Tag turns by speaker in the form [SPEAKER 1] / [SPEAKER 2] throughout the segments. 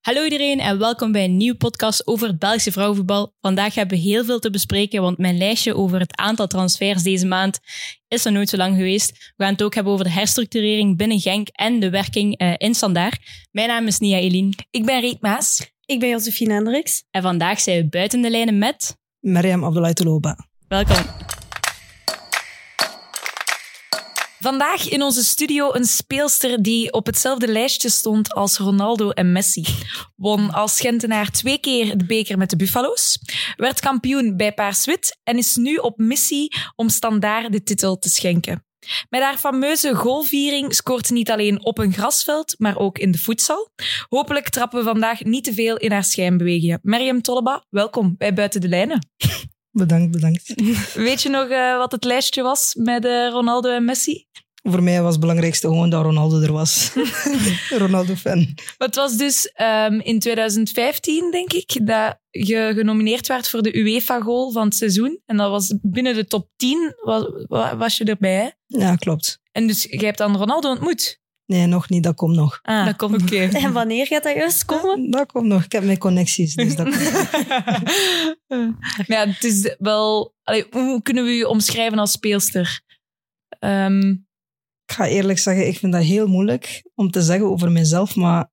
[SPEAKER 1] Hallo iedereen en welkom bij een nieuwe podcast over het Belgische vrouwenvoetbal. Vandaag hebben we heel veel te bespreken, want mijn lijstje over het aantal transfers deze maand is er nooit zo lang geweest. We gaan het ook hebben over de herstructurering binnen Genk en de werking eh, in Standaard. Mijn naam is Nia Eline
[SPEAKER 2] Ik ben Riet Maas.
[SPEAKER 3] Ik ben Josephine Hendricks.
[SPEAKER 1] en vandaag zijn we buiten de lijnen met...
[SPEAKER 4] Mariam Abdelaitoloba.
[SPEAKER 1] Welkom.
[SPEAKER 2] Vandaag in onze studio een speelster die op hetzelfde lijstje stond als Ronaldo en Messi. Won als Gentenaar twee keer de beker met de Buffalo's, werd kampioen bij Paars-Wit en is nu op missie om standaard de titel te schenken. Met haar fameuze goalviering scoort ze niet alleen op een grasveld, maar ook in de voedsel. Hopelijk trappen we vandaag niet te veel in haar schijnbewegingen. Mariam Tolleba, welkom bij Buiten de Lijnen.
[SPEAKER 4] Bedankt, bedankt.
[SPEAKER 2] Weet je nog eh, wat het lijstje was met eh, Ronaldo en Messi?
[SPEAKER 4] Voor mij was het belangrijkste gewoon dat Ronaldo er was. Ronaldo-fan.
[SPEAKER 2] Maar Het was dus ehm, in 2015, denk ik, dat je genomineerd werd voor de UEFA-goal van het seizoen. En dat was binnen de top 10 was, wa- was je erbij. hè?
[SPEAKER 4] Ja, klopt.
[SPEAKER 2] En dus jij hebt dan Ronaldo ontmoet.
[SPEAKER 4] Nee, nog niet. Dat komt nog.
[SPEAKER 2] Ah,
[SPEAKER 1] Dat komt nog.
[SPEAKER 2] oké.
[SPEAKER 3] En wanneer gaat dat juist komen?
[SPEAKER 4] Dat komt nog. Ik heb mijn connecties. Dus dat komt.
[SPEAKER 2] maar ja, het is wel... Allee, hoe kunnen we je omschrijven als speelster? Ehm,
[SPEAKER 4] Ik ga eerlijk zeggen, ik vind dat heel moeilijk om te zeggen over mezelf. Maar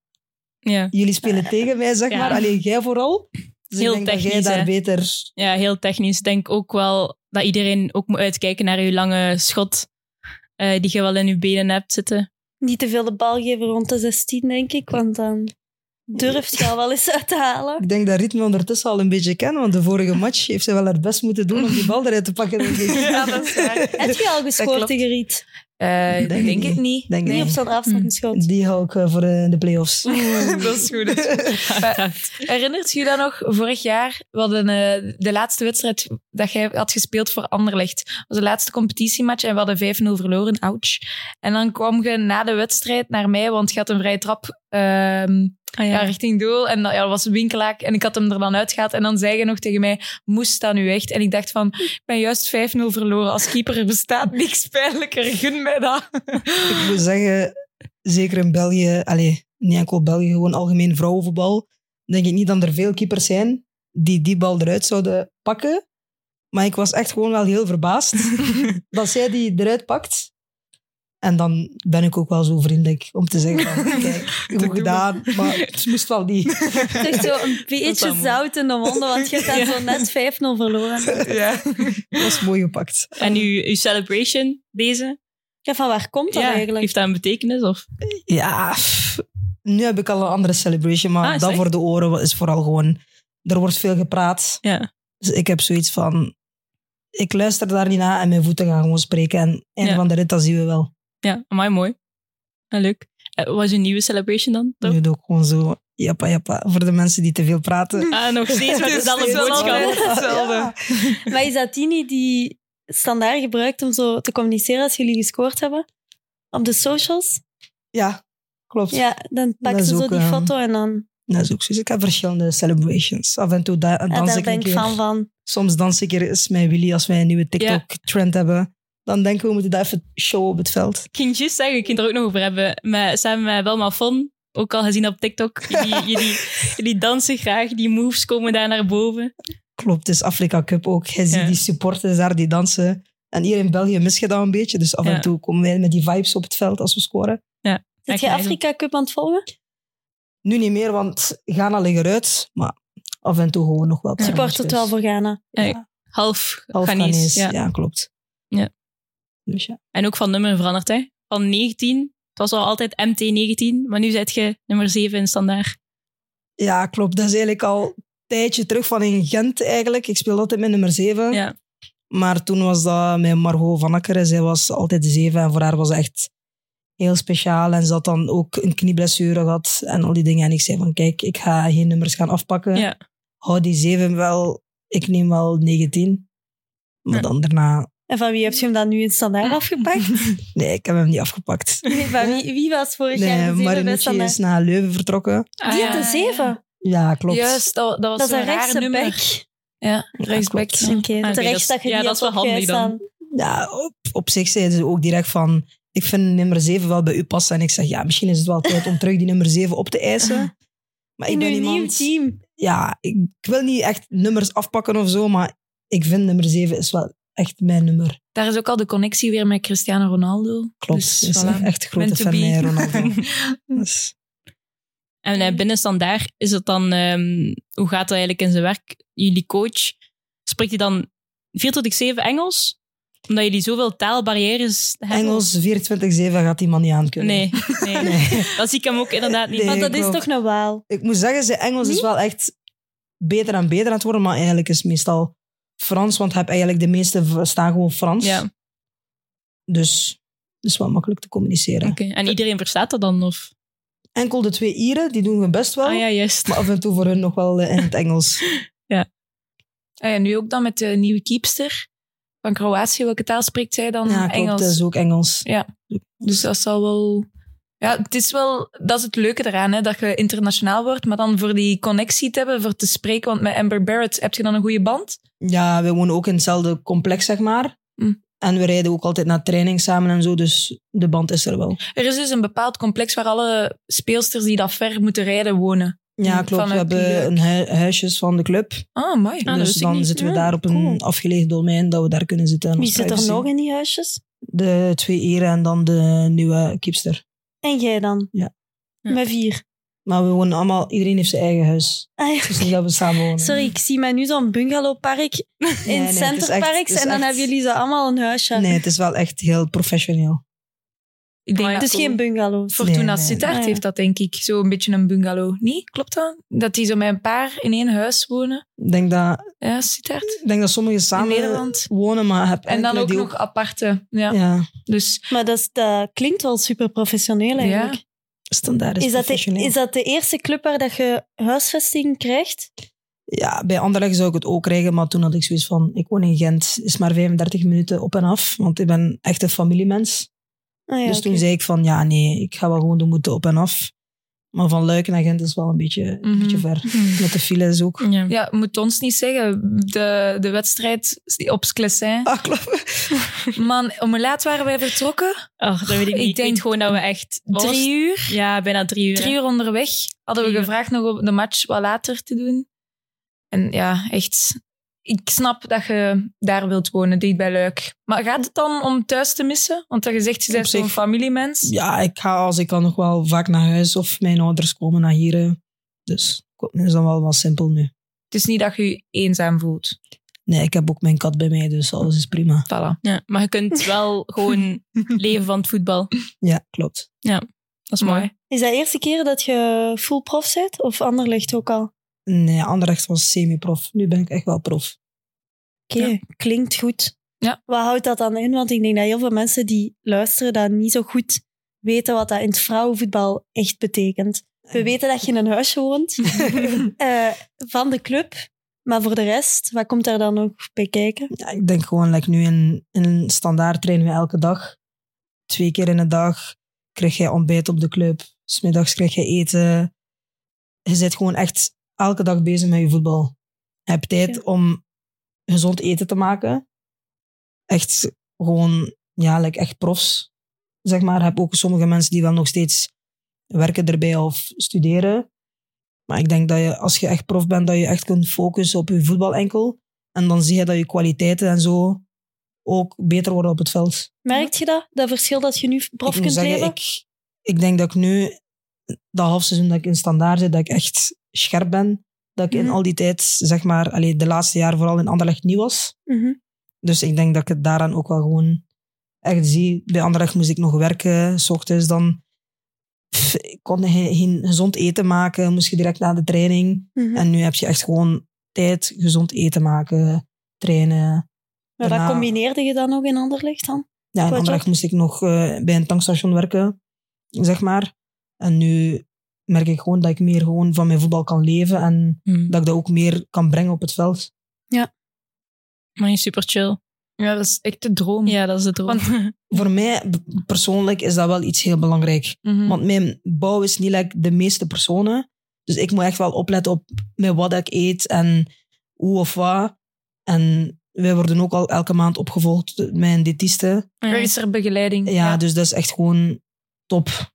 [SPEAKER 1] Ja.
[SPEAKER 4] jullie spelen tegen mij, zeg
[SPEAKER 1] Ja.
[SPEAKER 4] maar. Alleen jij vooral. Dus
[SPEAKER 1] Heel
[SPEAKER 4] ik denk
[SPEAKER 1] technisch,
[SPEAKER 4] dat jij
[SPEAKER 1] hè?
[SPEAKER 4] daar beter...
[SPEAKER 1] ja, heel technisch. Ik denk ook wel dat iedereen ook moet uitkijken naar je lange schot eh, die je wel in je benen hebt zitten.
[SPEAKER 3] Niet te veel de bal geven rond de 16, denk ik, want dan durft je al wel eens uit te halen.
[SPEAKER 4] Ik denk dat Ritme ondertussen al een beetje kent. Want de vorige match heeft ze wel haar best moeten doen om die bal eruit te pakken. denk ik.
[SPEAKER 2] ja, dat is waar.
[SPEAKER 3] Heb je al gescoord
[SPEAKER 2] klopt.
[SPEAKER 3] tegen Riet?
[SPEAKER 2] Eh,
[SPEAKER 4] Denk
[SPEAKER 2] denk,
[SPEAKER 4] ik niet.
[SPEAKER 2] het niet.
[SPEAKER 4] Denk het
[SPEAKER 3] Die
[SPEAKER 4] Nee.
[SPEAKER 3] op zijn
[SPEAKER 1] Hm.
[SPEAKER 3] afstandsschot.
[SPEAKER 4] Die hou ik eh, voor eh, de play-offs.
[SPEAKER 2] dat is goed. Dat is goed. Herinnert je dat nog? Vorig jaar, we hadden eh, de laatste wedstrijd dat jij had gespeeld voor Anderlecht. Dat was de laatste competitiematch en we hadden 5-0 verloren. Ouch. En dan kwam je na de wedstrijd naar mij, want je had een vrije trap ehm,
[SPEAKER 1] Ah,
[SPEAKER 2] ja, richting doel. En dat, ja, dat was een winkelaak en ik had hem er dan uitgehaald. En dan zei je nog tegen mij, moest dat nu echt? En ik dacht van, ik ben juist 5-0 verloren. Als keeper er bestaat niks pijnlijker. Gun mij dat.
[SPEAKER 4] ik moet zeggen, zeker in België, allee, niet enkel België, gewoon algemeen vrouwenvoetbal, denk ik niet dat er veel keepers zijn die die bal eruit zouden pakken. Maar ik was echt gewoon wel heel verbaasd dat zij die eruit pakt. En dan ben ik ook wel zo vriendelijk om te zeggen van, kijk,
[SPEAKER 2] doen
[SPEAKER 4] goed
[SPEAKER 2] we.
[SPEAKER 4] gedaan, maar het moest wel niet.
[SPEAKER 3] Het is zo een beetje
[SPEAKER 1] mooi.
[SPEAKER 3] zout in de wonden, want je hebt daar zo net 5-0 verloren.
[SPEAKER 2] Ja.
[SPEAKER 4] Dat was mooi gepakt.
[SPEAKER 1] En uw, uw celebration, deze,
[SPEAKER 3] Ja, van waar komt dat
[SPEAKER 1] ja,
[SPEAKER 3] eigenlijk?
[SPEAKER 1] heeft dat een betekenis? Of?
[SPEAKER 4] Ja, pff, nu heb ik al een andere celebration, maar
[SPEAKER 1] Ah, is
[SPEAKER 4] dat
[SPEAKER 1] echt?
[SPEAKER 4] voor de oren is vooral gewoon... Er wordt veel gepraat,
[SPEAKER 1] Ja.
[SPEAKER 4] Dus ik heb zoiets van... Ik luister daar niet naar en mijn voeten gaan gewoon spreken. En een
[SPEAKER 1] Ja.
[SPEAKER 4] van de rit, dat zien we wel.
[SPEAKER 1] ja, amai, mooi. Ah, leuk. Eh, wat was uw nieuwe celebration dan? Toch?
[SPEAKER 4] Nu doe ik gewoon zo... Jappa, jappa. Voor de mensen die te veel praten.
[SPEAKER 1] Ah, nog steeds met
[SPEAKER 2] Het is
[SPEAKER 1] dezelfde
[SPEAKER 2] steeds
[SPEAKER 1] boodschap.
[SPEAKER 2] altijd. hetzelfde.
[SPEAKER 4] Ja.
[SPEAKER 3] Maar is dat die niet die standaard gebruikt om zo te communiceren als jullie gescoord hebben? Op de socials?
[SPEAKER 4] Ja, klopt.
[SPEAKER 3] Ja, dan pakken
[SPEAKER 4] is
[SPEAKER 3] ze zo
[SPEAKER 4] ook,
[SPEAKER 3] die
[SPEAKER 4] ehm,
[SPEAKER 3] foto en dan...
[SPEAKER 4] Dat is ook zo. Ik heb verschillende celebrations. Af en toe da-
[SPEAKER 3] Ja,
[SPEAKER 4] dans
[SPEAKER 3] daar
[SPEAKER 4] ik een
[SPEAKER 3] ben ik
[SPEAKER 4] keer.
[SPEAKER 3] fan van.
[SPEAKER 4] Soms dans ik er eens met Willy als wij een nieuwe TikTok-trend hebben. Dan denken we, we moeten dat even showen op het veld.
[SPEAKER 1] Ik ging juist zeggen, ik ging het er ook nog over hebben. Maar samen met Belma Fon, ook al gezien op TikTok. Jullie, jullie, jullie dansen graag, die moves komen daar naar boven.
[SPEAKER 4] Klopt, het is Afrika Cup ook. Je ziet
[SPEAKER 1] Ja.
[SPEAKER 4] die supporters daar die dansen. En hier in België mis je dat een beetje. Dus af
[SPEAKER 1] Ja.
[SPEAKER 4] en toe komen wij met die vibes op het veld als we scoren.
[SPEAKER 3] Zit
[SPEAKER 1] Echt
[SPEAKER 3] je
[SPEAKER 1] nice.
[SPEAKER 3] Afrika Cup aan het volgen?
[SPEAKER 4] Nu niet meer, want Ghana ligt eruit. Maar af en toe gewoon nog wel.
[SPEAKER 1] Ja.
[SPEAKER 3] Support het wel voor Ghana.
[SPEAKER 1] Half,
[SPEAKER 4] Half
[SPEAKER 1] Ghanese,
[SPEAKER 4] Ghanese,
[SPEAKER 1] ja.
[SPEAKER 4] ja. klopt.
[SPEAKER 1] Ja.
[SPEAKER 4] Dus ja.
[SPEAKER 1] En ook van nummer veranderd, hè? Van 19. Het was al altijd MT19, maar nu zet je nummer 7 in standaard.
[SPEAKER 4] ja, klopt. Dat is eigenlijk al een tijdje terug van in Gent eigenlijk. Ik speelde altijd met nummer 7.
[SPEAKER 1] Ja.
[SPEAKER 4] Maar toen was dat met Margot van Akkeren. Zij was altijd de 7 en voor haar was het echt heel speciaal. En ze had dan ook een knieblessure gehad en al die dingen. En ik zei van, kijk, ik ga geen nummers gaan afpakken.
[SPEAKER 1] Ja.
[SPEAKER 4] Hou die 7 wel. Ik neem wel 19. Maar
[SPEAKER 1] Ja.
[SPEAKER 4] dan daarna...
[SPEAKER 3] En van wie heb je hem dan nu in
[SPEAKER 4] Ah.
[SPEAKER 3] standaard afgepakt?
[SPEAKER 4] Nee, ik heb hem niet afgepakt.
[SPEAKER 3] Nee, van wie, wie was vorig jaar de zeven bij
[SPEAKER 4] Marinucci
[SPEAKER 3] standaard?
[SPEAKER 4] is naar Leuven vertrokken.
[SPEAKER 1] Ah,
[SPEAKER 3] Die
[SPEAKER 1] ja.
[SPEAKER 3] had de zeven.
[SPEAKER 4] Ja, klopt.
[SPEAKER 2] Juist, dat, dat
[SPEAKER 3] Dat
[SPEAKER 2] was
[SPEAKER 3] is
[SPEAKER 2] zo'n
[SPEAKER 3] een
[SPEAKER 2] raar
[SPEAKER 3] rechtse
[SPEAKER 2] nummer.
[SPEAKER 3] back.
[SPEAKER 2] Ja,
[SPEAKER 4] Ja,
[SPEAKER 2] rechtsback.
[SPEAKER 4] klopt.
[SPEAKER 3] Oké,
[SPEAKER 5] Ah,
[SPEAKER 1] oké,
[SPEAKER 3] terecht
[SPEAKER 1] dat
[SPEAKER 3] dat
[SPEAKER 1] is-
[SPEAKER 3] je
[SPEAKER 1] ja,
[SPEAKER 3] die
[SPEAKER 1] dat is wel
[SPEAKER 3] had opgeëist
[SPEAKER 1] handig dan.
[SPEAKER 3] aan.
[SPEAKER 4] Ja, op, op zich zeiden ze ook direct van... Ik
[SPEAKER 2] Ah.
[SPEAKER 4] vind nummer 7 wel bij u passen. En ik zeg, ja, misschien is het wel tijd om terug die nummer 7 op te eisen. Maar ik
[SPEAKER 1] in uw
[SPEAKER 4] ben
[SPEAKER 1] nieuw
[SPEAKER 4] iemand...
[SPEAKER 1] team.
[SPEAKER 4] Ja, ik, ik wil niet echt nummers afpakken of zo, maar ik vind nummer 7 is wel echt mijn nummer.
[SPEAKER 2] Daar is ook al de connectie weer met Cristiano Ronaldo.
[SPEAKER 4] Klopt.
[SPEAKER 2] Dus,
[SPEAKER 4] is
[SPEAKER 2] voilà.
[SPEAKER 4] echt grote
[SPEAKER 2] Meant to
[SPEAKER 4] fan
[SPEAKER 2] be.
[SPEAKER 4] van Ronaldo. Dus-
[SPEAKER 5] En
[SPEAKER 3] Mm.
[SPEAKER 5] eh, binnen standaard is het dan, ehm, hoe gaat dat eigenlijk in zijn werk? Jullie coach, spreekt hij dan 24-7 Engels? Omdat jullie zoveel taalbarrières hebben?
[SPEAKER 4] Engels 24-7 gaat die man niet aankunnen.
[SPEAKER 5] Nee, nee,
[SPEAKER 4] Nee.
[SPEAKER 5] dat zie ik hem ook inderdaad niet.
[SPEAKER 4] Nee,
[SPEAKER 1] Want dat
[SPEAKER 4] ik
[SPEAKER 1] is
[SPEAKER 4] ook.
[SPEAKER 1] toch een waal.
[SPEAKER 4] Ik moet zeggen, zijn Engels is
[SPEAKER 1] Nee?
[SPEAKER 4] wel echt beter en beter aan het worden, maar eigenlijk is het meestal Frans, want heb eigenlijk de meeste verstaan gewoon Frans.
[SPEAKER 5] Ja,
[SPEAKER 4] Dus het is wel makkelijk te communiceren.
[SPEAKER 5] oké. En iedereen verstaat dat dan? Of?
[SPEAKER 4] Enkel de twee Ieren, die doen we best wel.
[SPEAKER 5] Ah ja, juist.
[SPEAKER 4] Maar af en toe voor hun nog wel eh, in het Engels.
[SPEAKER 2] Ah ja, nu ook dan met de nieuwe keepster van Kroatië. Welke taal spreekt zij dan?
[SPEAKER 4] Ja, klopt.
[SPEAKER 2] Engels.
[SPEAKER 4] Dat is ook Engels.
[SPEAKER 2] Dus dat zal wel... Ja, het is wel... Dat is het leuke eraan, hè, dat je internationaal wordt. Maar dan voor die connectie te hebben, voor te spreken. Want met Amber Barrett heb je dan een goede band.
[SPEAKER 4] Ja, we wonen ook in hetzelfde complex, zeg maar.
[SPEAKER 2] Hm.
[SPEAKER 4] En we rijden ook altijd naar training samen en zo, dus de band is er wel.
[SPEAKER 2] Er is dus een bepaald complex waar alle speelsters die dat ver moeten rijden wonen.
[SPEAKER 4] Ja,
[SPEAKER 2] Hm,
[SPEAKER 4] klopt. We
[SPEAKER 2] vanuit die
[SPEAKER 4] hebben
[SPEAKER 2] jeugd.
[SPEAKER 4] een hu- huisjes van de club.
[SPEAKER 2] Ah, mooi.
[SPEAKER 5] Ah, dat
[SPEAKER 4] dus
[SPEAKER 5] wist ik
[SPEAKER 4] dan
[SPEAKER 5] niet.
[SPEAKER 4] zitten we
[SPEAKER 5] Ja,
[SPEAKER 4] daar op een
[SPEAKER 5] cool.
[SPEAKER 4] afgelegen domein dat we daar kunnen zitten. en
[SPEAKER 1] Wie
[SPEAKER 4] ons
[SPEAKER 1] zit er
[SPEAKER 4] privacy.
[SPEAKER 1] nog in die huisjes?
[SPEAKER 4] De twee eren en dan de nieuwe keepster.
[SPEAKER 1] En jij dan?
[SPEAKER 4] Ja.
[SPEAKER 5] Ja.
[SPEAKER 1] Met vier.
[SPEAKER 4] Maar we wonen allemaal, iedereen heeft zijn eigen huis.
[SPEAKER 1] Ah,
[SPEAKER 4] Het
[SPEAKER 1] ja.
[SPEAKER 4] is niet dat we samen wonen.
[SPEAKER 1] Sorry, ik zie mij nu zo'n bungalowpark
[SPEAKER 4] Nee,
[SPEAKER 1] in
[SPEAKER 4] nee, het is echt- het
[SPEAKER 1] centerparks
[SPEAKER 4] is
[SPEAKER 1] en dan
[SPEAKER 4] echt-
[SPEAKER 1] hebben jullie zo allemaal een huisje.
[SPEAKER 4] Nee, het is wel echt heel professioneel.
[SPEAKER 2] Ik denk
[SPEAKER 5] Amai.
[SPEAKER 2] dat
[SPEAKER 1] het is geen
[SPEAKER 2] cool.
[SPEAKER 1] bungalow.
[SPEAKER 2] Fortuna
[SPEAKER 4] Nee, nee.
[SPEAKER 2] Sittard
[SPEAKER 1] Ah, ja.
[SPEAKER 2] heeft dat, denk ik. Zo'n beetje een bungalow. Niet? Klopt dat? Dat die zo met een paar in één huis wonen.
[SPEAKER 4] Ik denk dat,
[SPEAKER 2] Ja, Sittard.
[SPEAKER 4] ik denk dat sommigen
[SPEAKER 2] In
[SPEAKER 4] samen
[SPEAKER 2] Nederland.
[SPEAKER 4] wonen, maar heb
[SPEAKER 2] En dan
[SPEAKER 4] enkele
[SPEAKER 2] ook
[SPEAKER 4] die
[SPEAKER 2] nog aparte. Ja.
[SPEAKER 4] Ja,
[SPEAKER 2] Dus
[SPEAKER 1] Maar dat, is- dat klinkt wel super professioneel eigenlijk.
[SPEAKER 4] standaard is,
[SPEAKER 1] Is, dat de,
[SPEAKER 4] professioneel.
[SPEAKER 1] is dat de eerste club waar dat je huisvesting krijgt?
[SPEAKER 4] Ja, bij Anderlecht zou ik het ook krijgen, maar toen had ik zoiets van, ik woon in Gent, is maar 35 minuten op en af, want ik ben echt een familiemens.
[SPEAKER 1] Ah, ja,
[SPEAKER 4] dus toen
[SPEAKER 1] oké.
[SPEAKER 4] zei ik van, ja nee, ik ga wel gewoon de moeten op en af. Maar van Luik naar Gent is wel een beetje, een
[SPEAKER 2] Mhm.
[SPEAKER 4] beetje ver. Met de files
[SPEAKER 1] Mhm.
[SPEAKER 4] ook.
[SPEAKER 5] Ja.
[SPEAKER 2] ja, moet ons niet zeggen. De, de wedstrijd op Sclessin.
[SPEAKER 4] Ah, klopt.
[SPEAKER 2] Man, om hoe laat waren wij vertrokken?
[SPEAKER 5] Ach, dat weet ik
[SPEAKER 2] Ik
[SPEAKER 5] niet. Ik,
[SPEAKER 2] denk
[SPEAKER 5] weet gewoon dat we echt... wat was het?
[SPEAKER 2] Drie uur.
[SPEAKER 5] Ja, bijna drie uur. hè.
[SPEAKER 2] Drie uur onderweg. Hadden we
[SPEAKER 5] Drie uur.
[SPEAKER 2] gevraagd nog op de match wat later te doen. En ja, echt. Ik snap dat je daar wilt wonen, dicht bij Luik. Maar gaat het dan om thuis te missen? Want dat je zegt, je
[SPEAKER 4] Op
[SPEAKER 2] bent zo'n
[SPEAKER 4] zich-
[SPEAKER 2] familiemens.
[SPEAKER 4] Ja, ik ga als ik kan nog wel vaak naar huis of mijn ouders komen naar hier. eh. Dus het is dan wel wat simpel nu.
[SPEAKER 2] Het is niet dat je je eenzaam voelt.
[SPEAKER 4] Nee, ik heb ook mijn kat bij mij, dus alles is prima.
[SPEAKER 2] Voilà.
[SPEAKER 5] Ja, maar je kunt wel gewoon leven van het voetbal.
[SPEAKER 4] Ja, klopt.
[SPEAKER 5] Dat is mooi.
[SPEAKER 1] Is dat de eerste keer dat je full prof bent? Of ander ligt ook al?
[SPEAKER 4] Nee, Anderlecht was semi-prof. Nu ben ik echt wel prof.
[SPEAKER 1] Oké, klinkt goed.
[SPEAKER 2] Ja.
[SPEAKER 1] Wat houdt dat dan in? Want ik denk dat heel veel mensen die luisteren dat niet zo goed weten wat dat in het vrouwenvoetbal echt betekent. We weten dat je in een huisje woont eh, van de club. Maar voor de rest, wat komt daar dan nog bij kijken?
[SPEAKER 4] Ja, ik denk gewoon, like nu in, in standaard trainen we elke dag. Twee keer in de dag krijg jij ontbijt op de club. Smiddags krijg je eten. Je bent gewoon echt elke dag bezig met je voetbal. Je hebt tijd
[SPEAKER 1] Ja.
[SPEAKER 4] om gezond eten te maken. Echt gewoon, ja, like echt profs. Zeg maar, heb ook sommige mensen die wel nog steeds werken erbij of studeren. Maar ik denk dat je, als je echt prof bent, dat je echt kunt focussen op je voetbal enkel. En dan zie je dat je kwaliteiten en zo ook beter worden op het veld.
[SPEAKER 1] Merk je dat? Dat verschil dat je nu prof
[SPEAKER 4] ik
[SPEAKER 1] kunt
[SPEAKER 4] moet zeggen,
[SPEAKER 1] leven?
[SPEAKER 4] Ik, ik denk dat ik nu, dat halfseizoen dat ik in standaard zit, dat ik echt scherp ben. Dat ik
[SPEAKER 1] Mhm.
[SPEAKER 4] in al die tijd, zeg maar, allee, de laatste jaar vooral in Anderlecht nieuw was.
[SPEAKER 1] Mhm.
[SPEAKER 4] Dus ik denk dat ik het daaraan ook wel gewoon echt zie. Bij Anderlecht moest ik nog werken, s ochtends dan. pff, ik kon geen, geen gezond eten maken, moest je direct na de training.
[SPEAKER 1] Mhm.
[SPEAKER 4] En nu heb je echt gewoon tijd, gezond eten maken, trainen.
[SPEAKER 1] Maar
[SPEAKER 4] daarna-
[SPEAKER 1] dat combineerde je dan nog in ander licht dan?
[SPEAKER 4] Ja, in
[SPEAKER 1] Qua
[SPEAKER 4] Anderlecht moest ik nog eh, bij een tankstation werken, zeg maar. En nu merk ik gewoon dat ik meer gewoon van mijn voetbal kan leven en
[SPEAKER 5] Hm.
[SPEAKER 4] dat ik dat ook meer kan brengen op het veld.
[SPEAKER 5] Maar je is super chill.
[SPEAKER 2] Ja, dat is echt de droom.
[SPEAKER 5] Ja, dat is de droom.
[SPEAKER 4] Voor mij b- persoonlijk is dat wel iets heel belangrijk.
[SPEAKER 2] Mhm.
[SPEAKER 4] Want mijn bouw is niet like de meeste personen. Dus ik moet echt wel opletten op met wat ik eet en hoe of wat. En wij worden ook al elke maand opgevolgd met een diëtiste.
[SPEAKER 2] Er
[SPEAKER 5] Ja.
[SPEAKER 2] is er begeleiding.
[SPEAKER 4] Ja, dus dat is echt gewoon top.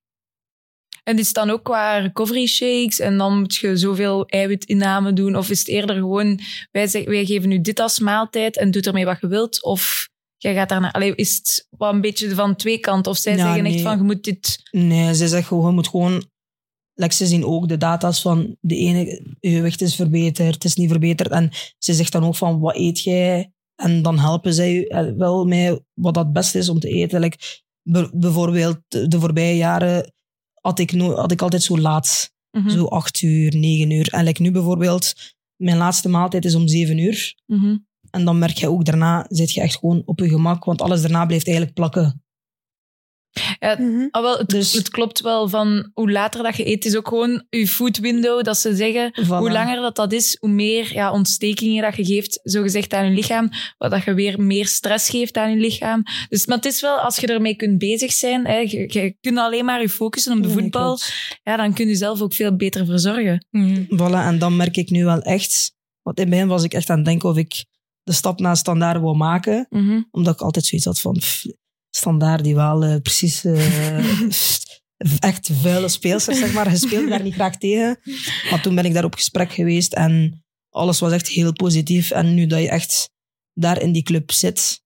[SPEAKER 6] En is het dan ook qua recovery shakes en dan moet je zoveel eiwitinname doen? Of is het eerder gewoon, wij, zeg, wij geven u dit als maaltijd en doet ermee wat je wilt? Of jij gaat daarna... Allee, is het wel een beetje van twee kanten? Of zij
[SPEAKER 4] Ja,
[SPEAKER 6] zeggen echt
[SPEAKER 4] nee.
[SPEAKER 6] van, je moet dit...
[SPEAKER 4] Nee, ze zegt gewoon, je moet gewoon... Like, ze zien ook de data's van de ene je gewicht is verbeterd, het is niet verbeterd. En ze zegt dan ook van, wat eet jij? En dan helpen zij je eh, wel met wat dat best is om te eten. Like, be- bijvoorbeeld, de voorbije jaren had ik, no had ik altijd zo laat.
[SPEAKER 6] Mhm,
[SPEAKER 4] Zo acht uur, negen uur. En like, nu bijvoorbeeld, mijn laatste maaltijd is om zeven uur.
[SPEAKER 6] mhm.
[SPEAKER 4] En dan merk je ook daarna, zit je echt gewoon op je gemak, want alles daarna blijft eigenlijk plakken.
[SPEAKER 1] Mhm.
[SPEAKER 6] Ah, wel, het,
[SPEAKER 4] Dus-
[SPEAKER 6] het klopt wel van hoe later dat je eet. Het is ook gewoon je food window, dat ze zeggen... Hoe
[SPEAKER 4] Voilà.
[SPEAKER 6] langer dat dat is, hoe meer ja, ontstekingen dat je geeft, zogezegd aan je lichaam, wat dat je weer meer stress geeft aan je lichaam. Dus, maar het is wel, als je ermee kunt bezig zijn, hè, je, je kunt alleen maar je focussen op de
[SPEAKER 4] Ja,
[SPEAKER 6] voetbal,
[SPEAKER 4] klopt.
[SPEAKER 6] ja, dan kun je zelf ook veel beter verzorgen.
[SPEAKER 2] Mhm.
[SPEAKER 4] Voilà, en dan merk ik nu wel echt... Want in het begin was ik echt aan het denken of ik de stap naar standaard wil maken.
[SPEAKER 6] Mhm.
[SPEAKER 4] Omdat ik altijd zoiets had van... pff, standaard die wel eh, precies... eh, pff, echt vuile speelsters, zeg maar. Je speelt daar niet graag tegen. Maar toen ben ik daar op gesprek geweest en alles was echt heel positief. En nu dat je echt daar in die club zit,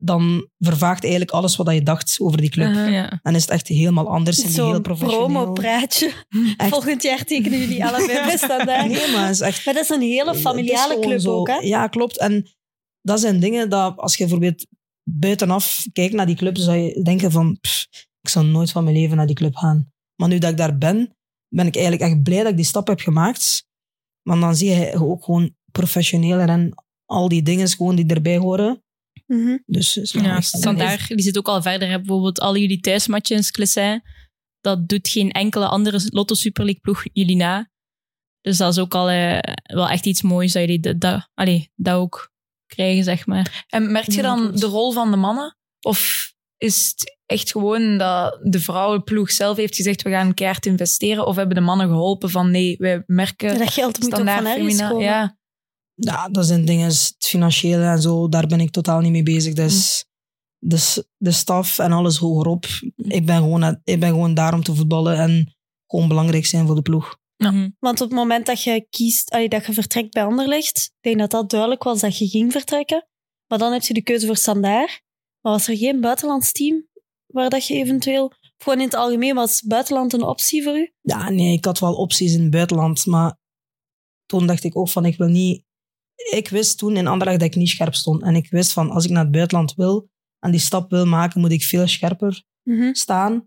[SPEAKER 4] dan vervaagt eigenlijk alles wat je dacht over die club.
[SPEAKER 6] Uh-huh.
[SPEAKER 2] Ja.
[SPEAKER 4] En is het echt helemaal anders en heel
[SPEAKER 1] Zo'n
[SPEAKER 4] professioneel.
[SPEAKER 1] promopraatje.
[SPEAKER 4] Echt.
[SPEAKER 1] Volgend jaar tekenen jullie allebei bij standaard.
[SPEAKER 4] Nee, maar het is echt
[SPEAKER 1] Maar dat is een hele
[SPEAKER 4] Het Eh, is
[SPEAKER 1] familiale
[SPEAKER 4] gewoon
[SPEAKER 1] club
[SPEAKER 4] zo.
[SPEAKER 1] ook, hè?
[SPEAKER 4] Ja, klopt. En dat zijn dingen dat als je bijvoorbeeld buitenaf kijkt naar die club, zou je denken van, pff, ik zal nooit van mijn leven naar die club gaan. Maar nu dat ik daar ben, ben ik eigenlijk echt blij dat ik die stap heb gemaakt. Want dan zie je ook gewoon professioneler en al die dingen gewoon die erbij horen.
[SPEAKER 1] Mhm.
[SPEAKER 4] Dus is wel
[SPEAKER 2] Ja,
[SPEAKER 4] echt-
[SPEAKER 2] standaard, die zit ook al verder. Hè. Bijvoorbeeld al jullie thuismatjes, Clissin, dat doet geen enkele andere Lotto Super League ploeg jullie na. Dus dat is ook al eh, wel echt iets moois dat jullie dat, dat, allee, dat ook krijgen, zeg maar.
[SPEAKER 6] En merk je
[SPEAKER 4] Ja,
[SPEAKER 6] dan
[SPEAKER 4] klopt.
[SPEAKER 6] de rol van de mannen? Of is het echt gewoon dat de vrouwenploeg zelf heeft gezegd, we gaan keihard investeren? Of hebben de mannen geholpen van, nee, wij merken...
[SPEAKER 1] Dat geld moet ook van
[SPEAKER 6] Standaard,
[SPEAKER 1] ergens
[SPEAKER 6] femina-
[SPEAKER 1] komen.
[SPEAKER 6] ja.
[SPEAKER 4] Ja, dat zijn dingen, het financiële en zo, daar ben ik totaal niet mee bezig. Dus de, s- de staf en alles hogerop. Ik ben, gewoon, eh, ik ben gewoon daar om te voetballen en gewoon belangrijk zijn voor de ploeg.
[SPEAKER 6] Ja.
[SPEAKER 2] Mhm.
[SPEAKER 1] Want op het moment dat je kiest, allee, dat je vertrekt bij Anderlecht, ik denk dat dat duidelijk was dat je ging vertrekken. Maar dan heb je de keuze voor Standaard. Maar was er geen buitenlands team waar dat je eventueel... of Gewoon in het algemeen was buitenland een optie voor u?
[SPEAKER 4] Ja, nee, ik had wel opties in het buitenland, maar toen dacht ik ook van, ik wil niet... Ik wist toen in Anderlecht dat ik niet scherp stond. En ik wist van, als ik naar het buitenland wil en die stap wil maken, moet ik veel scherper
[SPEAKER 1] Mhm,
[SPEAKER 4] staan.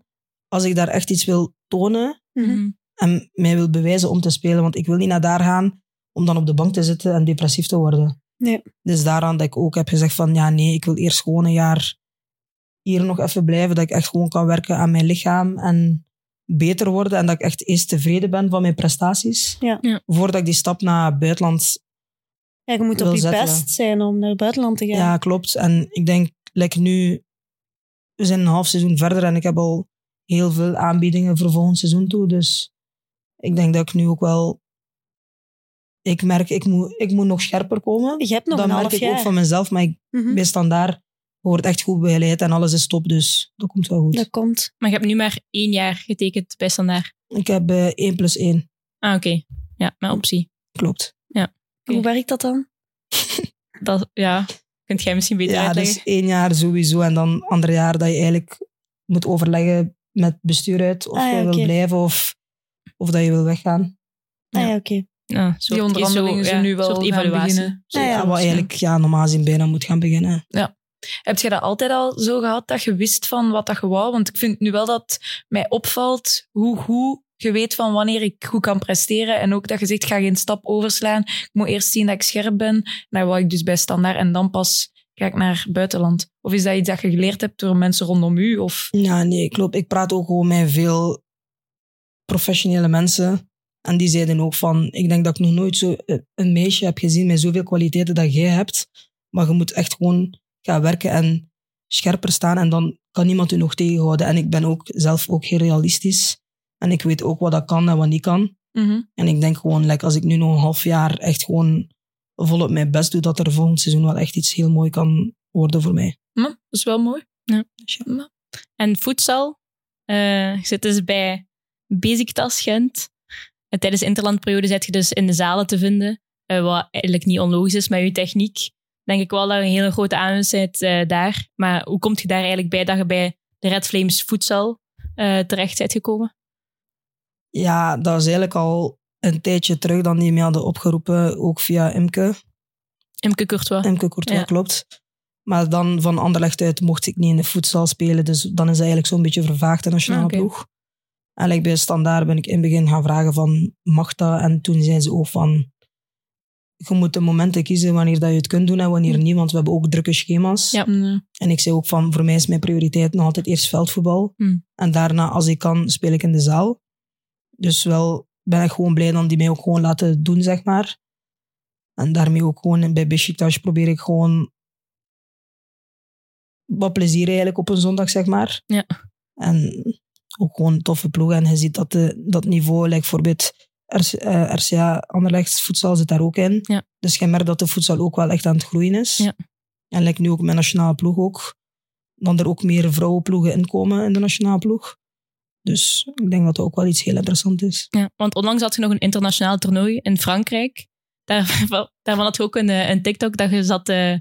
[SPEAKER 4] Als ik daar echt iets wil tonen,
[SPEAKER 1] mhm.
[SPEAKER 4] en mij wil bewijzen om te spelen. Want ik wil niet naar daar gaan om dan op de bank te zitten en depressief te worden.
[SPEAKER 1] Nee.
[SPEAKER 4] Dus daaraan dat ik ook heb gezegd van ja, nee, ik wil eerst gewoon een jaar hier nog even blijven. Dat ik echt gewoon kan werken aan mijn lichaam en beter worden. En dat ik echt eerst tevreden ben van mijn prestaties.
[SPEAKER 1] Ja.
[SPEAKER 2] Ja.
[SPEAKER 4] Voordat ik die stap naar het buitenland
[SPEAKER 1] Ja, je moet
[SPEAKER 4] Wil
[SPEAKER 1] op je
[SPEAKER 4] zetten.
[SPEAKER 1] best zijn om naar het buitenland te gaan.
[SPEAKER 4] ja. klopt. En ik denk, like nu, we zijn een half seizoen verder en ik heb al heel veel aanbiedingen voor volgend seizoen toe. Dus ik denk dat ik nu ook wel... Ik merk, ik moet, ik moet nog scherper komen.
[SPEAKER 1] Je hebt nog
[SPEAKER 4] dat
[SPEAKER 1] een
[SPEAKER 4] merk
[SPEAKER 1] half
[SPEAKER 4] ik
[SPEAKER 1] jaar.
[SPEAKER 4] ook van mezelf, maar ik
[SPEAKER 1] Mhm,
[SPEAKER 4] ben standaard. Wordt echt goed begeleid en alles is top, dus dat komt wel goed.
[SPEAKER 1] Dat komt.
[SPEAKER 2] Maar je hebt nu maar één jaar getekend bij Standaard.
[SPEAKER 4] Ik heb eh 1 plus 1,
[SPEAKER 2] Ah, oké. Ja, met optie.
[SPEAKER 4] klopt.
[SPEAKER 2] Oké.
[SPEAKER 1] Hoe werkt dat dan?
[SPEAKER 2] Dat, ja, kunt jij misschien beter
[SPEAKER 4] Ja,
[SPEAKER 2] uitleggen.
[SPEAKER 4] dus één jaar sowieso en dan ander jaar dat je eigenlijk moet overleggen met bestuur uit of
[SPEAKER 1] Ah, ja,
[SPEAKER 4] jij wil
[SPEAKER 1] oké.
[SPEAKER 4] blijven of, of dat je wil weggaan.
[SPEAKER 1] Ah
[SPEAKER 2] Ja.
[SPEAKER 1] ja, oké.
[SPEAKER 2] Ja, Ah, een soort-
[SPEAKER 6] Die onderhandelingen
[SPEAKER 2] zo,
[SPEAKER 6] zijn
[SPEAKER 2] ja,
[SPEAKER 6] nu wel
[SPEAKER 2] soort
[SPEAKER 6] gaan
[SPEAKER 2] evaluatie.
[SPEAKER 6] beginnen.
[SPEAKER 4] Nou Ja,
[SPEAKER 1] ja,
[SPEAKER 4] wat eigenlijk ja, normaal gezien bijna moet gaan beginnen.
[SPEAKER 6] Heb je dat altijd al zo gehad dat je wist van wat dat je wou? Want ik vind nu wel dat mij opvalt hoe goed je weet van wanneer ik goed kan presteren. En ook dat je zegt, ik ga geen stap overslaan. Ik moet eerst zien dat ik scherp ben. Dan wou ik dus bij standaard en dan pas ga ik naar buitenland. Of is dat iets dat je geleerd hebt door mensen rondom u? Of...
[SPEAKER 4] Ja, nee, klopt. Ik praat ook gewoon met veel professionele mensen. En die zeiden ook van, ik denk dat ik nog nooit zo eh, een meisje heb gezien met zoveel kwaliteiten dat jij hebt. Maar je moet echt gewoon gaan werken en scherper staan. En dan kan niemand u nog tegenhouden. En ik ben ook zelf ook heel realistisch. En ik weet ook wat dat kan en wat niet kan.
[SPEAKER 6] Mhm.
[SPEAKER 4] En ik denk gewoon, like, als ik nu nog een half jaar echt gewoon volop mijn best doe, dat er volgend seizoen wel echt iets heel mooi kan worden voor mij.
[SPEAKER 6] Hm, dat is wel mooi.
[SPEAKER 2] En voedsel. eh, je zit dus bij basic tas Gent. En tijdens interlandperiode zit je dus in de zalen te vinden, eh, wat eigenlijk niet onlogisch is met je techniek. Denk ik wel dat je een hele grote aanwinst bent eh, daar. Maar hoe komt je daar eigenlijk bij dat je bij de Red Flames voedsel eh, terecht bent gekomen?
[SPEAKER 4] Ja, dat was eigenlijk al een tijdje terug dan die mij hadden opgeroepen, ook via Imke.
[SPEAKER 2] Imke Courtois.
[SPEAKER 4] Emke Courtois,
[SPEAKER 2] Ja.
[SPEAKER 4] klopt. Maar dan van Anderlecht uit mocht ik niet in de voetbal spelen. Dus dan is dat eigenlijk zo'n beetje vervaagd de nationale
[SPEAKER 2] Ah, oké.
[SPEAKER 4] ploeg. Eigenlijk bij Standaard ben ik in het begin gaan vragen van mag dat? En toen zijn ze ook van je moet de momenten kiezen wanneer dat je het kunt doen en wanneer niet. Want we hebben ook drukke schema's.
[SPEAKER 2] Hm. Ja.
[SPEAKER 6] eh,
[SPEAKER 4] En ik zei ook van, voor mij is mijn prioriteit nog altijd eerst veldvoetbal.
[SPEAKER 2] Hmm.
[SPEAKER 4] En daarna, als ik kan, speel ik in de zaal. Dus wel ben ik gewoon blij dat die mij ook gewoon laten doen, zeg maar. En daarmee ook gewoon bij Besiktas probeer ik gewoon wat plezier eigenlijk op een zondag, zeg maar.
[SPEAKER 2] Ja.
[SPEAKER 4] En ook gewoon een toffe ploeg. En je ziet dat de, dat niveau, like voorbeeld RC, eh, RCA Anderlecht voedsel zit daar ook in.
[SPEAKER 2] Ja.
[SPEAKER 4] Dus je merkt dat de voedsel ook wel echt aan het groeien is.
[SPEAKER 2] Ja.
[SPEAKER 4] En like nu ook mijn nationale ploeg ook. Dan er ook meer vrouwenploegen in komen in de nationale ploeg. Dus ik denk dat dat ook wel iets heel interessants is.
[SPEAKER 2] Ja, want onlangs had je nog een internationaal toernooi in Frankrijk. Daar, daarvan had je ook een, eh, een TikTok dat je zat eh, eh,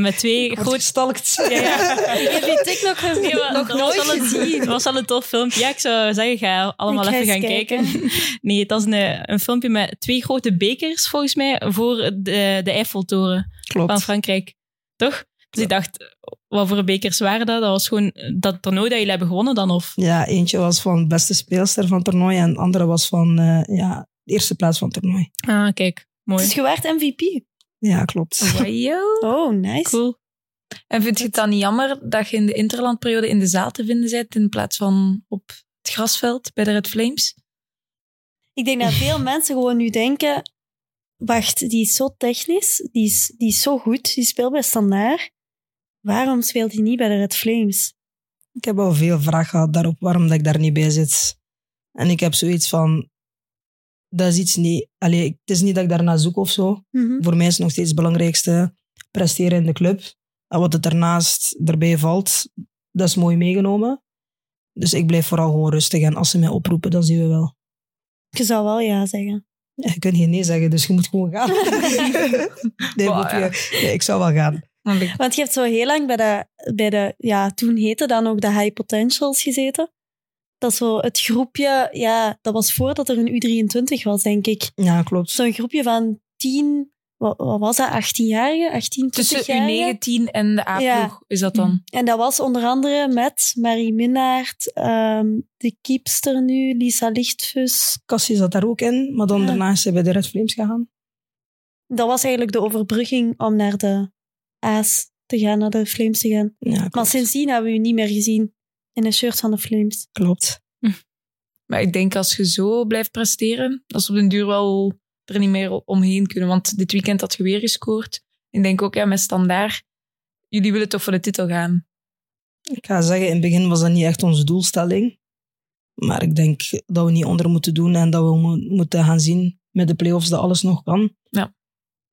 [SPEAKER 2] met twee grote...
[SPEAKER 4] gestalkt.
[SPEAKER 2] Ja, ja.
[SPEAKER 1] Ik heb die TikTok
[SPEAKER 2] Nee, maar
[SPEAKER 1] nog
[SPEAKER 2] dat was
[SPEAKER 1] nooit
[SPEAKER 2] wel een-
[SPEAKER 1] gezien.
[SPEAKER 2] Dat was wel een tof filmpje. Ja, ik zou zeggen, ga allemaal
[SPEAKER 1] Ik ga
[SPEAKER 2] even gaan
[SPEAKER 1] eens
[SPEAKER 2] kijken. Nee, het was een, een filmpje met twee grote bekers, volgens mij, voor de, de Eiffeltoren van
[SPEAKER 4] Klopt.
[SPEAKER 2] Frankrijk. Toch? Dus ik dacht, wat voor bekers waren dat? Dat was gewoon dat toernooi dat jullie hebben gewonnen dan, of?
[SPEAKER 4] Ja, eentje was van beste speelster van het toernooi en de andere was van eh, ja, de eerste plaats van het toernooi.
[SPEAKER 2] Ah, kijk. Mooi.
[SPEAKER 1] Dus je werd MVP.
[SPEAKER 4] Ja, klopt.
[SPEAKER 1] Oh, nice.
[SPEAKER 2] Cool.
[SPEAKER 6] En vind je het dan niet jammer dat je in de interlandperiode in de zaal te vinden bent in plaats van op het grasveld bij de Red Flames?
[SPEAKER 1] Ik denk dat veel mensen gewoon nu denken... Wacht, die is zo technisch. Die is, die is zo goed. Die speelt bij Standaard. Waarom speelt hij niet bij de Red Flames?
[SPEAKER 4] Ik heb al veel vragen gehad daarop waarom dat ik daar niet bij zit. En ik heb zoiets van, dat is iets niet, allee, het is niet dat ik daarna zoek of zo.
[SPEAKER 1] Mhm.
[SPEAKER 4] Voor mij is nog steeds het belangrijkste presteren in de club. En wat het daarnaast erbij valt, dat is mooi meegenomen. Dus ik blijf vooral gewoon rustig. En als ze mij oproepen, dan zien we wel.
[SPEAKER 1] Je zou wel ja zeggen.
[SPEAKER 4] Ja, je kunt geen nee zeggen, dus je moet gewoon gaan. nee,
[SPEAKER 6] Wow,
[SPEAKER 4] grapje.
[SPEAKER 6] ja.
[SPEAKER 4] Nee, ik zou wel gaan.
[SPEAKER 6] Want ik-
[SPEAKER 1] Want je hebt zo heel lang bij de, bij de ja, toen heette dan ook de High Potentials gezeten. Dat is zo het groepje, ja, dat was voordat er een U23 was, denk ik.
[SPEAKER 4] Ja, klopt.
[SPEAKER 1] Zo'n groepje van 10, wat, wat was dat, 18-jarigen, 18,
[SPEAKER 6] Tussen
[SPEAKER 1] 20-jarigen.
[SPEAKER 6] U19 en de A-ploeg
[SPEAKER 1] Ja.
[SPEAKER 6] is dat dan.
[SPEAKER 1] En dat was onder andere met Marie Minnaert, ehm, de kiepster nu, Lisa Lichtvus.
[SPEAKER 4] Cassie zat daar ook in, maar dan
[SPEAKER 1] Ja.
[SPEAKER 4] daarna is ze bij de Red Flames gegaan.
[SPEAKER 1] Dat was eigenlijk de overbrugging om naar de A's te gaan, naar de Flames te gaan.
[SPEAKER 4] Ja,
[SPEAKER 1] Maar
[SPEAKER 4] klopt.
[SPEAKER 1] sindsdien hebben we u niet meer gezien in een shirt van de Flames.
[SPEAKER 4] klopt.
[SPEAKER 6] Maar ik denk als je zo blijft presteren, dat ze op den duur wel er niet meer omheen kunnen. Want dit weekend had je weer gescoord. Ik denk ook, ja, met standaard, jullie willen toch voor de titel gaan.
[SPEAKER 4] Ik ga zeggen, in het begin was dat niet echt onze doelstelling. Maar ik denk dat we niet onder moeten doen en dat we mo- moeten gaan zien met de play-offs dat alles nog kan.
[SPEAKER 6] Ja.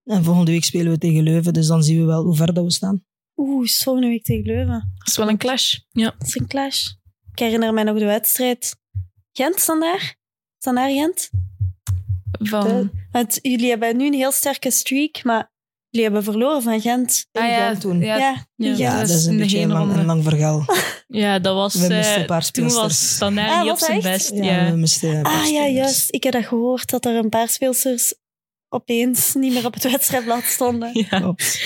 [SPEAKER 4] En volgende week spelen we tegen Leuven, dus dan zien we wel hoe ver dat we staan.
[SPEAKER 1] Oeh, is volgende week tegen Leuven.
[SPEAKER 6] Dat is wel een clash.
[SPEAKER 1] Dat is een clash. Ik herinner mij nog de wedstrijd. Gent, Standaard? Standaard Gent?
[SPEAKER 6] Van, Ah,
[SPEAKER 1] Want jullie hebben nu een heel sterke streak, maar jullie hebben verloren van Gent.
[SPEAKER 6] Ah ja,
[SPEAKER 4] Gewoon doen.
[SPEAKER 6] ja.
[SPEAKER 1] in
[SPEAKER 2] Ja,
[SPEAKER 1] Gent.
[SPEAKER 4] Ja,
[SPEAKER 6] dat
[SPEAKER 4] dat
[SPEAKER 6] is
[SPEAKER 4] is een
[SPEAKER 6] in de
[SPEAKER 4] beetje een lang,
[SPEAKER 6] heenronde.
[SPEAKER 4] een lang verhaal.
[SPEAKER 2] Ja, dat was...
[SPEAKER 4] We misten
[SPEAKER 2] eh,
[SPEAKER 4] een paar
[SPEAKER 2] toen
[SPEAKER 4] speelsters.
[SPEAKER 2] was Standaard
[SPEAKER 1] Ah,
[SPEAKER 2] niet op
[SPEAKER 1] was
[SPEAKER 2] zijn
[SPEAKER 1] echt?
[SPEAKER 2] best.
[SPEAKER 4] Ja,
[SPEAKER 2] Ja.
[SPEAKER 4] we misten een paar
[SPEAKER 1] Ah ja,
[SPEAKER 4] spelers.
[SPEAKER 1] juist. Ik heb dat gehoord, dat er een paar speelsters opeens niet meer op het wedstrijdblad stonden.
[SPEAKER 2] Ja.
[SPEAKER 4] Klopt.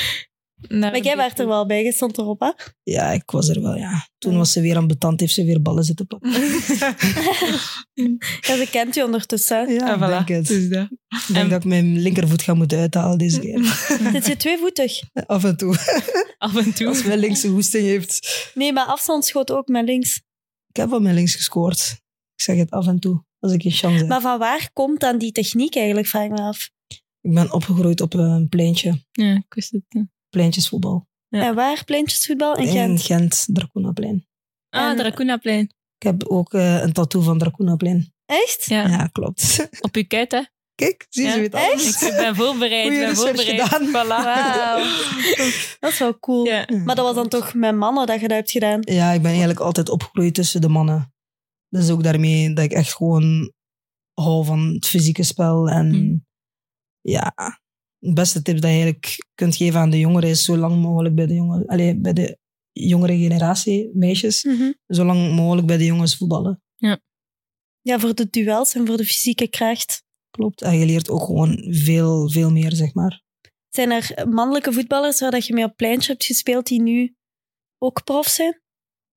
[SPEAKER 6] naar
[SPEAKER 1] Maar
[SPEAKER 6] de
[SPEAKER 1] jij werd er wel bij, je stond erop, hè?
[SPEAKER 4] Ja, ik was er wel, ja. Toen
[SPEAKER 1] Ja.
[SPEAKER 4] was ze weer aan betand, heeft ze weer ballen zitten plakken.
[SPEAKER 1] Ja, ze kent je ondertussen. hè.
[SPEAKER 4] Ja,
[SPEAKER 6] Ah, voilà.
[SPEAKER 4] ik denk het.
[SPEAKER 6] Dus dat.
[SPEAKER 4] Ik denk
[SPEAKER 2] En-
[SPEAKER 4] dat ik mijn linkervoet ga moeten uithalen deze keer.
[SPEAKER 1] Zit je tweevoetig?
[SPEAKER 4] Af en toe.
[SPEAKER 2] Af en
[SPEAKER 4] Als
[SPEAKER 2] toe.
[SPEAKER 4] mijn linkse hoesting heeft.
[SPEAKER 1] Nee, maar afstandsschoot ook met links.
[SPEAKER 4] Ik heb van mijn links gescoord. Ik zeg het af en toe, als ik een chance heb.
[SPEAKER 1] Maar van waar komt dan die techniek eigenlijk, vraag ik me af.
[SPEAKER 4] Ik ben opgegroeid op eh, een pleintje.
[SPEAKER 2] Ja, ik wist het. ja.
[SPEAKER 4] Pleintjesvoetbal.
[SPEAKER 2] Ja.
[SPEAKER 1] En waar? Pleintjesvoetbal in
[SPEAKER 4] In
[SPEAKER 1] Gent?
[SPEAKER 4] Gent, Draconaplein.
[SPEAKER 2] Ah,
[SPEAKER 1] En-
[SPEAKER 2] Dracunaplein.
[SPEAKER 4] Ik heb ook eh, een tattoo van Draconaplein.
[SPEAKER 1] Echt?
[SPEAKER 2] Ja.
[SPEAKER 4] Ja, klopt.
[SPEAKER 2] Op uw kuit, hè?
[SPEAKER 4] Kijk, zie
[SPEAKER 2] Ja.
[SPEAKER 4] je het anders?
[SPEAKER 2] Ik ben voorbereid.
[SPEAKER 4] Goeie
[SPEAKER 2] ben
[SPEAKER 4] research
[SPEAKER 2] voorbereid.
[SPEAKER 4] gedaan.
[SPEAKER 2] Voilà.
[SPEAKER 1] Dat is wel cool.
[SPEAKER 2] Ja.
[SPEAKER 4] Ja.
[SPEAKER 1] Maar dat was dan toch met mannen dat je dat hebt gedaan?
[SPEAKER 4] Ja, ik ben eigenlijk altijd opgegroeid tussen de mannen. Dat is ook daarmee dat ik echt gewoon hou van het fysieke spel. En
[SPEAKER 2] Mm.
[SPEAKER 4] ja, het beste tip dat je eigenlijk kunt geven aan de jongeren is zo lang mogelijk bij de, jongen, allee, bij de jongere generatie, meisjes,
[SPEAKER 1] Mhm.
[SPEAKER 4] zo lang mogelijk bij de jongens voetballen.
[SPEAKER 1] Ja, voor de duels en voor de fysieke kracht.
[SPEAKER 4] Klopt. En je leert ook gewoon veel, veel meer, zeg maar.
[SPEAKER 1] Zijn er mannelijke voetballers waar dat je mee op pleintje hebt gespeeld die nu ook prof zijn?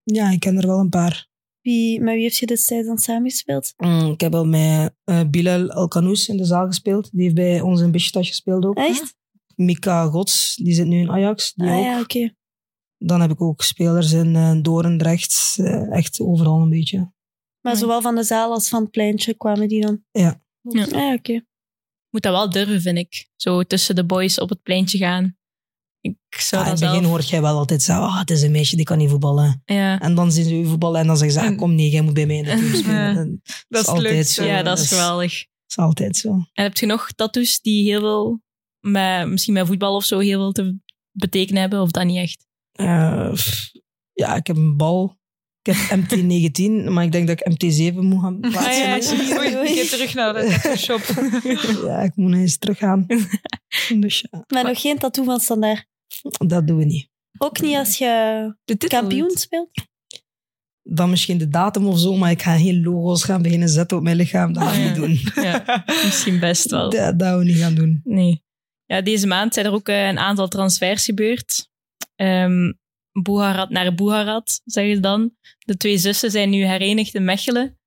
[SPEAKER 4] Ja, ik ken er wel een paar.
[SPEAKER 1] Wie, met wie heeft je destijds dan samengespeeld?
[SPEAKER 4] Mm, ik heb wel met eh Bilal Elkanous in de zaal gespeeld. Die heeft bij ons in Beşiktaş gespeeld ook.
[SPEAKER 1] Echt?
[SPEAKER 4] Mika Gods, die zit nu in Ajax. Ah, Die
[SPEAKER 1] Ah
[SPEAKER 4] ook.
[SPEAKER 1] ja, oké.
[SPEAKER 4] Dan heb ik ook spelers in eh Dorendrecht. eh, echt overal een beetje.
[SPEAKER 1] Maar
[SPEAKER 2] Mooi.
[SPEAKER 1] zowel van de zaal als van het pleintje kwamen die dan?
[SPEAKER 4] Ja.
[SPEAKER 2] Ja.
[SPEAKER 1] Ah ja, oké.
[SPEAKER 2] Moet dat wel durven, vind ik. Zo tussen de boys op het pleintje gaan. Ik zou
[SPEAKER 4] Ah, in
[SPEAKER 2] dat
[SPEAKER 4] het
[SPEAKER 2] zelf...
[SPEAKER 4] begin hoor jij wel altijd zo, ah, het is een meisje die kan niet voetballen.
[SPEAKER 2] Ja.
[SPEAKER 4] En dan zien ze u voetballen en dan zeggen ze, ah, kom nee, jij moet bij mij in de team spelen.
[SPEAKER 6] Ja.
[SPEAKER 4] En Dat
[SPEAKER 6] Dat is
[SPEAKER 4] is altijd
[SPEAKER 6] leuk.
[SPEAKER 4] zo.
[SPEAKER 2] ja, dat is
[SPEAKER 4] Dus-
[SPEAKER 2] geweldig.
[SPEAKER 4] is altijd zo.
[SPEAKER 2] En heb je nog tattoos die heel veel... Met, misschien met voetbal of zo heel veel te betekenen hebben? Of dat niet echt?
[SPEAKER 4] Eh, pff, ja, ik heb een bal. Ik heb MT19, maar ik denk dat ik MT7 moet gaan plaatsen.
[SPEAKER 6] Ah, ja,
[SPEAKER 1] Oei,
[SPEAKER 6] shit.
[SPEAKER 1] oei, oei.
[SPEAKER 6] Ik ga terug naar de tattoo shop.
[SPEAKER 4] ja, ik moet nog eens teruggaan. Dus ja,
[SPEAKER 1] Maar nog geen tattoo van standaard.
[SPEAKER 4] dat doen we niet.
[SPEAKER 1] Ook niet als je
[SPEAKER 6] De titel.
[SPEAKER 1] kampioen speelt?
[SPEAKER 4] Dan misschien de datum of zo, maar ik ga geen logo's gaan beginnen zetten op mijn lichaam. Dat gaan we
[SPEAKER 2] Ah,
[SPEAKER 4] niet
[SPEAKER 2] ja.
[SPEAKER 4] doen.
[SPEAKER 2] Ja, misschien best wel.
[SPEAKER 4] Dat, dat we niet gaan doen.
[SPEAKER 2] Nee. Ja, deze maand zijn er ook eh, een aantal transfers gebeurd. Ehm Boeharat naar Boeharat, zeg je dan. De twee zussen zijn nu herenigd in Mechelen.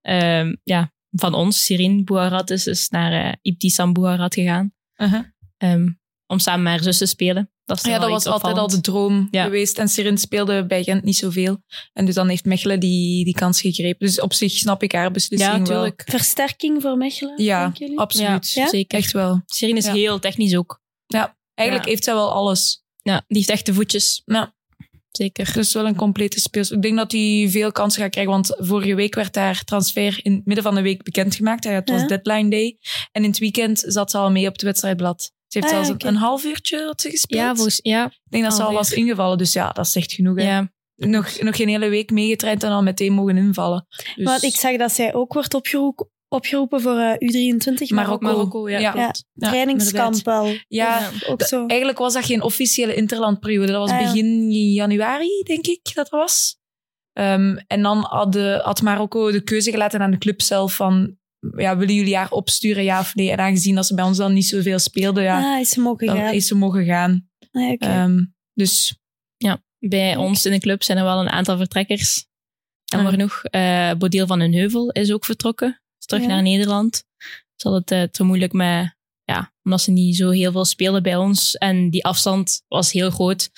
[SPEAKER 2] Ehm, ja, van ons, Sirin Boeharat, is, is naar eh, Ibtisam Boeharat gegaan.
[SPEAKER 6] Uh-huh.
[SPEAKER 2] ehm, om samen met haar zus te spelen. Dat is dan
[SPEAKER 6] Ah Ja,
[SPEAKER 2] wel
[SPEAKER 6] dat was
[SPEAKER 2] iets
[SPEAKER 6] altijd al
[SPEAKER 2] opvallends.
[SPEAKER 6] de droom
[SPEAKER 2] Ja.
[SPEAKER 6] geweest. En Sirin speelde bij Gent niet zoveel. En dus dan heeft Mechelen die, die kans gegrepen. Dus op zich snap ik haar beslissing
[SPEAKER 2] Ja,
[SPEAKER 6] wel.
[SPEAKER 2] tuurlijk.
[SPEAKER 1] Versterking voor Mechelen,
[SPEAKER 6] Ja,
[SPEAKER 1] denken jullie?
[SPEAKER 6] absoluut.
[SPEAKER 2] Ja,
[SPEAKER 1] Ja?
[SPEAKER 2] zeker.
[SPEAKER 6] Echt wel.
[SPEAKER 2] Sirin is
[SPEAKER 6] Ja.
[SPEAKER 2] heel technisch ook.
[SPEAKER 6] Eigenlijk
[SPEAKER 2] Ja.
[SPEAKER 6] heeft zij wel alles.
[SPEAKER 2] Ja, die heeft echte voetjes.
[SPEAKER 6] Ja.
[SPEAKER 2] Zeker.
[SPEAKER 6] Dus wel een complete speelster. Ik denk dat hij veel kansen gaat krijgen. Want vorige week werd haar transfer in het midden van de week bekendgemaakt. Ja, Het was
[SPEAKER 1] Ja.
[SPEAKER 6] deadline day. En in het weekend zat ze al mee op het wedstrijdblad. Ze heeft
[SPEAKER 1] Ah, ja,
[SPEAKER 6] zelfs een-
[SPEAKER 1] oké.
[SPEAKER 6] een half uurtje had ze gespeeld.
[SPEAKER 2] Ja, volgens, Ah, ja,
[SPEAKER 6] Ik denk dat ze al
[SPEAKER 2] half
[SPEAKER 6] was ingevallen. Dus ja, dat is echt genoeg. hè.
[SPEAKER 2] ja.
[SPEAKER 6] Nog, nog geen hele week meegetraind en al meteen mogen invallen. Dus
[SPEAKER 1] Want ik zag dat zij ook wordt opgeroepen, opgeroepen voor eh, U23
[SPEAKER 6] Marokko.
[SPEAKER 1] Marokko.
[SPEAKER 2] Marokko, ja, klopt.
[SPEAKER 6] Ja,
[SPEAKER 1] Trainingskamp
[SPEAKER 6] inderdaad.
[SPEAKER 1] wel.
[SPEAKER 6] Ja,
[SPEAKER 2] Ja.
[SPEAKER 1] Ook
[SPEAKER 6] Dat- eh,
[SPEAKER 1] zo.
[SPEAKER 6] Eigenlijk was dat geen officiële interlandperiode. Dat was
[SPEAKER 1] Ah, ja.
[SPEAKER 6] begin januari, denk ik, dat dat was. Ehm, en dan had, de, had Marokko de keuze gelaten aan de club zelf van... Ja, willen jullie haar opsturen, ja of nee? En aangezien dat ze bij ons dan niet zoveel speelden, ja,
[SPEAKER 1] Ah, is ze mogen
[SPEAKER 6] dan
[SPEAKER 1] gaan.
[SPEAKER 6] is ze mogen gaan.
[SPEAKER 1] Ah, oké.
[SPEAKER 6] Ehm, dus
[SPEAKER 2] Bij
[SPEAKER 1] Leuk.
[SPEAKER 2] ons in de club zijn er wel een aantal vertrekkers. En
[SPEAKER 6] Ah.
[SPEAKER 2] maar genoeg, eh Bodil van den Heuvel is ook vertrokken. Is terug
[SPEAKER 1] Ja.
[SPEAKER 2] naar Nederland. Ze had het eh, te moeilijk met... Ja, omdat ze niet zo heel veel speelden bij ons. En die afstand was heel groot.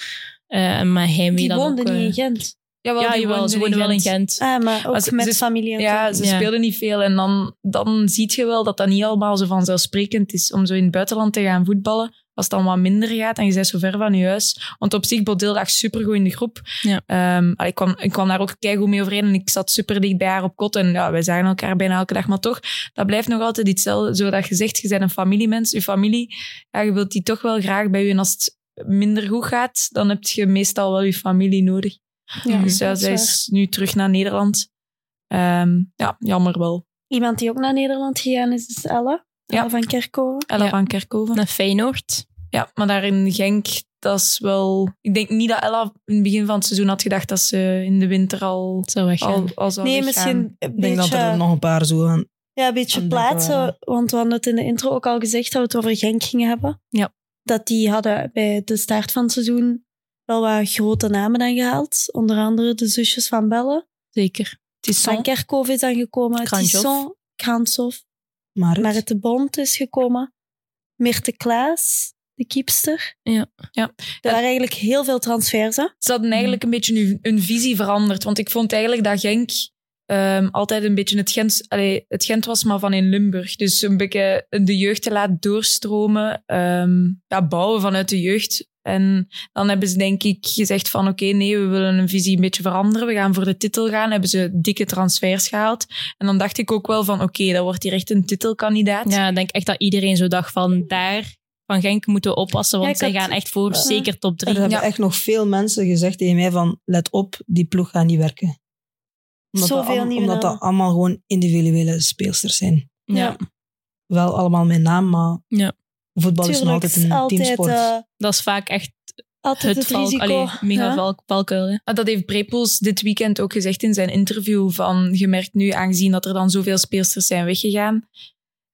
[SPEAKER 2] Eh, en maar hij
[SPEAKER 1] die
[SPEAKER 2] dan
[SPEAKER 1] woonde
[SPEAKER 2] ook, eh,
[SPEAKER 1] niet in Gent.
[SPEAKER 6] jawel,
[SPEAKER 2] ja,
[SPEAKER 6] die
[SPEAKER 2] jawel,
[SPEAKER 6] woonden
[SPEAKER 2] ze woonde wel in Gent.
[SPEAKER 1] Ah, maar ook
[SPEAKER 6] Maar ze-
[SPEAKER 1] met
[SPEAKER 6] ze-
[SPEAKER 1] familie en
[SPEAKER 6] dus- Ja,
[SPEAKER 1] zo.
[SPEAKER 6] ze
[SPEAKER 2] Ja.
[SPEAKER 6] speelden niet veel. En dan, dan zie je wel dat dat niet allemaal zo vanzelfsprekend is om zo in het buitenland te gaan voetballen. Als het dan wat minder gaat en je bent zo ver van je huis. Want op zich, Bodil lag supergoed in de groep.
[SPEAKER 2] Ja.
[SPEAKER 6] Ehm, allee, ik, kwam, ik kwam daar ook keigoed mee overeen en ik zat super dicht bij haar op kot. En ja, wij zagen elkaar bijna elke dag. Maar toch, dat blijft nog altijd hetzelfde. Zo dat je zegt, je bent een familiemens. Je familie, ja, je wilt die toch wel graag bij je. En als het minder goed gaat, dan heb je meestal wel je familie nodig.
[SPEAKER 2] Ja,
[SPEAKER 6] Dus ja,
[SPEAKER 1] Mhm, dat is
[SPEAKER 6] zij
[SPEAKER 1] waar.
[SPEAKER 6] is nu terug naar Nederland. Ehm, ja, jammer wel.
[SPEAKER 1] Iemand die ook naar Nederland gegaan is, is Ella.
[SPEAKER 6] Ja.
[SPEAKER 1] Ella van Kerkhoven.
[SPEAKER 6] Ella
[SPEAKER 2] Ja.
[SPEAKER 6] van Kerkhoven.
[SPEAKER 2] Naar Feyenoord.
[SPEAKER 6] Ja, maar daar in Genk, dat is wel... Ik denk niet dat Ella in het begin van het seizoen had gedacht dat ze in de winter al,
[SPEAKER 2] Zo weggaan.
[SPEAKER 6] al, al zou
[SPEAKER 1] Nee,
[SPEAKER 6] weggaan.
[SPEAKER 1] misschien
[SPEAKER 4] Ik
[SPEAKER 1] een
[SPEAKER 4] denk dat er
[SPEAKER 1] beetje,
[SPEAKER 4] nog een paar zo aan...
[SPEAKER 1] ja, een beetje
[SPEAKER 4] Ik denk wel,
[SPEAKER 1] plaatsen.
[SPEAKER 4] ja.
[SPEAKER 1] Want we hadden het in de intro ook al gezegd dat we het over Genk gingen hebben.
[SPEAKER 2] Ja.
[SPEAKER 1] Dat die hadden bij de start van het seizoen wel wat grote namen dan gehaald. Onder andere de zusjes van Bellen.
[SPEAKER 2] Zeker.
[SPEAKER 1] Van
[SPEAKER 6] Tisson.
[SPEAKER 1] Kerkhoven is dan gekomen.
[SPEAKER 2] Krantjof.
[SPEAKER 1] Tisson, Kranshoff.
[SPEAKER 4] Maar het-
[SPEAKER 1] Marit de Bond is gekomen. Mirte Klaas, de kiepster.
[SPEAKER 2] Ja.
[SPEAKER 6] Ja.
[SPEAKER 1] Er waren eigenlijk heel veel transfers. Hè?
[SPEAKER 6] Ze hadden eigenlijk een beetje hun, hun visie veranderd. Want ik vond eigenlijk dat Genk ehm, altijd een beetje het Gent, allee, het Gent was, maar van in Limburg. Dus een beetje de jeugd te laten doorstromen. ehm, ja, bouwen vanuit de jeugd. En dan hebben ze denk ik gezegd van oké, nee, we willen een visie een beetje veranderen. We gaan voor de titel gaan. Hebben ze dikke transfers gehaald. En dan dacht ik ook wel van oké, dat wordt hier echt een titelkandidaat.
[SPEAKER 2] Ja, ik denk echt dat iedereen zo dacht van daar, van Genk moeten we oppassen. Want
[SPEAKER 1] ik
[SPEAKER 2] zij
[SPEAKER 1] had-
[SPEAKER 2] gaan echt voor
[SPEAKER 1] Ja.
[SPEAKER 2] zeker top
[SPEAKER 4] er
[SPEAKER 2] drie.
[SPEAKER 4] hebben
[SPEAKER 6] Ja.
[SPEAKER 4] echt nog veel mensen gezegd tegen mij van, let op, die ploeg gaat niet werken. Omdat, dat,
[SPEAKER 1] Zoveel
[SPEAKER 4] allemaal-
[SPEAKER 1] nieuwe
[SPEAKER 4] omdat dat
[SPEAKER 1] namen.
[SPEAKER 4] allemaal gewoon individuele speelsters zijn.
[SPEAKER 2] Ja,
[SPEAKER 4] Wel allemaal mijn naam, maar
[SPEAKER 2] Ja.
[SPEAKER 4] voetbal is nog altijd een
[SPEAKER 1] altijd,
[SPEAKER 4] teamsport.
[SPEAKER 1] eh,
[SPEAKER 2] dat is vaak echt
[SPEAKER 1] altijd
[SPEAKER 2] het,
[SPEAKER 1] het,
[SPEAKER 2] valk,
[SPEAKER 1] risico.
[SPEAKER 2] allee, mega
[SPEAKER 6] Ja.
[SPEAKER 2] valk, valkuil. hè.
[SPEAKER 6] Ah, Dat heeft Brepoels dit weekend ook gezegd in zijn interview. Van, je merkt nu, aangezien dat er dan zoveel speelsters zijn weggegaan,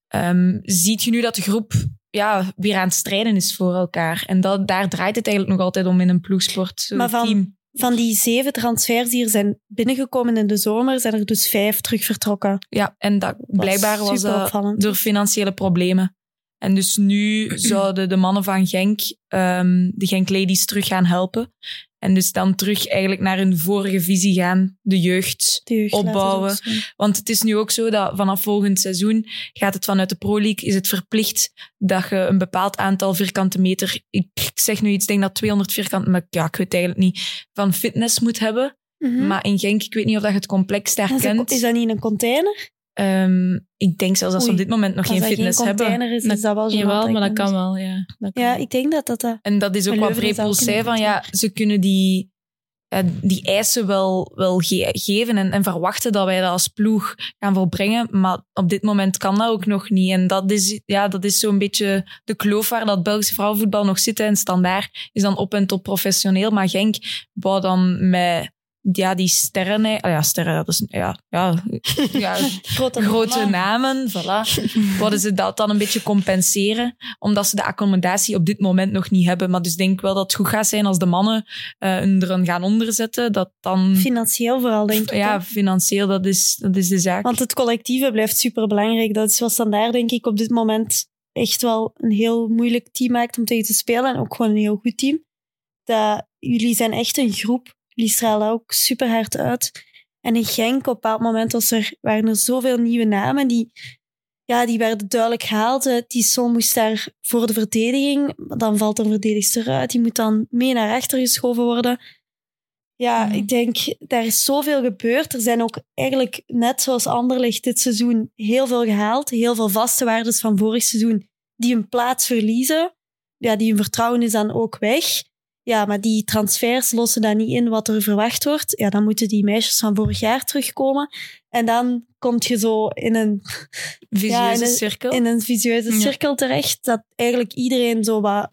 [SPEAKER 6] ehm, ziet je nu dat de groep ja, weer aan het strijden is voor elkaar. En dat, daar draait het eigenlijk nog altijd om in een ploegsport. Zo'n
[SPEAKER 1] Maar van-
[SPEAKER 6] team.
[SPEAKER 1] Van die zeven transfers die er zijn binnengekomen in de zomer, zijn er dus vijf terug vertrokken.
[SPEAKER 6] Ja, en dat, blijkbaar was
[SPEAKER 1] super
[SPEAKER 6] dat
[SPEAKER 1] opvallend.
[SPEAKER 6] door financiële problemen. En dus nu zouden de mannen van Genk ehm, de Genk Ladies terug gaan helpen. En dus dan terug eigenlijk naar hun vorige visie gaan, de jeugd.
[SPEAKER 1] De jeugd laat het ook
[SPEAKER 6] opbouwen.
[SPEAKER 1] zien.
[SPEAKER 6] Want het is nu ook zo dat vanaf volgend seizoen gaat het vanuit de Pro League, is het verplicht dat je een bepaald aantal vierkante meter, ik ik zeg nu iets, ik denk dat 200 vierkante, maar ja, ik weet het eigenlijk niet, van fitness moet hebben.
[SPEAKER 1] Mhm.
[SPEAKER 6] Maar in Genk, ik weet niet of dat je het complex daar
[SPEAKER 1] is, dat,
[SPEAKER 6] kent.
[SPEAKER 1] is dat niet in een container?
[SPEAKER 6] Ehm, ik denk zelfs dat ze
[SPEAKER 1] Oei.
[SPEAKER 6] op dit moment nog
[SPEAKER 1] Als
[SPEAKER 6] geen
[SPEAKER 1] dat
[SPEAKER 6] fitness
[SPEAKER 1] geen
[SPEAKER 6] hebben.
[SPEAKER 1] container is, is dat wel zo.
[SPEAKER 2] Jawel, maar dat kan wel, ja. Dat kan
[SPEAKER 1] Ja,
[SPEAKER 2] wel.
[SPEAKER 1] ik denk dat eh, dat... dat-
[SPEAKER 6] En dat is ook
[SPEAKER 1] Maar
[SPEAKER 6] wat
[SPEAKER 1] Leuven is
[SPEAKER 6] Brepoels
[SPEAKER 1] ook in de
[SPEAKER 6] zei, van ja, ze kunnen die, ja, die eisen wel, wel ge- geven en, en verwachten dat wij dat als ploeg gaan volbrengen. Maar op dit moment kan dat ook nog niet. En dat is, ja, dat is zo'n beetje de kloof waar dat Belgische vrouwenvoetbal nog zit. En standaard is dan op en top professioneel. Maar Genk wou dan met... Ja, die sterren... ah Ja, sterren, dat is... Ja, ja, ja
[SPEAKER 1] Grote,
[SPEAKER 6] grote
[SPEAKER 1] namen.
[SPEAKER 6] namen, voilà. Worden ze dat dan een beetje compenseren, omdat ze de accommodatie op dit moment nog niet hebben. Maar dus denk ik wel dat het goed gaat zijn als de mannen eh, hun er een gaan onderzetten. Dat dan,
[SPEAKER 1] Financieel vooral, denk ik.
[SPEAKER 6] ja,
[SPEAKER 1] hè?
[SPEAKER 6] financieel, dat is, dat is de zaak.
[SPEAKER 1] Want het collectieve blijft superbelangrijk. Dat is wat Standaard, denk ik, op dit moment echt wel een heel moeilijk team maakt om tegen te spelen. En ook gewoon een heel goed team. Dat, jullie zijn echt een groep. Jullie stralen ook super hard uit. En in Genk, op een bepaald moment was er, waren er zoveel nieuwe namen die, ja, die werden duidelijk gehaald. Eh, Tisson moest daar voor de verdediging. maar Dan valt een verdedigster uit. Die moet dan mee naar achter geschoven worden. Ja,
[SPEAKER 6] Mhm.
[SPEAKER 1] ik denk, daar is zoveel gebeurd. Er zijn ook eigenlijk, net zoals Anderlecht dit seizoen, heel veel gehaald. Heel veel vaste waardes van vorig seizoen die een plaats verliezen. Ja, die hun vertrouwen is dan ook weg. Ja, maar die transfers lossen dan niet in wat er verwacht wordt. Ja, dan moeten die meisjes van vorig jaar terugkomen. En dan kom je zo in een,
[SPEAKER 6] Visieuze
[SPEAKER 1] ja, en het-
[SPEAKER 6] cirkel.
[SPEAKER 1] in een vicieuze
[SPEAKER 6] Ja.
[SPEAKER 1] cirkel terecht. Dat eigenlijk iedereen zo wat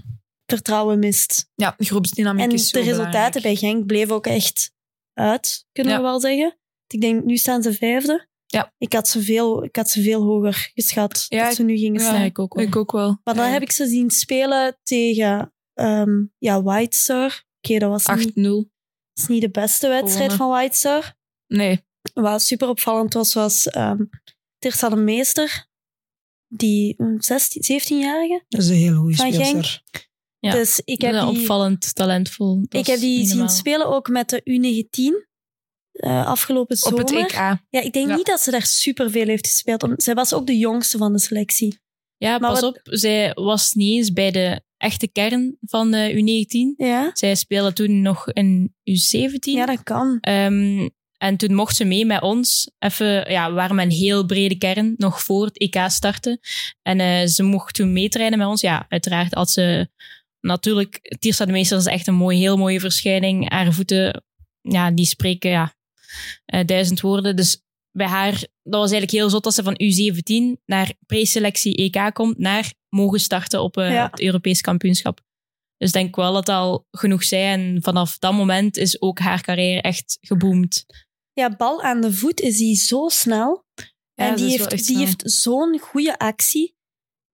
[SPEAKER 1] vertrouwen mist.
[SPEAKER 6] ja, groepsdynamiek
[SPEAKER 1] En
[SPEAKER 6] is zo
[SPEAKER 1] de resultaten
[SPEAKER 6] belangrijk.
[SPEAKER 1] bij Genk bleven ook echt uit, kunnen
[SPEAKER 6] Ja.
[SPEAKER 1] we wel zeggen. Ik denk, nu staan ze vijfde.
[SPEAKER 6] Ja.
[SPEAKER 1] Ik, had ze veel, ik had ze veel hoger geschat
[SPEAKER 6] Ja,
[SPEAKER 1] dat ze nu gingen
[SPEAKER 6] ja.
[SPEAKER 1] staan.
[SPEAKER 2] Ja, ik ook wel.
[SPEAKER 6] Ik ook wel.
[SPEAKER 1] Maar dan heb ik ze zien spelen tegen ehm, ja, White Star. Oké, dat was niet,
[SPEAKER 6] 8-0.
[SPEAKER 1] is niet de beste wedstrijd van White Star.
[SPEAKER 6] Nee,
[SPEAKER 1] Wat super opvallend was, was ehm Tirsa de Meester, die een 16 17-jarige.
[SPEAKER 4] Dat is een heel goede
[SPEAKER 1] Van
[SPEAKER 4] speelster.
[SPEAKER 2] Ja.
[SPEAKER 1] Dus ik heb
[SPEAKER 2] Ja,
[SPEAKER 1] die,
[SPEAKER 2] opvallend talentvol. Dat
[SPEAKER 1] ik heb
[SPEAKER 2] is
[SPEAKER 1] die
[SPEAKER 2] niet
[SPEAKER 1] zien
[SPEAKER 2] normaal.
[SPEAKER 1] spelen ook met de U19 eh, afgelopen
[SPEAKER 6] op
[SPEAKER 1] zomer.
[SPEAKER 6] het EK.
[SPEAKER 1] Ja, ik denk
[SPEAKER 6] Ja.
[SPEAKER 1] niet dat ze daar superveel heeft gespeeld. om- Zij was ook de jongste van de selectie.
[SPEAKER 2] Ja,
[SPEAKER 1] Maar
[SPEAKER 2] pas
[SPEAKER 1] wat-
[SPEAKER 2] op. Zij was niet eens bij de echte kern van de U19.
[SPEAKER 1] Ja,
[SPEAKER 2] Zij speelde toen nog in U17.
[SPEAKER 1] ja dat kan.
[SPEAKER 2] Ehm, en toen mocht ze mee met ons. Even, ja, we waren met een heel brede kern, nog voor het EK starten. En eh, ze mocht toen meetrainen met ons. Ja, uiteraard had ze... Natuurlijk, Tirsa de Meester is echt een mooi, heel mooie verschijning. Haar voeten, ja, die spreken ja, eh, duizend woorden. Dus bij haar, dat was eigenlijk heel zot dat ze van U17 naar preselectie EK komt, naar mogen starten op eh,
[SPEAKER 1] Ja.
[SPEAKER 2] het Europees kampioenschap. Dus ik denk wel dat dat al genoeg zei. En vanaf dat moment is ook haar carrière echt geboomd.
[SPEAKER 1] Ja, bal aan de voet is die zo snel.
[SPEAKER 6] Ja,
[SPEAKER 1] en
[SPEAKER 6] dat
[SPEAKER 1] die
[SPEAKER 6] is wel echt
[SPEAKER 1] heeft, die
[SPEAKER 6] snel.
[SPEAKER 1] heeft zo'n goede actie.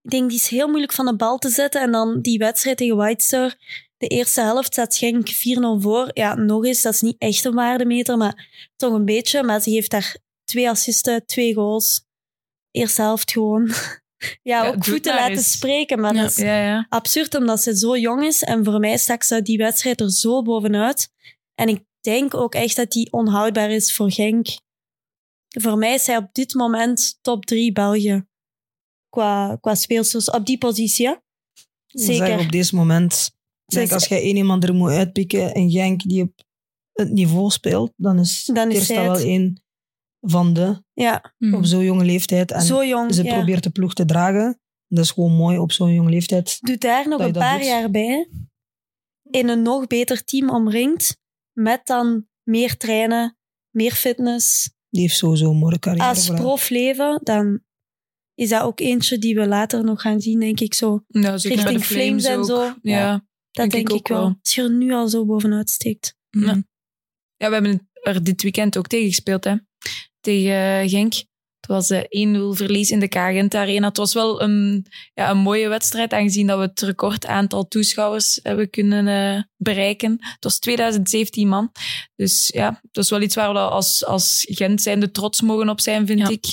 [SPEAKER 1] Ik denk, die is heel moeilijk van de bal te zetten. En dan die wedstrijd tegen White Star. De eerste helft staat Schenk 4-0 voor. Ja, nog eens, dat is niet echt een waardemeter, maar toch een beetje. Maar ze heeft daar twee assisten, twee goals. Eerste helft gewoon. Ja,
[SPEAKER 6] Ja,
[SPEAKER 1] ook
[SPEAKER 6] doe
[SPEAKER 1] goed te
[SPEAKER 6] maar
[SPEAKER 1] laten
[SPEAKER 6] eens.
[SPEAKER 1] spreken, maar
[SPEAKER 2] Ja.
[SPEAKER 1] dat is
[SPEAKER 6] Ja, ja.
[SPEAKER 1] absurd omdat ze zo jong is. En voor mij stak ze uit die wedstrijd er zo bovenuit. En ik denk ook echt dat die onhoudbaar is voor Genk. Voor mij is zij op dit moment top 3 België. Qua, qua speelsters op die positie. hè?
[SPEAKER 4] Zeg,
[SPEAKER 1] Zeker.
[SPEAKER 4] op dit moment,
[SPEAKER 1] Zij
[SPEAKER 4] denk,
[SPEAKER 1] is-
[SPEAKER 4] als jij één iemand er moet uitpikken, een Genk die op het niveau speelt, dan is,
[SPEAKER 1] Dan is
[SPEAKER 4] Tirsta
[SPEAKER 1] zij het.
[SPEAKER 4] wel één van de,
[SPEAKER 1] Ja,
[SPEAKER 4] op zo'n jonge leeftijd. En
[SPEAKER 1] zo jong.
[SPEAKER 4] ze
[SPEAKER 1] ja.
[SPEAKER 4] probeert de ploeg te dragen. Dat is gewoon mooi op zo'n jonge leeftijd.
[SPEAKER 1] Doe daar nog
[SPEAKER 4] dat je
[SPEAKER 1] een
[SPEAKER 4] dat
[SPEAKER 1] paar
[SPEAKER 4] doet.
[SPEAKER 1] jaar bij. hè? In een nog beter team omringd. Met dan meer trainen, meer fitness.
[SPEAKER 4] Die heeft sowieso een mooie carrière.
[SPEAKER 1] als
[SPEAKER 4] vooruit.
[SPEAKER 1] prof leven, dan is dat ook eentje die we later nog gaan zien, denk ik zo.
[SPEAKER 6] Ja, zeker bij de
[SPEAKER 1] Richting Flames, en
[SPEAKER 6] ook.
[SPEAKER 1] zo.
[SPEAKER 6] Ja.
[SPEAKER 1] Dat denk, ik, ook wel. Als je er nu al zo bovenuit steekt.
[SPEAKER 6] Ja. ja, we hebben er dit weekend ook tegen gespeeld, hè. Tegen eh, Genk. Het was eh, 1-0 verlies in de Kagent Arena. Het was wel een, ja, een mooie wedstrijd, aangezien dat we het record aantal toeschouwers hebben kunnen eh, bereiken. Het was 2017 man. Dus ja, dat is wel iets waar we als, als Gent zijnde trots mogen op zijn, vind
[SPEAKER 2] Ja.
[SPEAKER 6] ik.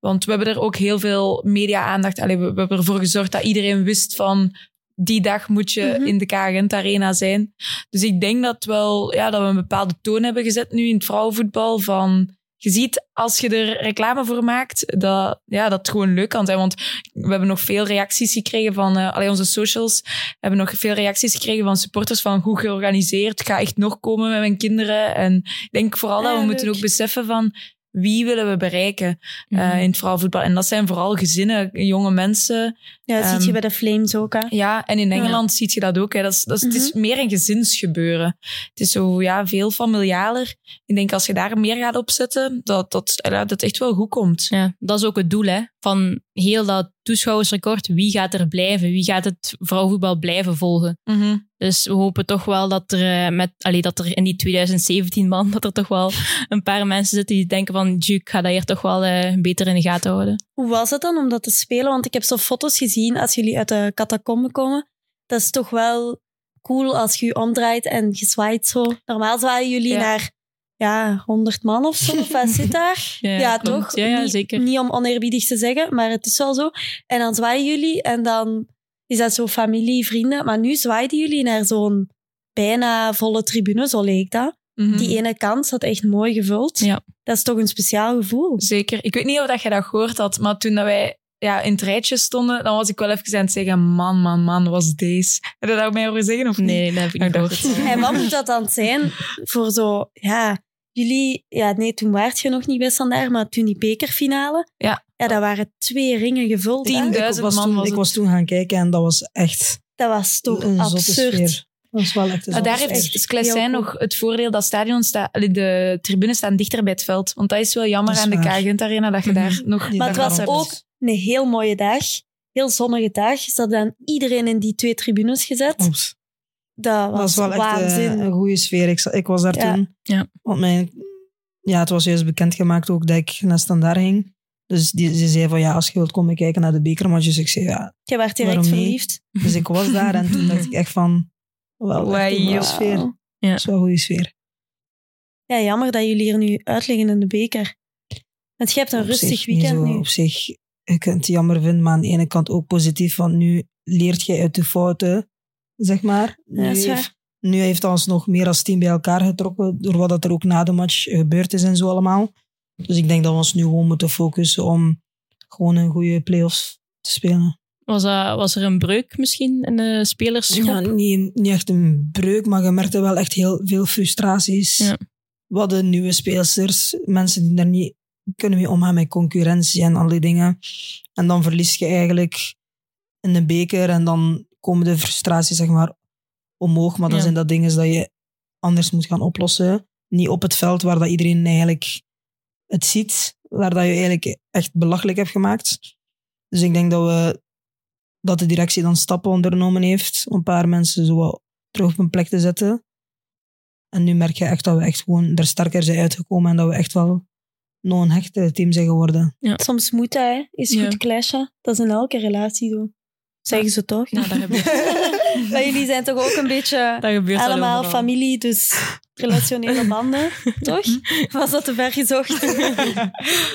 [SPEAKER 6] Want we hebben er ook heel veel media-aandacht. Allee, we, we hebben ervoor gezorgd dat iedereen wist van... Die dag moet je
[SPEAKER 1] Mhm.
[SPEAKER 6] in de Kagent Arena zijn. Dus ik denk dat, wel, ja, dat we een bepaalde toon hebben gezet nu in het vrouwenvoetbal. Van, je ziet, als je er reclame voor maakt, dat, ja, dat het gewoon leuk kan zijn. Want we hebben nog veel reacties gekregen van... eh allee, onze socials hebben nog veel reacties gekregen van supporters van goed georganiseerd. Ik ga echt nog komen met mijn kinderen. En ik denk vooral dat we
[SPEAKER 1] Ah,
[SPEAKER 6] moeten
[SPEAKER 1] leuk.
[SPEAKER 6] ook beseffen van... Wie willen we bereiken eh,
[SPEAKER 2] Mhm.
[SPEAKER 6] in het vrouwenvoetbal? En dat zijn vooral gezinnen, jonge mensen,
[SPEAKER 1] Ja, dat
[SPEAKER 6] Ehm,
[SPEAKER 1] ziet je bij de Flames ook, hè.
[SPEAKER 6] ja, en in Engeland ziet je dat ook. Hè. Dat is, dat is, Het is meer een gezinsgebeuren. Het is zo ja, veel familialer. Ik denk als je daar meer gaat opzetten, dat dat, ja, dat echt wel goed komt.
[SPEAKER 2] Ja, dat is ook het doel hè? van heel dat toeschouwersrecord. Wie gaat er blijven? Wie gaat het vrouwenvoetbal blijven volgen?
[SPEAKER 6] Mhm.
[SPEAKER 2] Dus we hopen toch wel dat er, eh, met, allee, dat er in die 2017 man, dat er toch wel een paar mensen zitten die denken van, "Tjoe, ik ga dat hier toch wel eh, beter in de gaten houden.
[SPEAKER 1] Hoe was het dan om dat te spelen? Want ik heb zo foto's gezien als jullie uit de catacomben komen. Dat is toch wel cool als je je omdraait en je zwaait zo. Normaal zwaaien jullie
[SPEAKER 6] Ja.
[SPEAKER 1] naar ja, 100 man of zo. Of wat zit daar? Ja,
[SPEAKER 2] klopt.
[SPEAKER 1] toch?
[SPEAKER 2] Ja, ja,
[SPEAKER 1] Niet-
[SPEAKER 2] zeker.
[SPEAKER 1] Niet om oneerbiedig te zeggen, maar het is wel zo. En dan zwaaien jullie en dan is dat zo familie, vrienden. Maar nu zwaaiden jullie naar zo'n bijna volle tribune, zo leek dat.
[SPEAKER 6] Mhm.
[SPEAKER 1] Die ene kant zat echt mooi gevuld.
[SPEAKER 2] Mm. Ja.
[SPEAKER 1] Dat is toch een speciaal gevoel.
[SPEAKER 6] Zeker. Ik weet niet of dat je dat gehoord had, maar toen dat wij ja, in het rijtje stonden, dan was ik wel even aan het zeggen, man, man, man, was deze. Heb je dat mij over zeggen of niet? Ah,
[SPEAKER 2] Nee, dat heb ik
[SPEAKER 6] Ik
[SPEAKER 2] niet
[SPEAKER 6] dacht
[SPEAKER 2] gehoord.
[SPEAKER 6] het wel.
[SPEAKER 1] En wat moet dat dan zijn voor zo, ja, jullie, ja, nee, toen waart je nog niet bij Standaard, maar toen die bekerfinale.
[SPEAKER 6] Ja.
[SPEAKER 1] Ja, dat waren twee ringen gevuld. hè?
[SPEAKER 6] 10.000
[SPEAKER 4] ik was
[SPEAKER 6] man
[SPEAKER 4] toen,
[SPEAKER 6] was
[SPEAKER 4] ik
[SPEAKER 6] het.
[SPEAKER 4] was toen gaan kijken en dat was echt
[SPEAKER 1] Dat was toch
[SPEAKER 4] een zotte
[SPEAKER 1] absurd.
[SPEAKER 4] sfeer. Dat was wel echt een
[SPEAKER 6] Maar Ah, daar
[SPEAKER 4] zotte
[SPEAKER 6] heeft
[SPEAKER 4] sfeer.
[SPEAKER 6] Sclessin
[SPEAKER 1] Heel
[SPEAKER 6] nog het voordeel dat stadion sta, allee, de tribunes staan dichter bij het veld. Want dat is wel jammer
[SPEAKER 4] Dat is
[SPEAKER 6] aan de
[SPEAKER 4] waar. Mhm.
[SPEAKER 6] Kagent Arena, dat je daar nog...
[SPEAKER 4] Die
[SPEAKER 1] Maar het
[SPEAKER 4] daar
[SPEAKER 1] was
[SPEAKER 4] hadden.
[SPEAKER 1] ook een heel mooie dag. Heel zonnige dag. Ze hadden dan iedereen in die twee tribunes gezet.
[SPEAKER 4] Klopt.
[SPEAKER 1] Dat was,
[SPEAKER 4] Oh. Dat was wel echt
[SPEAKER 1] waanzin.
[SPEAKER 4] eh, een goede sfeer. Ik, za- ik was daar
[SPEAKER 1] Ja.
[SPEAKER 4] toen.
[SPEAKER 2] Ja.
[SPEAKER 4] Want mijn, ja, het was juist bekendgemaakt ook dat ik naar standaard ging. Dus die, ze zei van ja, als je wilt komen kijken naar de bekermatjes. Ik zei ja.
[SPEAKER 1] Je werd direct
[SPEAKER 4] Waarom niet?
[SPEAKER 1] verliefd.
[SPEAKER 4] Dus ik was daar en toen dacht ik echt van. Wel, echt een
[SPEAKER 6] Wauw.
[SPEAKER 4] goede sfeer.
[SPEAKER 1] Wauw.
[SPEAKER 2] Ja.
[SPEAKER 4] Dat is wel een goede sfeer.
[SPEAKER 1] Ja, jammer dat jullie hier nu uitleggen in de beker. Want je hebt een
[SPEAKER 4] Op
[SPEAKER 1] rustig
[SPEAKER 4] zich niet
[SPEAKER 1] weekend
[SPEAKER 4] zo-
[SPEAKER 1] nu.
[SPEAKER 4] Op zich, je kunt het jammer vinden, maar aan de ene kant ook positief, want nu leert je uit de fouten, zeg maar. Nu,
[SPEAKER 1] dat is waar.
[SPEAKER 4] heeft, nu heeft ons nog meer als team bij elkaar getrokken, door wat dat er ook na de match gebeurd is en zo allemaal. Dus ik denk dat we ons nu gewoon moeten focussen om gewoon een goede play-offs te spelen.
[SPEAKER 2] Was, dat- was er een breuk misschien in de spelersgroep?
[SPEAKER 4] Ja, niet, niet echt een breuk, maar je merkte wel echt heel veel frustraties.
[SPEAKER 2] Ja.
[SPEAKER 4] We hadden nieuwe speelsters, mensen die daar niet kunnen mee omgaan met concurrentie en al die dingen. En dan verlies je eigenlijk in de beker en dan komen de frustraties zeg maar omhoog. Maar dan
[SPEAKER 2] Ja.
[SPEAKER 4] zijn dat dingen dat je anders moet gaan oplossen. Niet op het veld waar dat iedereen eigenlijk het ziet, waar dat je eigenlijk echt belachelijk hebt gemaakt. Dus ik denk dat we dat de directie dan stappen ondernomen heeft om een paar mensen zo wat terug op hun plek te zetten. En nu merk je echt dat we echt gewoon er sterker zijn uitgekomen en dat we echt wel nog een hecht eh, team zijn geworden.
[SPEAKER 1] Soms moet dat, hè. Is
[SPEAKER 2] Ja.
[SPEAKER 1] goed clashen. Dat is in elke relatie zo. Zeggen ze toch?
[SPEAKER 2] Ja, dat gebeurt,
[SPEAKER 1] maar jullie zijn toch ook een beetje
[SPEAKER 2] dat gebeurt wel
[SPEAKER 1] allemaal
[SPEAKER 2] overal.
[SPEAKER 1] familie, dus relationele banden, toch? Was dat te ver gezocht?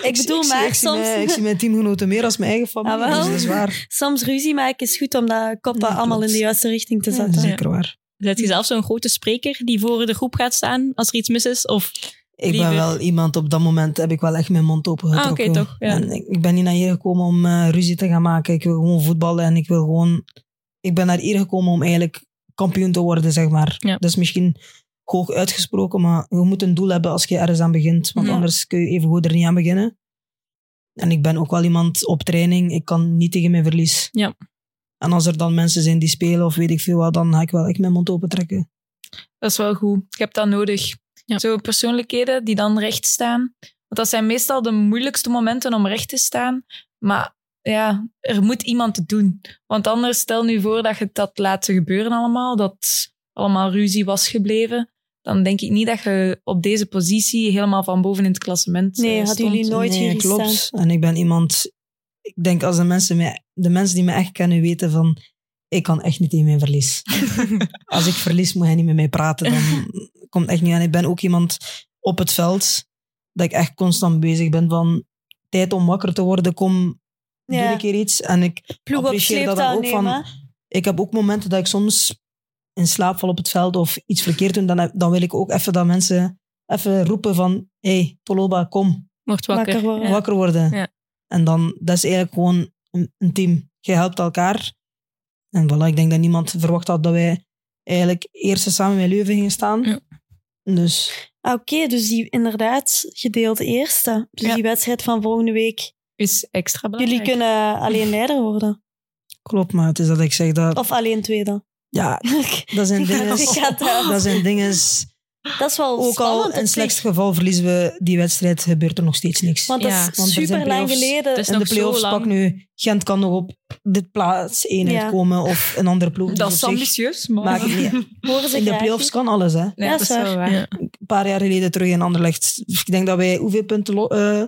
[SPEAKER 1] ik bedoel,
[SPEAKER 4] zie-
[SPEAKER 1] maar
[SPEAKER 4] ik zie, mijn, ik
[SPEAKER 1] soms,
[SPEAKER 4] zie mijn teamgenoten meer als mijn eigen familie,
[SPEAKER 1] Ah, wel.
[SPEAKER 4] dus dat is waar.
[SPEAKER 1] soms ruzie maken is goed om dat koppen
[SPEAKER 4] Ja,
[SPEAKER 1] allemaal in
[SPEAKER 4] klopt.
[SPEAKER 1] de juiste richting te
[SPEAKER 4] Ja, dus
[SPEAKER 1] zetten.
[SPEAKER 4] zeker waar.
[SPEAKER 2] Zet je zelf zo'n grote spreker die voor de groep gaat staan als er iets mis is? Of
[SPEAKER 4] Ik
[SPEAKER 2] Liever.
[SPEAKER 4] ben wel iemand, op dat moment heb ik wel echt mijn mond open
[SPEAKER 2] Ah, oké,
[SPEAKER 4] getrokken.
[SPEAKER 2] toch, ja.
[SPEAKER 4] En ik, ik ben niet naar hier gekomen om eh, ruzie te gaan maken. Ik wil gewoon voetballen en ik wil gewoon... Ik ben naar hier gekomen om eigenlijk kampioen te worden, zeg maar.
[SPEAKER 2] Ja.
[SPEAKER 4] Dat is misschien hoog uitgesproken, maar je moet een doel hebben als je ergens aan begint. Want
[SPEAKER 2] Ja.
[SPEAKER 4] anders kun je even goed er niet aan beginnen. En ik ben ook wel iemand op training. Ik kan niet tegen mijn verlies.
[SPEAKER 2] Ja.
[SPEAKER 4] En als er dan mensen zijn die spelen of weet ik veel wat, dan ga ik wel echt mijn mond open trekken.
[SPEAKER 6] Dat is wel goed. Je hebt dat nodig.
[SPEAKER 2] Ja.
[SPEAKER 6] Zo persoonlijkheden die dan recht staan. Want dat zijn meestal de moeilijkste momenten om recht te staan. Maar ja, er moet iemand het doen. Want anders, stel nu voor dat je het had laten gebeuren allemaal, dat allemaal ruzie was gebleven. Dan denk ik niet dat je op deze positie helemaal van boven in het klassement eh,
[SPEAKER 1] Nee, hadden
[SPEAKER 6] stond.
[SPEAKER 1] jullie nooit
[SPEAKER 4] nee,
[SPEAKER 1] jullie
[SPEAKER 4] klopt.
[SPEAKER 1] staan.
[SPEAKER 4] En ik ben iemand... Ik denk als de mensen, mij, de mensen die me echt kennen weten van... Ik kan echt niet in mijn verlies. als ik verlies, moet hij niet met mij praten. Dan komt het echt niet aan. Ik ben ook iemand op het veld dat ik echt constant bezig ben van... Tijd om wakker te worden, kom... Doe
[SPEAKER 1] Ja.
[SPEAKER 4] een keer iets. En ik,
[SPEAKER 1] Ploeg op
[SPEAKER 4] apprecieer dat dan
[SPEAKER 1] sleeptouw
[SPEAKER 4] ook van-
[SPEAKER 1] nemen.
[SPEAKER 4] ik heb ook momenten dat ik soms in slaap val op het veld of iets verkeerd doe. Dan, heb- dan wil ik ook even dat mensen even roepen van... hey, Toloba, kom.
[SPEAKER 2] Wordt wakker.
[SPEAKER 1] Wakker worden.
[SPEAKER 2] Ja.
[SPEAKER 4] wakker worden.
[SPEAKER 2] Ja.
[SPEAKER 4] En dan, dat is eigenlijk gewoon een, een team. Je helpt elkaar. En voilà, ik denk dat niemand verwacht had dat wij eigenlijk eerst samen met Leuven gingen staan.
[SPEAKER 2] Ja.
[SPEAKER 4] Dus
[SPEAKER 1] Ah, Oké, dus die inderdaad gedeelde eerste. Dus
[SPEAKER 6] Ja.
[SPEAKER 1] die wedstrijd van volgende week.
[SPEAKER 6] Is extra belangrijk.
[SPEAKER 1] Jullie kunnen alleen leider worden.
[SPEAKER 4] klopt, maar het is dat ik zeg dat...
[SPEAKER 1] Of alleen tweede.
[SPEAKER 4] Ja, dat zijn dingen...
[SPEAKER 1] Ik ga daar-
[SPEAKER 4] Dat zijn dingen...
[SPEAKER 1] Dat is wel
[SPEAKER 4] Ook
[SPEAKER 1] spannend
[SPEAKER 4] al
[SPEAKER 1] op
[SPEAKER 4] in het
[SPEAKER 1] zich.
[SPEAKER 4] slechtst geval verliezen we die wedstrijd, gebeurt er nog steeds niks.
[SPEAKER 1] Want
[SPEAKER 2] Ja,
[SPEAKER 1] dat is
[SPEAKER 4] want er zijn
[SPEAKER 1] super lang
[SPEAKER 4] play-offs.
[SPEAKER 1] geleden.
[SPEAKER 2] Dus- is
[SPEAKER 4] in de
[SPEAKER 2] nog zo
[SPEAKER 4] play-offs
[SPEAKER 2] lang.
[SPEAKER 4] pak nu... Gent kan nog op dit plaats 1
[SPEAKER 1] Ja.
[SPEAKER 4] uitkomen of een andere ploeg.
[SPEAKER 6] Dat
[SPEAKER 4] Dus
[SPEAKER 6] is
[SPEAKER 4] op zich
[SPEAKER 6] ambitieus, maar...
[SPEAKER 4] Maakt niet uit.
[SPEAKER 1] horen ze
[SPEAKER 4] In de
[SPEAKER 1] graag
[SPEAKER 4] play-offs
[SPEAKER 1] niet.
[SPEAKER 4] kan alles, hè.
[SPEAKER 6] Nee,
[SPEAKER 1] Ja,
[SPEAKER 6] dat is
[SPEAKER 1] is waar.
[SPEAKER 6] wel waar.
[SPEAKER 2] Ja.
[SPEAKER 4] een paar jaar geleden terug in Anderlecht. Dus ik denk dat wij hoeveel punten... lo- eh,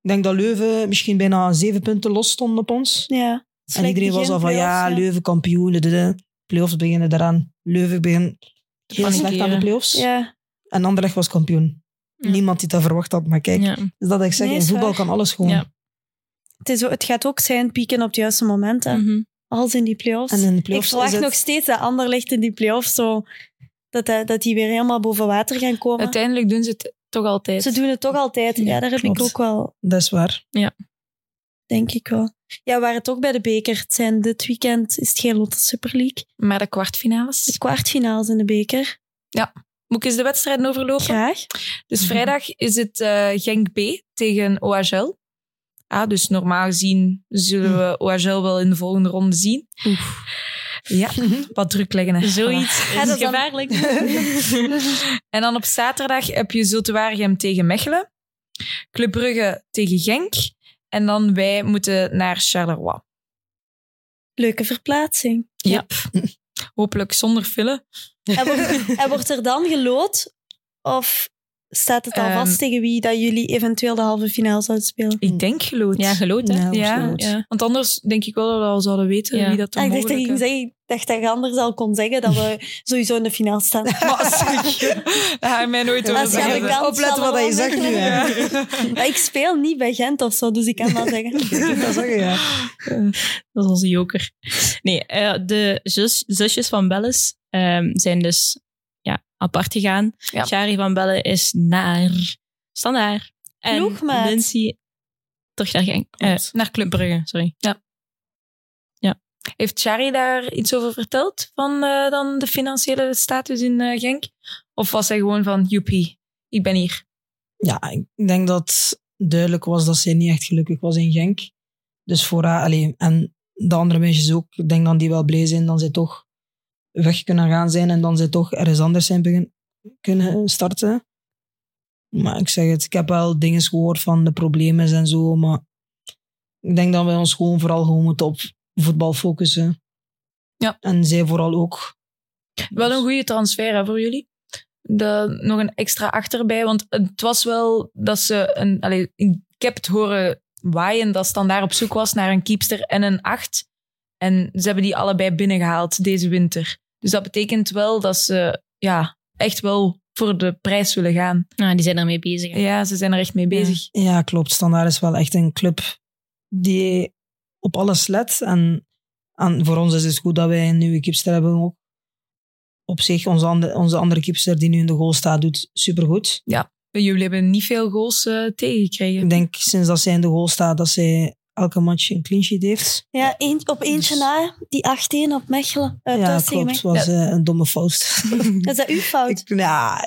[SPEAKER 4] ik denk dat Leuven misschien bijna zeven punten los stond op ons.
[SPEAKER 1] Ja.
[SPEAKER 4] en iedereen was al van, ja,
[SPEAKER 1] leuk.
[SPEAKER 4] Leuven kampioen. De, de, de. Playoffs beginnen eraan. Leuven begint heel
[SPEAKER 2] panikeren.
[SPEAKER 4] slecht aan de playoffs.
[SPEAKER 1] Ja,
[SPEAKER 4] En Anderlecht was kampioen.
[SPEAKER 2] Ja.
[SPEAKER 4] Niemand die dat verwacht had. Maar kijk,
[SPEAKER 2] Ja.
[SPEAKER 4] dus dat ik zeg,
[SPEAKER 1] Nee,
[SPEAKER 4] in
[SPEAKER 1] is
[SPEAKER 4] voetbal
[SPEAKER 1] waar.
[SPEAKER 4] kan alles gewoon.
[SPEAKER 2] Ja.
[SPEAKER 1] het, is, ook- het gaat ook zijn pieken op het juiste moment. Hè.
[SPEAKER 2] Mhm.
[SPEAKER 1] Als in die play-offs.
[SPEAKER 4] Mm. En in de
[SPEAKER 1] Ik
[SPEAKER 4] playoffs
[SPEAKER 1] verwacht
[SPEAKER 4] is het-
[SPEAKER 1] nog steeds dat Anderlecht in die play-offs zo... Dat, hij- dat die weer helemaal boven water gaan komen.
[SPEAKER 6] Uiteindelijk doen ze het toch altijd.
[SPEAKER 1] Ze doen het toch altijd. Ja,
[SPEAKER 2] Ja,
[SPEAKER 1] daar heb ik
[SPEAKER 4] klopt.
[SPEAKER 1] ook wel,
[SPEAKER 4] Dat is waar.
[SPEAKER 1] denk ik wel. Ja, we waren het ook bij de beker. Het zijn dit weekend is het geen Lotte Super League.
[SPEAKER 6] Maar de
[SPEAKER 1] De
[SPEAKER 6] kwartfinales.
[SPEAKER 1] kwartfinales in de beker.
[SPEAKER 6] Moet ik eens de wedstrijden overlopen?
[SPEAKER 1] Graag.
[SPEAKER 6] Dus
[SPEAKER 1] Mhm.
[SPEAKER 6] vrijdag is het eh, Genk B tegen OHL. Ah, dus normaal gezien zullen
[SPEAKER 1] Mhm.
[SPEAKER 6] we OHL wel in de volgende ronde zien. Ja, wat druk leggen. hè.
[SPEAKER 2] Zoiets
[SPEAKER 1] Ja,
[SPEAKER 2] is
[SPEAKER 1] dat is dan-
[SPEAKER 2] gevaarlijk.
[SPEAKER 6] En dan op zaterdag heb je Zultuarium tegen Mechelen. Club Brugge tegen Genk. En dan wij moeten naar Charleroi.
[SPEAKER 1] Leuke verplaatsing.
[SPEAKER 6] Hopelijk zonder file.
[SPEAKER 1] En wordt, en wordt er dan gelood? Of staat het al
[SPEAKER 6] Ehm.
[SPEAKER 1] vast tegen wie dat jullie eventueel de halve finale zouden spelen?
[SPEAKER 6] Ik denk geloot.
[SPEAKER 2] ja, geloot, hè?
[SPEAKER 4] Ja,
[SPEAKER 6] ja,
[SPEAKER 4] absoluut.
[SPEAKER 2] Ja.
[SPEAKER 6] Want anders denk ik wel dat we al zouden weten
[SPEAKER 2] Ja.
[SPEAKER 6] wie dat
[SPEAKER 1] Ah,
[SPEAKER 6] dan eh,
[SPEAKER 1] ik, dacht dat je ging
[SPEAKER 6] mogelijke-
[SPEAKER 1] zeggen, ik dacht dat je anders al kon zeggen dat we sowieso in de finale staan.
[SPEAKER 6] Maar zeg, dat ga je mij nooit
[SPEAKER 1] Als je aan de
[SPEAKER 6] overtuigen.
[SPEAKER 1] kant
[SPEAKER 4] Opletten wat je zegt nu, hè.
[SPEAKER 1] Ja.
[SPEAKER 6] Ja.
[SPEAKER 1] Maar ik speel niet bij Gent of zo, dus ik kan wel zeggen.
[SPEAKER 4] Ik kan zeggen, ja.
[SPEAKER 2] Dat is onze joker. Nee, eh, de zus- zusjes van Belles ehm, zijn dus ja, apart gegaan.
[SPEAKER 6] Ja.
[SPEAKER 2] Shari van Belle is naar Standaard. En
[SPEAKER 1] Ploegmaat.
[SPEAKER 2] Lindsay terug naar Genk. Eh,
[SPEAKER 6] Klopt. Naar Club
[SPEAKER 2] Brugge, sorry.
[SPEAKER 6] Heeft Shari daar iets over verteld van eh, dan de financiële status in eh, Genk? Of was hij gewoon van, joepie, ik ben hier.
[SPEAKER 4] Ja, ik denk dat duidelijk was dat zij niet echt gelukkig was in Genk. Dus voor haar, allee, en de andere meisjes ook, ik denk dan die wel blij zijn dat zij toch weg kunnen gaan zijn en dan zij toch ergens anders zijn begin, kunnen starten. Maar ik zeg het, ik heb wel dingen gehoord van de problemen en zo, maar ik denk dat wij ons gewoon vooral gewoon moeten op voetbal focussen.
[SPEAKER 6] Ja.
[SPEAKER 4] En zij vooral ook.
[SPEAKER 6] Wel een goede transfer hè, voor jullie. De, nog een extra achterbij, want het was wel dat ze... Een, allee, ik heb het horen waaien dat Standaard op zoek was naar een keepster en een acht. En ze hebben die allebei binnengehaald deze winter. Dus dat betekent wel dat ze ja, echt wel voor de prijs willen gaan.
[SPEAKER 2] Nou, die zijn ermee bezig. hè.
[SPEAKER 6] Ja, ze zijn er echt mee bezig.
[SPEAKER 4] Ja, klopt. Standaard is wel echt een club die op alles let. En, en voor ons is het goed dat wij een nieuwe keepster hebben. Ook op zich, onze, ander- onze andere keepster die nu in de goal staat, doet supergoed.
[SPEAKER 6] Jullie hebben niet veel goals eh, tegengekregen.
[SPEAKER 4] Ik denk sinds dat zij in de goal staat, dat zij elke match een clean sheet heeft.
[SPEAKER 1] Ja, een- op eentje
[SPEAKER 4] Dus-
[SPEAKER 1] na, die 8-1 op Mechelen. Eh,
[SPEAKER 4] ja,
[SPEAKER 1] thuis tegen
[SPEAKER 4] klopt. Het was eh, een domme fout.
[SPEAKER 1] Mechelen. Is dat uw fout?
[SPEAKER 4] ik, ja,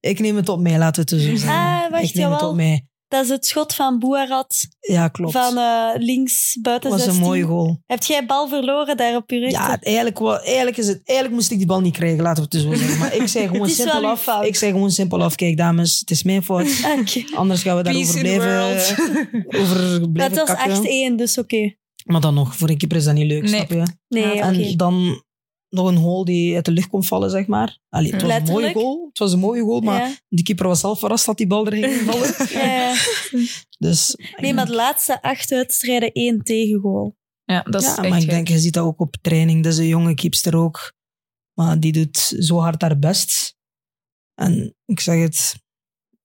[SPEAKER 4] ik neem het op mij, laten we het zo zeggen.
[SPEAKER 1] Ah, wacht,
[SPEAKER 4] ik neem het
[SPEAKER 1] jawel.
[SPEAKER 4] op mij.
[SPEAKER 1] Dat is het schot van Boerat
[SPEAKER 4] Ja, klopt.
[SPEAKER 1] van eh, links buiten
[SPEAKER 4] dat was
[SPEAKER 1] 16.
[SPEAKER 4] een mooie goal.
[SPEAKER 1] Heb jij bal verloren daar op je rug?
[SPEAKER 4] Ja, eigenlijk, wel, eigenlijk, is het, eigenlijk moest ik die bal niet krijgen, laten we het zo zeggen. Maar ik zei gewoon
[SPEAKER 1] Het is wel
[SPEAKER 4] simpel
[SPEAKER 1] uw
[SPEAKER 4] af.
[SPEAKER 1] fout.
[SPEAKER 4] Ik zei gewoon simpel af, kijk dames, het is mijn fout.
[SPEAKER 1] Oké.
[SPEAKER 4] Anders gaan we daarover
[SPEAKER 6] Peace in the
[SPEAKER 4] blijven, eh,
[SPEAKER 6] world.
[SPEAKER 4] over
[SPEAKER 1] Maar Het
[SPEAKER 4] blijven
[SPEAKER 1] was
[SPEAKER 4] kakken.
[SPEAKER 1] 8-1, dus oké.
[SPEAKER 4] Maar dan nog, voor een keeper is dat niet leuk,
[SPEAKER 6] Nee.
[SPEAKER 4] snap je?
[SPEAKER 1] Nee,
[SPEAKER 6] Ja,
[SPEAKER 1] oké.
[SPEAKER 4] En dan nog een goal die uit de lucht kon vallen, zeg maar. Allee, het was een
[SPEAKER 1] Letterlijk.
[SPEAKER 4] mooie goal. Het was een mooie goal, maar
[SPEAKER 1] Ja.
[SPEAKER 4] de keeper was zelf verrast dat die bal erin ging vallen.
[SPEAKER 1] Ja, ja.
[SPEAKER 4] Dus,
[SPEAKER 1] Nee, maar de laatste acht wedstrijden één tegengoal.
[SPEAKER 6] Ja, dat is
[SPEAKER 4] ja,
[SPEAKER 6] echt
[SPEAKER 4] maar ik
[SPEAKER 6] gek.
[SPEAKER 4] denk, je ziet dat ook op training. Dat is een jonge keepster ook. Maar die doet zo hard haar best. En ik zeg het,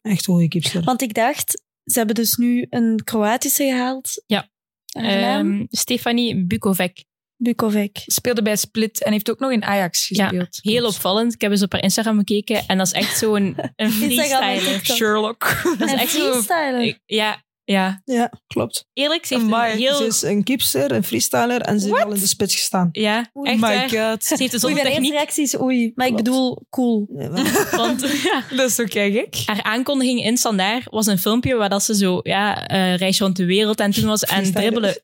[SPEAKER 4] echt een goede keepster.
[SPEAKER 1] Want ik dacht, ze hebben dus nu een Kroatische gehaald.
[SPEAKER 2] Ja.
[SPEAKER 1] Haar naam?
[SPEAKER 2] Ehm, Stefanie Bukovic.
[SPEAKER 1] Bukovic.
[SPEAKER 6] Speelde bij Split en heeft ook nog in Ajax
[SPEAKER 2] Ja,
[SPEAKER 6] gespeeld.
[SPEAKER 2] Heel opvallend. Ik heb eens op haar Instagram gekeken en dat is echt zo'n een freestyler.
[SPEAKER 1] TikTok.
[SPEAKER 6] Sherlock.
[SPEAKER 2] Dat
[SPEAKER 1] En
[SPEAKER 2] is echt zo'n...
[SPEAKER 1] freestyler.
[SPEAKER 2] Ja, ja.
[SPEAKER 4] Ja, klopt.
[SPEAKER 2] Eerlijk, ze heeft een
[SPEAKER 6] Amai,
[SPEAKER 2] heel...
[SPEAKER 4] Ze is een keepster, een freestyler en ze heeft al in de spits gestaan.
[SPEAKER 2] Ja,
[SPEAKER 1] Oh
[SPEAKER 2] echt
[SPEAKER 6] my
[SPEAKER 2] waar.
[SPEAKER 6] god.
[SPEAKER 2] Ze heeft een
[SPEAKER 1] Oei,
[SPEAKER 2] zo'n
[SPEAKER 1] mijn eerste
[SPEAKER 2] techniek,
[SPEAKER 1] reactie is oei. Maar ik
[SPEAKER 4] Klopt.
[SPEAKER 1] bedoel, cool.
[SPEAKER 4] Ja, wel.
[SPEAKER 2] want ja,
[SPEAKER 6] Dat is toch kei gek?
[SPEAKER 2] haar aankondiging in Standaard was een filmpje waar dat ze zo ja, eh reis rond de wereld en toen was en
[SPEAKER 4] Freestyler.
[SPEAKER 2] dribbelen.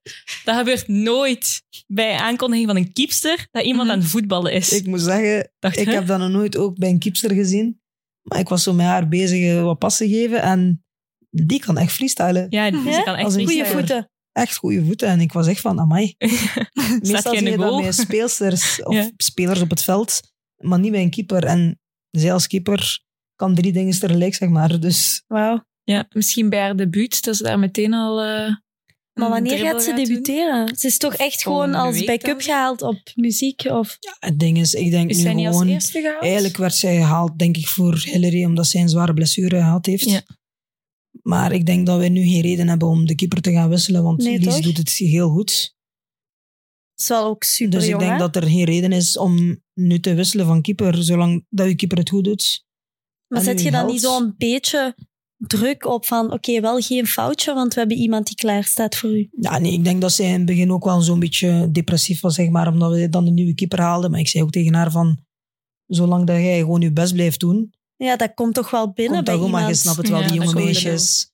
[SPEAKER 2] Dat gebeurt nooit bij aankondiging van een keepster dat iemand
[SPEAKER 6] Mhm.
[SPEAKER 2] aan het voetballen is.
[SPEAKER 4] Ik moet zeggen,
[SPEAKER 2] dacht,
[SPEAKER 4] ik
[SPEAKER 2] hè?
[SPEAKER 4] heb dat nog nooit ook bij een keepster gezien. Maar ik was zo met haar bezig eh, wat passen geven. En die kan echt freestylen.
[SPEAKER 2] Ja, ze
[SPEAKER 1] Ja?
[SPEAKER 2] kan echt
[SPEAKER 4] Als een
[SPEAKER 1] Goeie
[SPEAKER 2] freestylen.
[SPEAKER 4] freestyler.
[SPEAKER 1] voeten.
[SPEAKER 4] Echt goede voeten. En ik was echt van, amai.
[SPEAKER 2] Staat
[SPEAKER 4] Meestal
[SPEAKER 2] je in
[SPEAKER 4] zie
[SPEAKER 2] de
[SPEAKER 4] je dat
[SPEAKER 2] goal?
[SPEAKER 4] bij speelsters of
[SPEAKER 2] Ja.
[SPEAKER 4] spelers op het veld. Maar niet bij een keeper. En zij als keeper kan drie dingen tegelijk, zeg maar. Dus
[SPEAKER 1] Wauw.
[SPEAKER 6] Misschien bij haar debuut, dat ze daar meteen al... eh,
[SPEAKER 1] Maar
[SPEAKER 6] een
[SPEAKER 1] wanneer
[SPEAKER 6] dribbel
[SPEAKER 1] gaat ze
[SPEAKER 6] doen.
[SPEAKER 1] debuteren? Ze is toch echt gewoon
[SPEAKER 6] Volgende
[SPEAKER 1] als
[SPEAKER 6] week
[SPEAKER 1] backup
[SPEAKER 6] dan?
[SPEAKER 1] gehaald op muziek? Of...
[SPEAKER 4] het ding is, ik denk
[SPEAKER 6] Is
[SPEAKER 4] nu
[SPEAKER 6] zij niet als
[SPEAKER 4] gewoon...
[SPEAKER 6] eerste gehaald?
[SPEAKER 4] Eigenlijk werd zij gehaald, denk ik, voor Hillary, omdat zij een zware blessure gehad heeft.
[SPEAKER 2] Ja.
[SPEAKER 4] Maar ik denk dat we nu geen reden hebben om de keeper te gaan wisselen, want
[SPEAKER 1] Nee,
[SPEAKER 4] Lies
[SPEAKER 1] toch?
[SPEAKER 4] doet het heel goed.
[SPEAKER 1] is wel ook super
[SPEAKER 4] Dus ik
[SPEAKER 1] jong,
[SPEAKER 4] denk
[SPEAKER 1] hè?
[SPEAKER 4] dat er geen reden is om nu te wisselen van keeper, zolang dat je keeper het goed doet.
[SPEAKER 1] Maar
[SPEAKER 4] en
[SPEAKER 1] zet
[SPEAKER 4] uw
[SPEAKER 1] je dan
[SPEAKER 4] held-
[SPEAKER 1] niet zo'n beetje druk op van oké, wel geen foutje, want we hebben iemand die klaar staat voor u.
[SPEAKER 4] Ja, nee, ik denk dat zij in het begin ook wel zo'n beetje depressief was, zeg maar, omdat we dan de nieuwe keeper haalden. Maar ik zei ook tegen haar van, zolang dat jij gewoon je best blijft doen,
[SPEAKER 1] Ja, dat komt toch wel binnen
[SPEAKER 4] komt
[SPEAKER 1] bij
[SPEAKER 4] dat goed,
[SPEAKER 1] iemand.
[SPEAKER 4] maar je snapt het wel,
[SPEAKER 2] Ja,
[SPEAKER 4] die
[SPEAKER 2] dat
[SPEAKER 4] jonge
[SPEAKER 2] komt wel.
[SPEAKER 4] meisjes,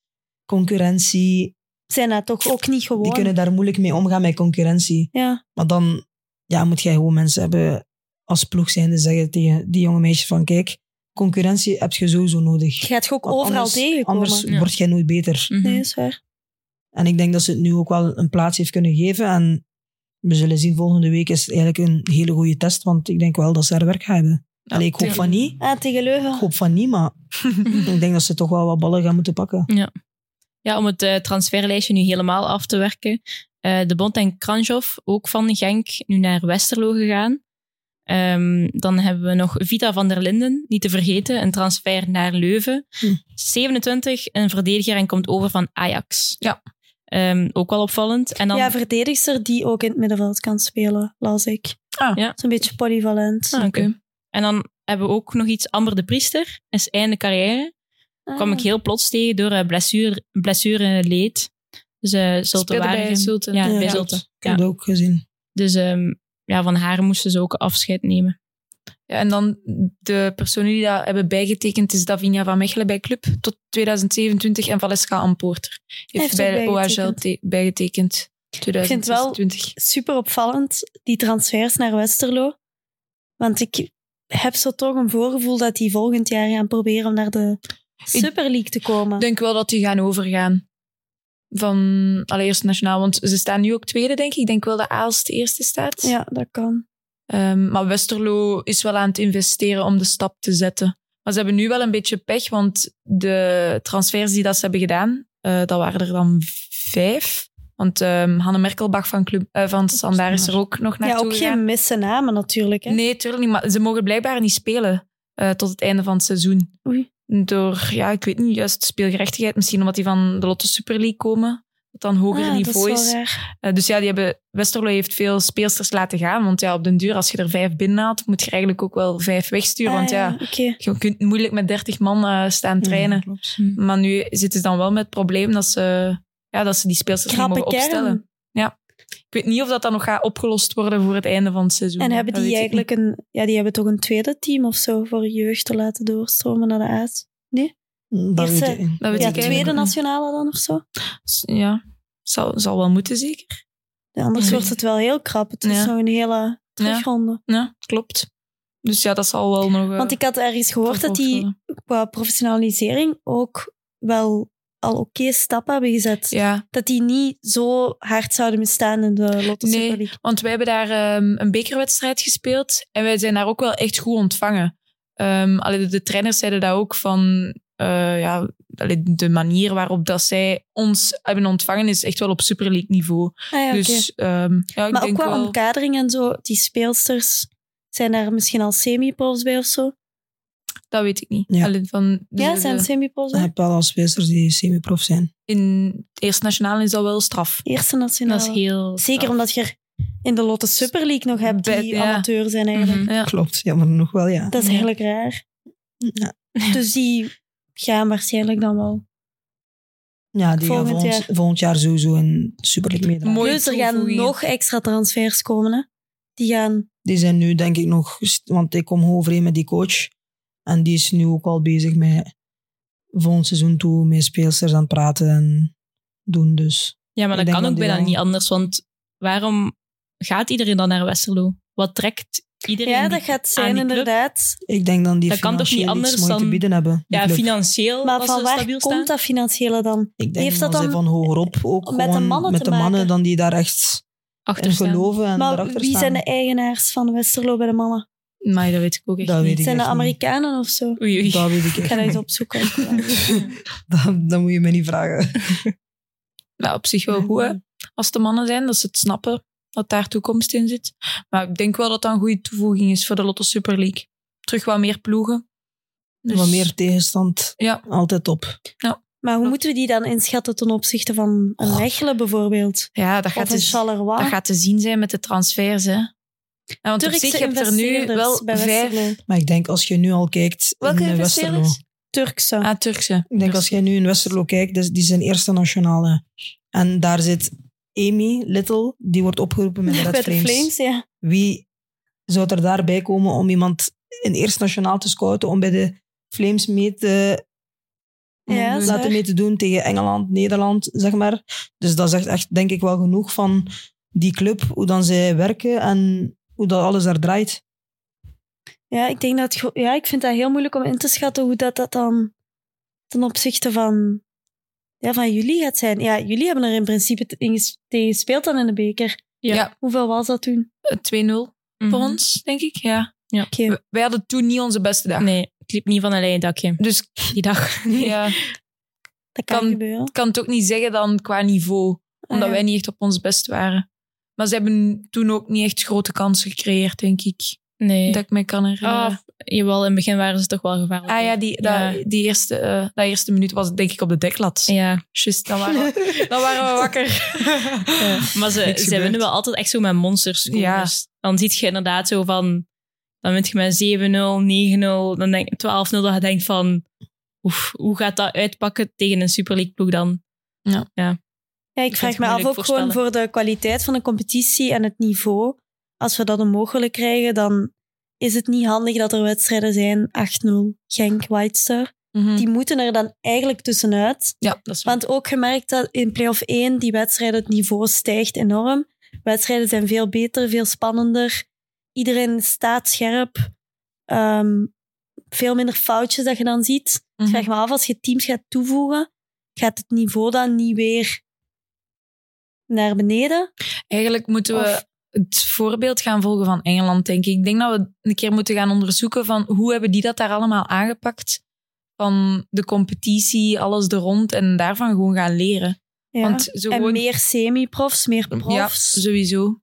[SPEAKER 4] concurrentie,
[SPEAKER 1] Zijn dat toch ook niet gewoon?
[SPEAKER 4] Die kunnen daar moeilijk mee omgaan met concurrentie.
[SPEAKER 1] Ja,
[SPEAKER 4] Maar dan ja, moet jij gewoon mensen hebben als ploeg zijnde zeggen tegen die jonge meisjes van kijk, concurrentie heb je sowieso nodig.
[SPEAKER 1] je gaat je ook
[SPEAKER 4] Want
[SPEAKER 1] overal
[SPEAKER 4] anders,
[SPEAKER 1] tegenkomen. Mm.
[SPEAKER 4] Anders
[SPEAKER 2] Ja.
[SPEAKER 4] word jij nooit beter.
[SPEAKER 2] Mhm.
[SPEAKER 1] Nee, is waar.
[SPEAKER 4] En ik denk dat ze het nu ook wel een plaats heeft kunnen geven. En we zullen zien, volgende week is eigenlijk een hele goede test, want ik denk wel dat ze haar werk gaan hebben.
[SPEAKER 6] Ja,
[SPEAKER 4] Allee, ik hoop
[SPEAKER 6] tuurlijk.
[SPEAKER 4] van niet.
[SPEAKER 1] Ah, tegen Leuven.
[SPEAKER 4] Ik hoop van niet, maar ik denk dat ze toch wel wat ballen gaan moeten pakken.
[SPEAKER 2] Ja, om het eh, transferlijstje nu helemaal af te werken. Eh, de Bond en Kranjov, ook van Genk, nu naar Westerlo gegaan. Ehm, dan hebben we nog Vita van der Linden, niet te vergeten, een transfer naar Leuven.
[SPEAKER 4] Hm.
[SPEAKER 2] 27, een verdediger en komt over van Ajax.
[SPEAKER 6] Ja.
[SPEAKER 2] Ehm, ook wel opvallend. En dan,
[SPEAKER 1] Ja, verdedigster die ook in het middenveld kan spelen, las ik.
[SPEAKER 6] Ah.
[SPEAKER 2] Ja.
[SPEAKER 1] Zo'n beetje polyvalent.
[SPEAKER 2] Ah,
[SPEAKER 6] Oké.
[SPEAKER 2] oké. en dan hebben we ook nog iets. Amber de Priester is einde carrière.
[SPEAKER 1] Ah.
[SPEAKER 2] Kwam ik heel plots tegen door eh, blessure, blessure leed. Dus eh Zulte
[SPEAKER 6] Speelde bij
[SPEAKER 2] Waregem.
[SPEAKER 6] Zulte.
[SPEAKER 2] Ja,
[SPEAKER 4] Ja,
[SPEAKER 2] bij
[SPEAKER 4] klopt.
[SPEAKER 2] Zulte.
[SPEAKER 4] Ik
[SPEAKER 2] Ja.
[SPEAKER 4] heb dat ook gezien.
[SPEAKER 2] Dus ehm, ja, van haar moesten ze ook afscheid nemen.
[SPEAKER 6] Ja, en dan de personen die dat hebben bijgetekend is Davinia van Mechelen bij Club tot 2027 en Valeska Ampoorter heeft,
[SPEAKER 1] Heeft ook
[SPEAKER 6] bij
[SPEAKER 1] bijgetekend.
[SPEAKER 6] OHL te- bijgetekend
[SPEAKER 1] vind wel-
[SPEAKER 6] 2026.
[SPEAKER 1] Super opvallend, die transfers naar Westerlo. Want ik heb zo toch een voorgevoel dat die volgend jaar gaan proberen om naar de Super League te komen.
[SPEAKER 6] Ik denk wel dat die gaan overgaan van allereerst nationaal, want ze staan nu ook tweede denk ik. Ik denk wel dat Aals de eerste staat.
[SPEAKER 1] Ja, dat kan.
[SPEAKER 6] Ehm, maar Westerlo is wel aan het investeren om de stap te zetten. Maar ze hebben nu wel een beetje pech, want de transfers die dat ze hebben gedaan, eh, dat waren er dan vijf. Want ehm, Hanne Merkelbach van, Club, eh, van Sandaar is er ook nog
[SPEAKER 1] Oh, ja,
[SPEAKER 6] naartoe
[SPEAKER 1] ook
[SPEAKER 6] gegaan.
[SPEAKER 1] geen missen namen natuurlijk. Hè?
[SPEAKER 6] Nee, tuurlijk niet. Maar ze mogen blijkbaar niet spelen eh, tot het einde van het seizoen.
[SPEAKER 1] Oei.
[SPEAKER 6] Door, ja, ik weet niet, juist speelgerechtigheid. Misschien omdat die van de Lotto Super League komen. Dat dan hoger
[SPEAKER 1] Ah,
[SPEAKER 6] niveau
[SPEAKER 1] dat
[SPEAKER 6] is.
[SPEAKER 1] is wel raar.
[SPEAKER 6] Eh, dus ja, die hebben, Westerlo heeft veel speelsters laten gaan. Want ja, op den duur, als je er vijf binnen haalt, moet je er eigenlijk ook wel vijf wegsturen.
[SPEAKER 1] Ah, Mm.
[SPEAKER 6] want ja,
[SPEAKER 1] oké.
[SPEAKER 6] je kunt moeilijk met dertig man eh, staan trainen.
[SPEAKER 4] Ja, klopt.
[SPEAKER 6] Maar nu zitten ze dan wel met het probleem dat ze, ja, dat ze die speelsters niet
[SPEAKER 1] Krappe
[SPEAKER 6] mogen
[SPEAKER 1] kern.
[SPEAKER 6] opstellen. Ja. Ik weet niet of dat dan nog gaat opgelost worden voor het einde van het seizoen.
[SPEAKER 1] En hebben
[SPEAKER 6] Dat
[SPEAKER 1] die
[SPEAKER 6] weet ik niet.
[SPEAKER 1] eigenlijk een... Ja, die hebben toch een tweede team of zo voor jeugd te laten doorstromen naar de A's? Nee?
[SPEAKER 4] Dat weet
[SPEAKER 1] Eerste.
[SPEAKER 4] ik niet.
[SPEAKER 6] Dat weet
[SPEAKER 1] Ja,
[SPEAKER 6] ik
[SPEAKER 1] tweede
[SPEAKER 6] eigenlijk ook
[SPEAKER 1] nationale dan of zo.
[SPEAKER 6] niet. Ja, zal, zal wel moeten zeker.
[SPEAKER 1] Ja, anders
[SPEAKER 6] Ja.
[SPEAKER 1] wordt het wel heel krap. Het
[SPEAKER 6] Ja.
[SPEAKER 1] is zo'n hele
[SPEAKER 6] Ja,
[SPEAKER 1] terugronde.
[SPEAKER 6] ja, klopt. Dus ja, dat zal wel nog... eh,
[SPEAKER 1] Want ik had ergens gehoord dat
[SPEAKER 6] vervolgd
[SPEAKER 1] die
[SPEAKER 6] worden.
[SPEAKER 1] qua professionalisering ook wel al oké stappen hebben gezet.
[SPEAKER 6] Ja,
[SPEAKER 1] Dat die niet zo hard zouden bestaan in de Lotto
[SPEAKER 6] Nee.
[SPEAKER 1] Super League.
[SPEAKER 6] want wij hebben daar ehm, een bekerwedstrijd gespeeld. En wij zijn daar ook wel echt goed ontvangen. Ehm allee, de, de trainers zeiden dat ook van... eh, ja, allee, de manier waarop dat zij ons hebben ontvangen is echt wel op Super League niveau.
[SPEAKER 1] Ah, ja, oké.
[SPEAKER 6] Dus ehm, ja, ik
[SPEAKER 1] maar ook
[SPEAKER 6] denk
[SPEAKER 1] qua
[SPEAKER 6] wel...
[SPEAKER 1] omkadering en zo, die speelsters zijn daar misschien al semi-profs bij of zo.
[SPEAKER 6] Dat weet ik niet.
[SPEAKER 4] Ja.
[SPEAKER 6] Allee, van, dus
[SPEAKER 1] Ja,
[SPEAKER 6] de-
[SPEAKER 1] zijn semi-profs
[SPEAKER 4] Je
[SPEAKER 1] bij?
[SPEAKER 4] hebt wel al speelsters die semi-prof zijn.
[SPEAKER 6] In het eerste nationaal is dat wel straf.
[SPEAKER 1] Eerste nationale.
[SPEAKER 2] Dat is heel...
[SPEAKER 1] Zeker omdat je er in de Lotto Super League nog hebt die
[SPEAKER 6] Bij- ja.
[SPEAKER 1] amateur zijn eigenlijk.
[SPEAKER 6] Mhm. Ja.
[SPEAKER 4] Klopt, jammer nog wel, ja.
[SPEAKER 1] Dat is
[SPEAKER 6] Ja.
[SPEAKER 1] eigenlijk raar.
[SPEAKER 4] Ja,
[SPEAKER 1] Dus die gaan waarschijnlijk dan wel.
[SPEAKER 4] ja die gaan
[SPEAKER 1] Volgend
[SPEAKER 4] volgend,
[SPEAKER 1] jaar.
[SPEAKER 4] volgend jaar sowieso een Super League meedraaien.
[SPEAKER 6] Mooi
[SPEAKER 1] dus er gaan
[SPEAKER 6] toevoeging.
[SPEAKER 1] nog extra transfers komen. Hè? Die gaan
[SPEAKER 4] Die zijn nu denk ik nog... Want ik kom goed overeen met die coach. En die is nu ook al bezig met volgend seizoen toe met speelsters aan het praten en doen. Dus
[SPEAKER 2] Ja, maar dat
[SPEAKER 4] Ik denk
[SPEAKER 2] kan
[SPEAKER 4] dat
[SPEAKER 2] ook
[SPEAKER 4] die
[SPEAKER 2] bijna
[SPEAKER 4] wel-
[SPEAKER 2] niet anders, want waarom gaat iedereen dan naar Westerlo? Wat trekt iedereen?
[SPEAKER 1] Ja,
[SPEAKER 2] die-
[SPEAKER 1] dat gaat zijn,
[SPEAKER 2] die club.
[SPEAKER 1] inderdaad.
[SPEAKER 4] ik denk dan die
[SPEAKER 2] Dat kan toch niet
[SPEAKER 4] financieel iets
[SPEAKER 2] anders
[SPEAKER 4] mooi te
[SPEAKER 2] dan-
[SPEAKER 4] bieden hebben. die
[SPEAKER 2] ja
[SPEAKER 4] club.
[SPEAKER 2] financieel
[SPEAKER 1] Maar
[SPEAKER 2] was
[SPEAKER 1] van
[SPEAKER 2] ze
[SPEAKER 1] waar
[SPEAKER 2] stabiel
[SPEAKER 1] komt
[SPEAKER 2] staan.
[SPEAKER 1] dat financiële dan?
[SPEAKER 4] Ik denk
[SPEAKER 1] Heeft dat
[SPEAKER 4] dat zij
[SPEAKER 1] dan
[SPEAKER 4] van hogerop ook
[SPEAKER 1] met de
[SPEAKER 4] gewoon
[SPEAKER 1] mannen
[SPEAKER 4] met
[SPEAKER 1] te
[SPEAKER 4] de mannen
[SPEAKER 1] maken?
[SPEAKER 4] dan die daar echt in
[SPEAKER 2] Achter staan.
[SPEAKER 4] geloven en
[SPEAKER 1] maar
[SPEAKER 4] erachter
[SPEAKER 1] wie
[SPEAKER 4] staan.
[SPEAKER 1] zijn de eigenaars van Westerlo bij de mannen?
[SPEAKER 6] Maar dat weet ik ook echt
[SPEAKER 4] Dat
[SPEAKER 6] niet.
[SPEAKER 4] weet ik
[SPEAKER 1] zijn de
[SPEAKER 4] echt niet.
[SPEAKER 1] Amerikanen of zo?
[SPEAKER 2] Oei, oei.
[SPEAKER 4] Dat weet ik
[SPEAKER 1] Ik
[SPEAKER 4] echt
[SPEAKER 1] ga dat
[SPEAKER 4] niet.
[SPEAKER 1] eens opzoeken.
[SPEAKER 4] dat, dat moet je me niet vragen.
[SPEAKER 6] Nou, op zich wel goed, hè. Als het de mannen zijn, dat ze het snappen dat daar toekomst in zit. Maar ik denk wel dat dat een goede toevoeging is voor de Lotto Super League. Terug wat meer ploegen. Dus-
[SPEAKER 4] Wat meer tegenstand,
[SPEAKER 6] Ja.
[SPEAKER 4] altijd op.
[SPEAKER 1] maar hoe moeten we die dan inschatten ten opzichte van een
[SPEAKER 6] Oh.
[SPEAKER 1] Mechelen bijvoorbeeld?
[SPEAKER 6] Ja, dat gaat,
[SPEAKER 1] Of een
[SPEAKER 6] dus,
[SPEAKER 1] Charleroi?
[SPEAKER 6] dat gaat te zien zijn met de transfers, hè. Ja, want
[SPEAKER 1] Turkse
[SPEAKER 6] op zich heb je er nu
[SPEAKER 1] investeerders
[SPEAKER 6] wel
[SPEAKER 1] bij
[SPEAKER 6] vijf...
[SPEAKER 1] Westerlo.
[SPEAKER 4] Maar ik denk als je nu al kijkt
[SPEAKER 6] Welke
[SPEAKER 4] in eh, Westerlo.
[SPEAKER 6] investeerders?
[SPEAKER 1] Turkse.
[SPEAKER 6] Ah, Turkse.
[SPEAKER 4] Ik
[SPEAKER 1] Dus-
[SPEAKER 4] denk als jij nu in Westerlo kijkt, dus die zijn eerste nationale. En daar zit Amy Little, die wordt opgeroepen met de Red
[SPEAKER 1] bij de
[SPEAKER 4] Flames.
[SPEAKER 1] Flames, ja.
[SPEAKER 4] Wie zou er daarbij komen om iemand in eerste nationaal te scouten om bij de Flames mee te
[SPEAKER 1] Ja, dat is
[SPEAKER 4] laten
[SPEAKER 1] waar.
[SPEAKER 4] mee te doen tegen Engeland, Nederland, zeg maar. Dus dat zegt echt, denk ik, wel genoeg van die club, hoe dan zij werken en hoe dat alles daar draait.
[SPEAKER 1] Ja, ik denk dat... ge- Ja, ik vind dat heel moeilijk om in te schatten hoe dat, dat dan ten opzichte van... Ja, van jullie gaat zijn. Ja, jullie hebben er in principe t- in ges- tegen gespeeld dan in de beker.
[SPEAKER 2] Ja.
[SPEAKER 6] Ja.
[SPEAKER 1] Hoeveel was dat toen?
[SPEAKER 6] Eh, 2-0
[SPEAKER 2] Mhm.
[SPEAKER 6] voor ons, denk ik. Ja.
[SPEAKER 1] Oké.
[SPEAKER 6] We- Wij hadden toen niet onze beste dag.
[SPEAKER 2] Nee, ik liep niet van een leien dakje
[SPEAKER 6] Dus
[SPEAKER 2] die dag.
[SPEAKER 6] ja,
[SPEAKER 1] Dat kan,
[SPEAKER 6] Kan-
[SPEAKER 1] gebeuren.
[SPEAKER 6] ik kan het ook niet zeggen dan qua niveau.
[SPEAKER 1] Ah,
[SPEAKER 6] Omdat wij niet echt op ons best waren. Maar ze hebben toen ook niet echt grote kansen gecreëerd, denk ik.
[SPEAKER 2] Nee.
[SPEAKER 6] Dat ik me kan herinneren.
[SPEAKER 2] Ah, jawel, in het begin waren ze toch wel gevaarlijk.
[SPEAKER 6] ah ja, die,
[SPEAKER 2] Ja.
[SPEAKER 6] Dat, die eerste, eh, dat eerste minuut was denk ik op de deklat.
[SPEAKER 2] Ja,
[SPEAKER 4] Oh,
[SPEAKER 6] Juist, dan waren we, dan waren we wakker.
[SPEAKER 2] eh, maar ze,
[SPEAKER 6] Niks
[SPEAKER 2] ze
[SPEAKER 6] gebeurd.
[SPEAKER 2] winnen wel altijd echt zo met monsters.
[SPEAKER 6] Ja.
[SPEAKER 2] Dan ziet je inderdaad zo van... Dan wint je met 7-0, 9-0, dan denk 12-0. Dat je denkt van... Oef, hoe gaat dat uitpakken tegen een Super League ploeg dan?
[SPEAKER 1] Ja, ik
[SPEAKER 2] Ik
[SPEAKER 1] vraag
[SPEAKER 2] vind
[SPEAKER 1] me
[SPEAKER 2] het
[SPEAKER 1] af ook
[SPEAKER 2] moeilijk
[SPEAKER 1] gewoon voor de kwaliteit van de competitie en het niveau. Als we dat onmogelijk krijgen, dan is het niet handig dat er wedstrijden zijn. 8-0, Genk, White Star.
[SPEAKER 6] Hm.
[SPEAKER 1] Die moeten er dan eigenlijk tussenuit.
[SPEAKER 6] Mhm. ja, dat is waar.
[SPEAKER 1] Want ook gemerkt dat in play-off 1 die wedstrijden, het niveau stijgt enorm. Wedstrijden zijn veel beter, veel spannender. Iedereen staat scherp. Ehm, veel minder foutjes dat je dan ziet.
[SPEAKER 6] Hm. Mhm.
[SPEAKER 1] Ik vraag me af, als je teams gaat toevoegen, gaat het niveau dan niet weer naar beneden?
[SPEAKER 6] Eigenlijk moeten we
[SPEAKER 1] Of-
[SPEAKER 6] het voorbeeld gaan volgen van Engeland, denk ik. Ik denk dat we een keer moeten gaan onderzoeken van hoe hebben die dat daar allemaal aangepakt. Van de competitie, alles er rond en daarvan gewoon gaan leren.
[SPEAKER 1] Ja.
[SPEAKER 6] Want zo
[SPEAKER 1] en
[SPEAKER 6] gewoon...
[SPEAKER 1] meer semi-profs, meer
[SPEAKER 6] Ja,
[SPEAKER 1] profs.
[SPEAKER 6] sowieso.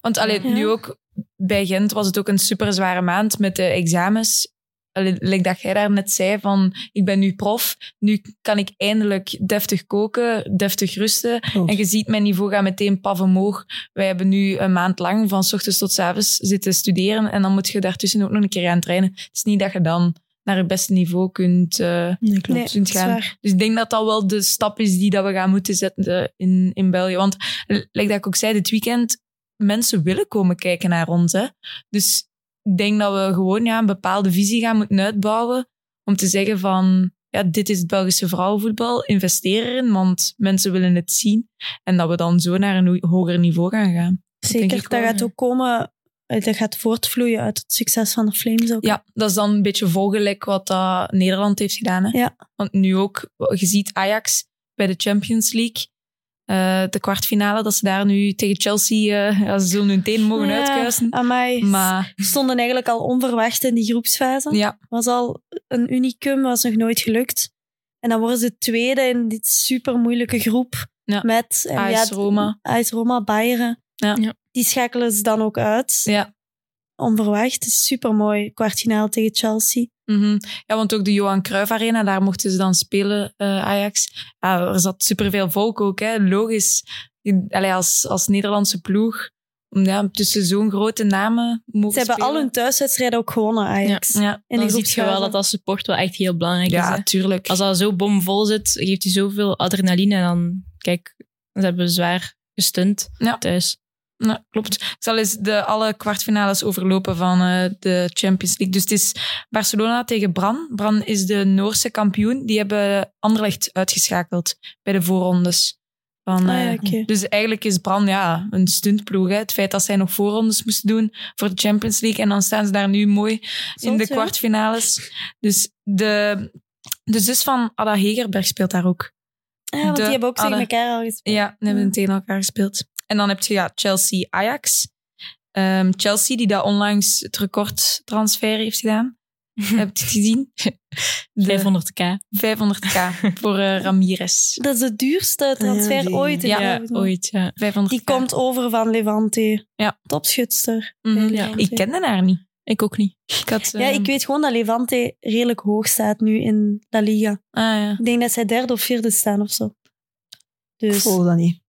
[SPEAKER 6] Want allee,
[SPEAKER 1] Ja.
[SPEAKER 6] nu ook bij Gent was het ook een super zware maand met de examens. Allee, Like dat jij daar net zei van, ik ben nu prof, nu kan ik eindelijk deftig koken, deftig rusten. En je ziet, mijn niveau gaat meteen paf omhoog. Wij hebben nu een maand lang van 's ochtends tot 's avonds zitten studeren en dan moet je daartussen ook nog een keer gaan trainen. Het is niet dat je dan naar het beste niveau kunt... eh,
[SPEAKER 4] Nee, klopt.
[SPEAKER 1] Nee,
[SPEAKER 6] Klopt, kunt
[SPEAKER 1] dat is
[SPEAKER 6] gaan.
[SPEAKER 1] waar.
[SPEAKER 6] dus ik denk dat dat wel de stap is die dat we gaan moeten zetten eh, in, in België. Want, eh, like dat ik ook zei, dit weekend, mensen willen komen kijken naar ons. Hè? Dus ik denk dat we gewoon ja, een bepaalde visie gaan moeten uitbouwen om te zeggen van, ja, dit is het Belgische vrouwenvoetbal, investeer erin, want mensen willen het zien. En dat we dan zo naar een ho- hoger niveau gaan gaan. denk
[SPEAKER 1] Zeker,
[SPEAKER 6] ik
[SPEAKER 1] dat
[SPEAKER 6] wel,
[SPEAKER 1] gaat
[SPEAKER 6] ja.
[SPEAKER 1] ook komen, eh, dat gaat voortvloeien uit het succes van de Flames ook.
[SPEAKER 6] Ja, dat is dan een beetje volgelijk wat dat Nederland heeft gedaan. Hè?
[SPEAKER 1] Ja.
[SPEAKER 6] Want nu ook, je ziet Ajax bij de Champions League, eh, de kwartfinale, dat ze daar nu tegen Chelsea, eh ja, ze zullen hun teen mogen
[SPEAKER 1] Ja, Ah,
[SPEAKER 6] uitkuisen.
[SPEAKER 1] Amai,
[SPEAKER 6] Maar
[SPEAKER 1] stonden eigenlijk al onverwacht in die groepsfase.
[SPEAKER 6] ja,
[SPEAKER 1] Was al een unicum, was nog nooit gelukt. En dan worden ze tweede in dit super moeilijke groep.
[SPEAKER 6] Ja.
[SPEAKER 1] Met en
[SPEAKER 6] AS Roma.
[SPEAKER 1] AS Roma, Bayern.
[SPEAKER 6] Ja.
[SPEAKER 2] Ja.
[SPEAKER 1] Die schakelen ze dan ook uit.
[SPEAKER 6] Ja.
[SPEAKER 1] Onverwacht. Super mooi. Kwartfinale tegen Chelsea.
[SPEAKER 6] mhm. ja, want ook de Johan Cruijff Arena, daar mochten ze dan spelen, eh, Ajax. Ja, er zat superveel volk ook, hè. logisch. Je- Allee, als, als Nederlandse ploeg, om ja, tussen zo'n grote namen mogen
[SPEAKER 1] Ze hebben al
[SPEAKER 6] spelen.
[SPEAKER 1] hun thuiswedstrijden ook gewonnen, Ajax.
[SPEAKER 6] Ja,
[SPEAKER 1] In
[SPEAKER 2] dan
[SPEAKER 1] de
[SPEAKER 2] zie je wel
[SPEAKER 1] groepsfase.
[SPEAKER 2] dat dat support wel echt heel belangrijk is.
[SPEAKER 6] ja
[SPEAKER 2] hè.
[SPEAKER 6] tuurlijk.
[SPEAKER 2] Als dat zo bomvol zit, geeft hij zoveel adrenaline. En dan, kijk, ze hebben zwaar gestunt
[SPEAKER 6] Ja.
[SPEAKER 2] thuis.
[SPEAKER 6] Nou, klopt. Ik zal eens de alle kwartfinales overlopen van eh, de Champions League. Dus het is Barcelona tegen Bran. Bran is de Noorse kampioen. Die hebben Anderlecht uitgeschakeld bij de voorrondes. Van,
[SPEAKER 1] Ah,
[SPEAKER 6] eh,
[SPEAKER 1] ja, oké.
[SPEAKER 6] Dus eigenlijk is Bran ja, een stuntploeg. Hè. Het feit dat zij nog voorrondes moesten doen voor de Champions League. En dan staan ze daar nu mooi in
[SPEAKER 1] Zot,
[SPEAKER 6] de
[SPEAKER 1] hè?
[SPEAKER 6] kwartfinales. Dus de, de zus van Ada Hegerberg speelt daar ook.
[SPEAKER 1] Ja, want
[SPEAKER 6] De
[SPEAKER 1] die hebben ook tegen
[SPEAKER 6] alle-
[SPEAKER 1] elkaar al gespeeld.
[SPEAKER 6] Ja, die hebben
[SPEAKER 1] Ja.
[SPEAKER 6] tegen elkaar gespeeld. En dan heb je ja, Chelsea-Ajax. Ehm, Chelsea, die daar onlangs het recordtransfer heeft gedaan. Heb je het gezien? De
[SPEAKER 2] 500k.
[SPEAKER 6] 500k voor eh, Ramirez.
[SPEAKER 1] Dat is de duurste transfer
[SPEAKER 4] die-
[SPEAKER 1] ooit in
[SPEAKER 6] Ja,
[SPEAKER 1] de wereld.
[SPEAKER 2] Ooit, ja.
[SPEAKER 6] 500
[SPEAKER 1] Die komt over van Levante.
[SPEAKER 6] Ja.
[SPEAKER 1] Topschutster.
[SPEAKER 2] Ja.
[SPEAKER 6] Mhm. Ik kende haar niet.
[SPEAKER 2] Ik ook niet.
[SPEAKER 6] Ik had,
[SPEAKER 1] Ja,
[SPEAKER 6] ehm,
[SPEAKER 1] ik weet gewoon dat Levante redelijk hoog staat nu in La Liga.
[SPEAKER 6] ah, ja.
[SPEAKER 1] Ik denk dat zij derde of vierde staan of zo.
[SPEAKER 4] Ik
[SPEAKER 1] Dus.
[SPEAKER 4] volg dat niet.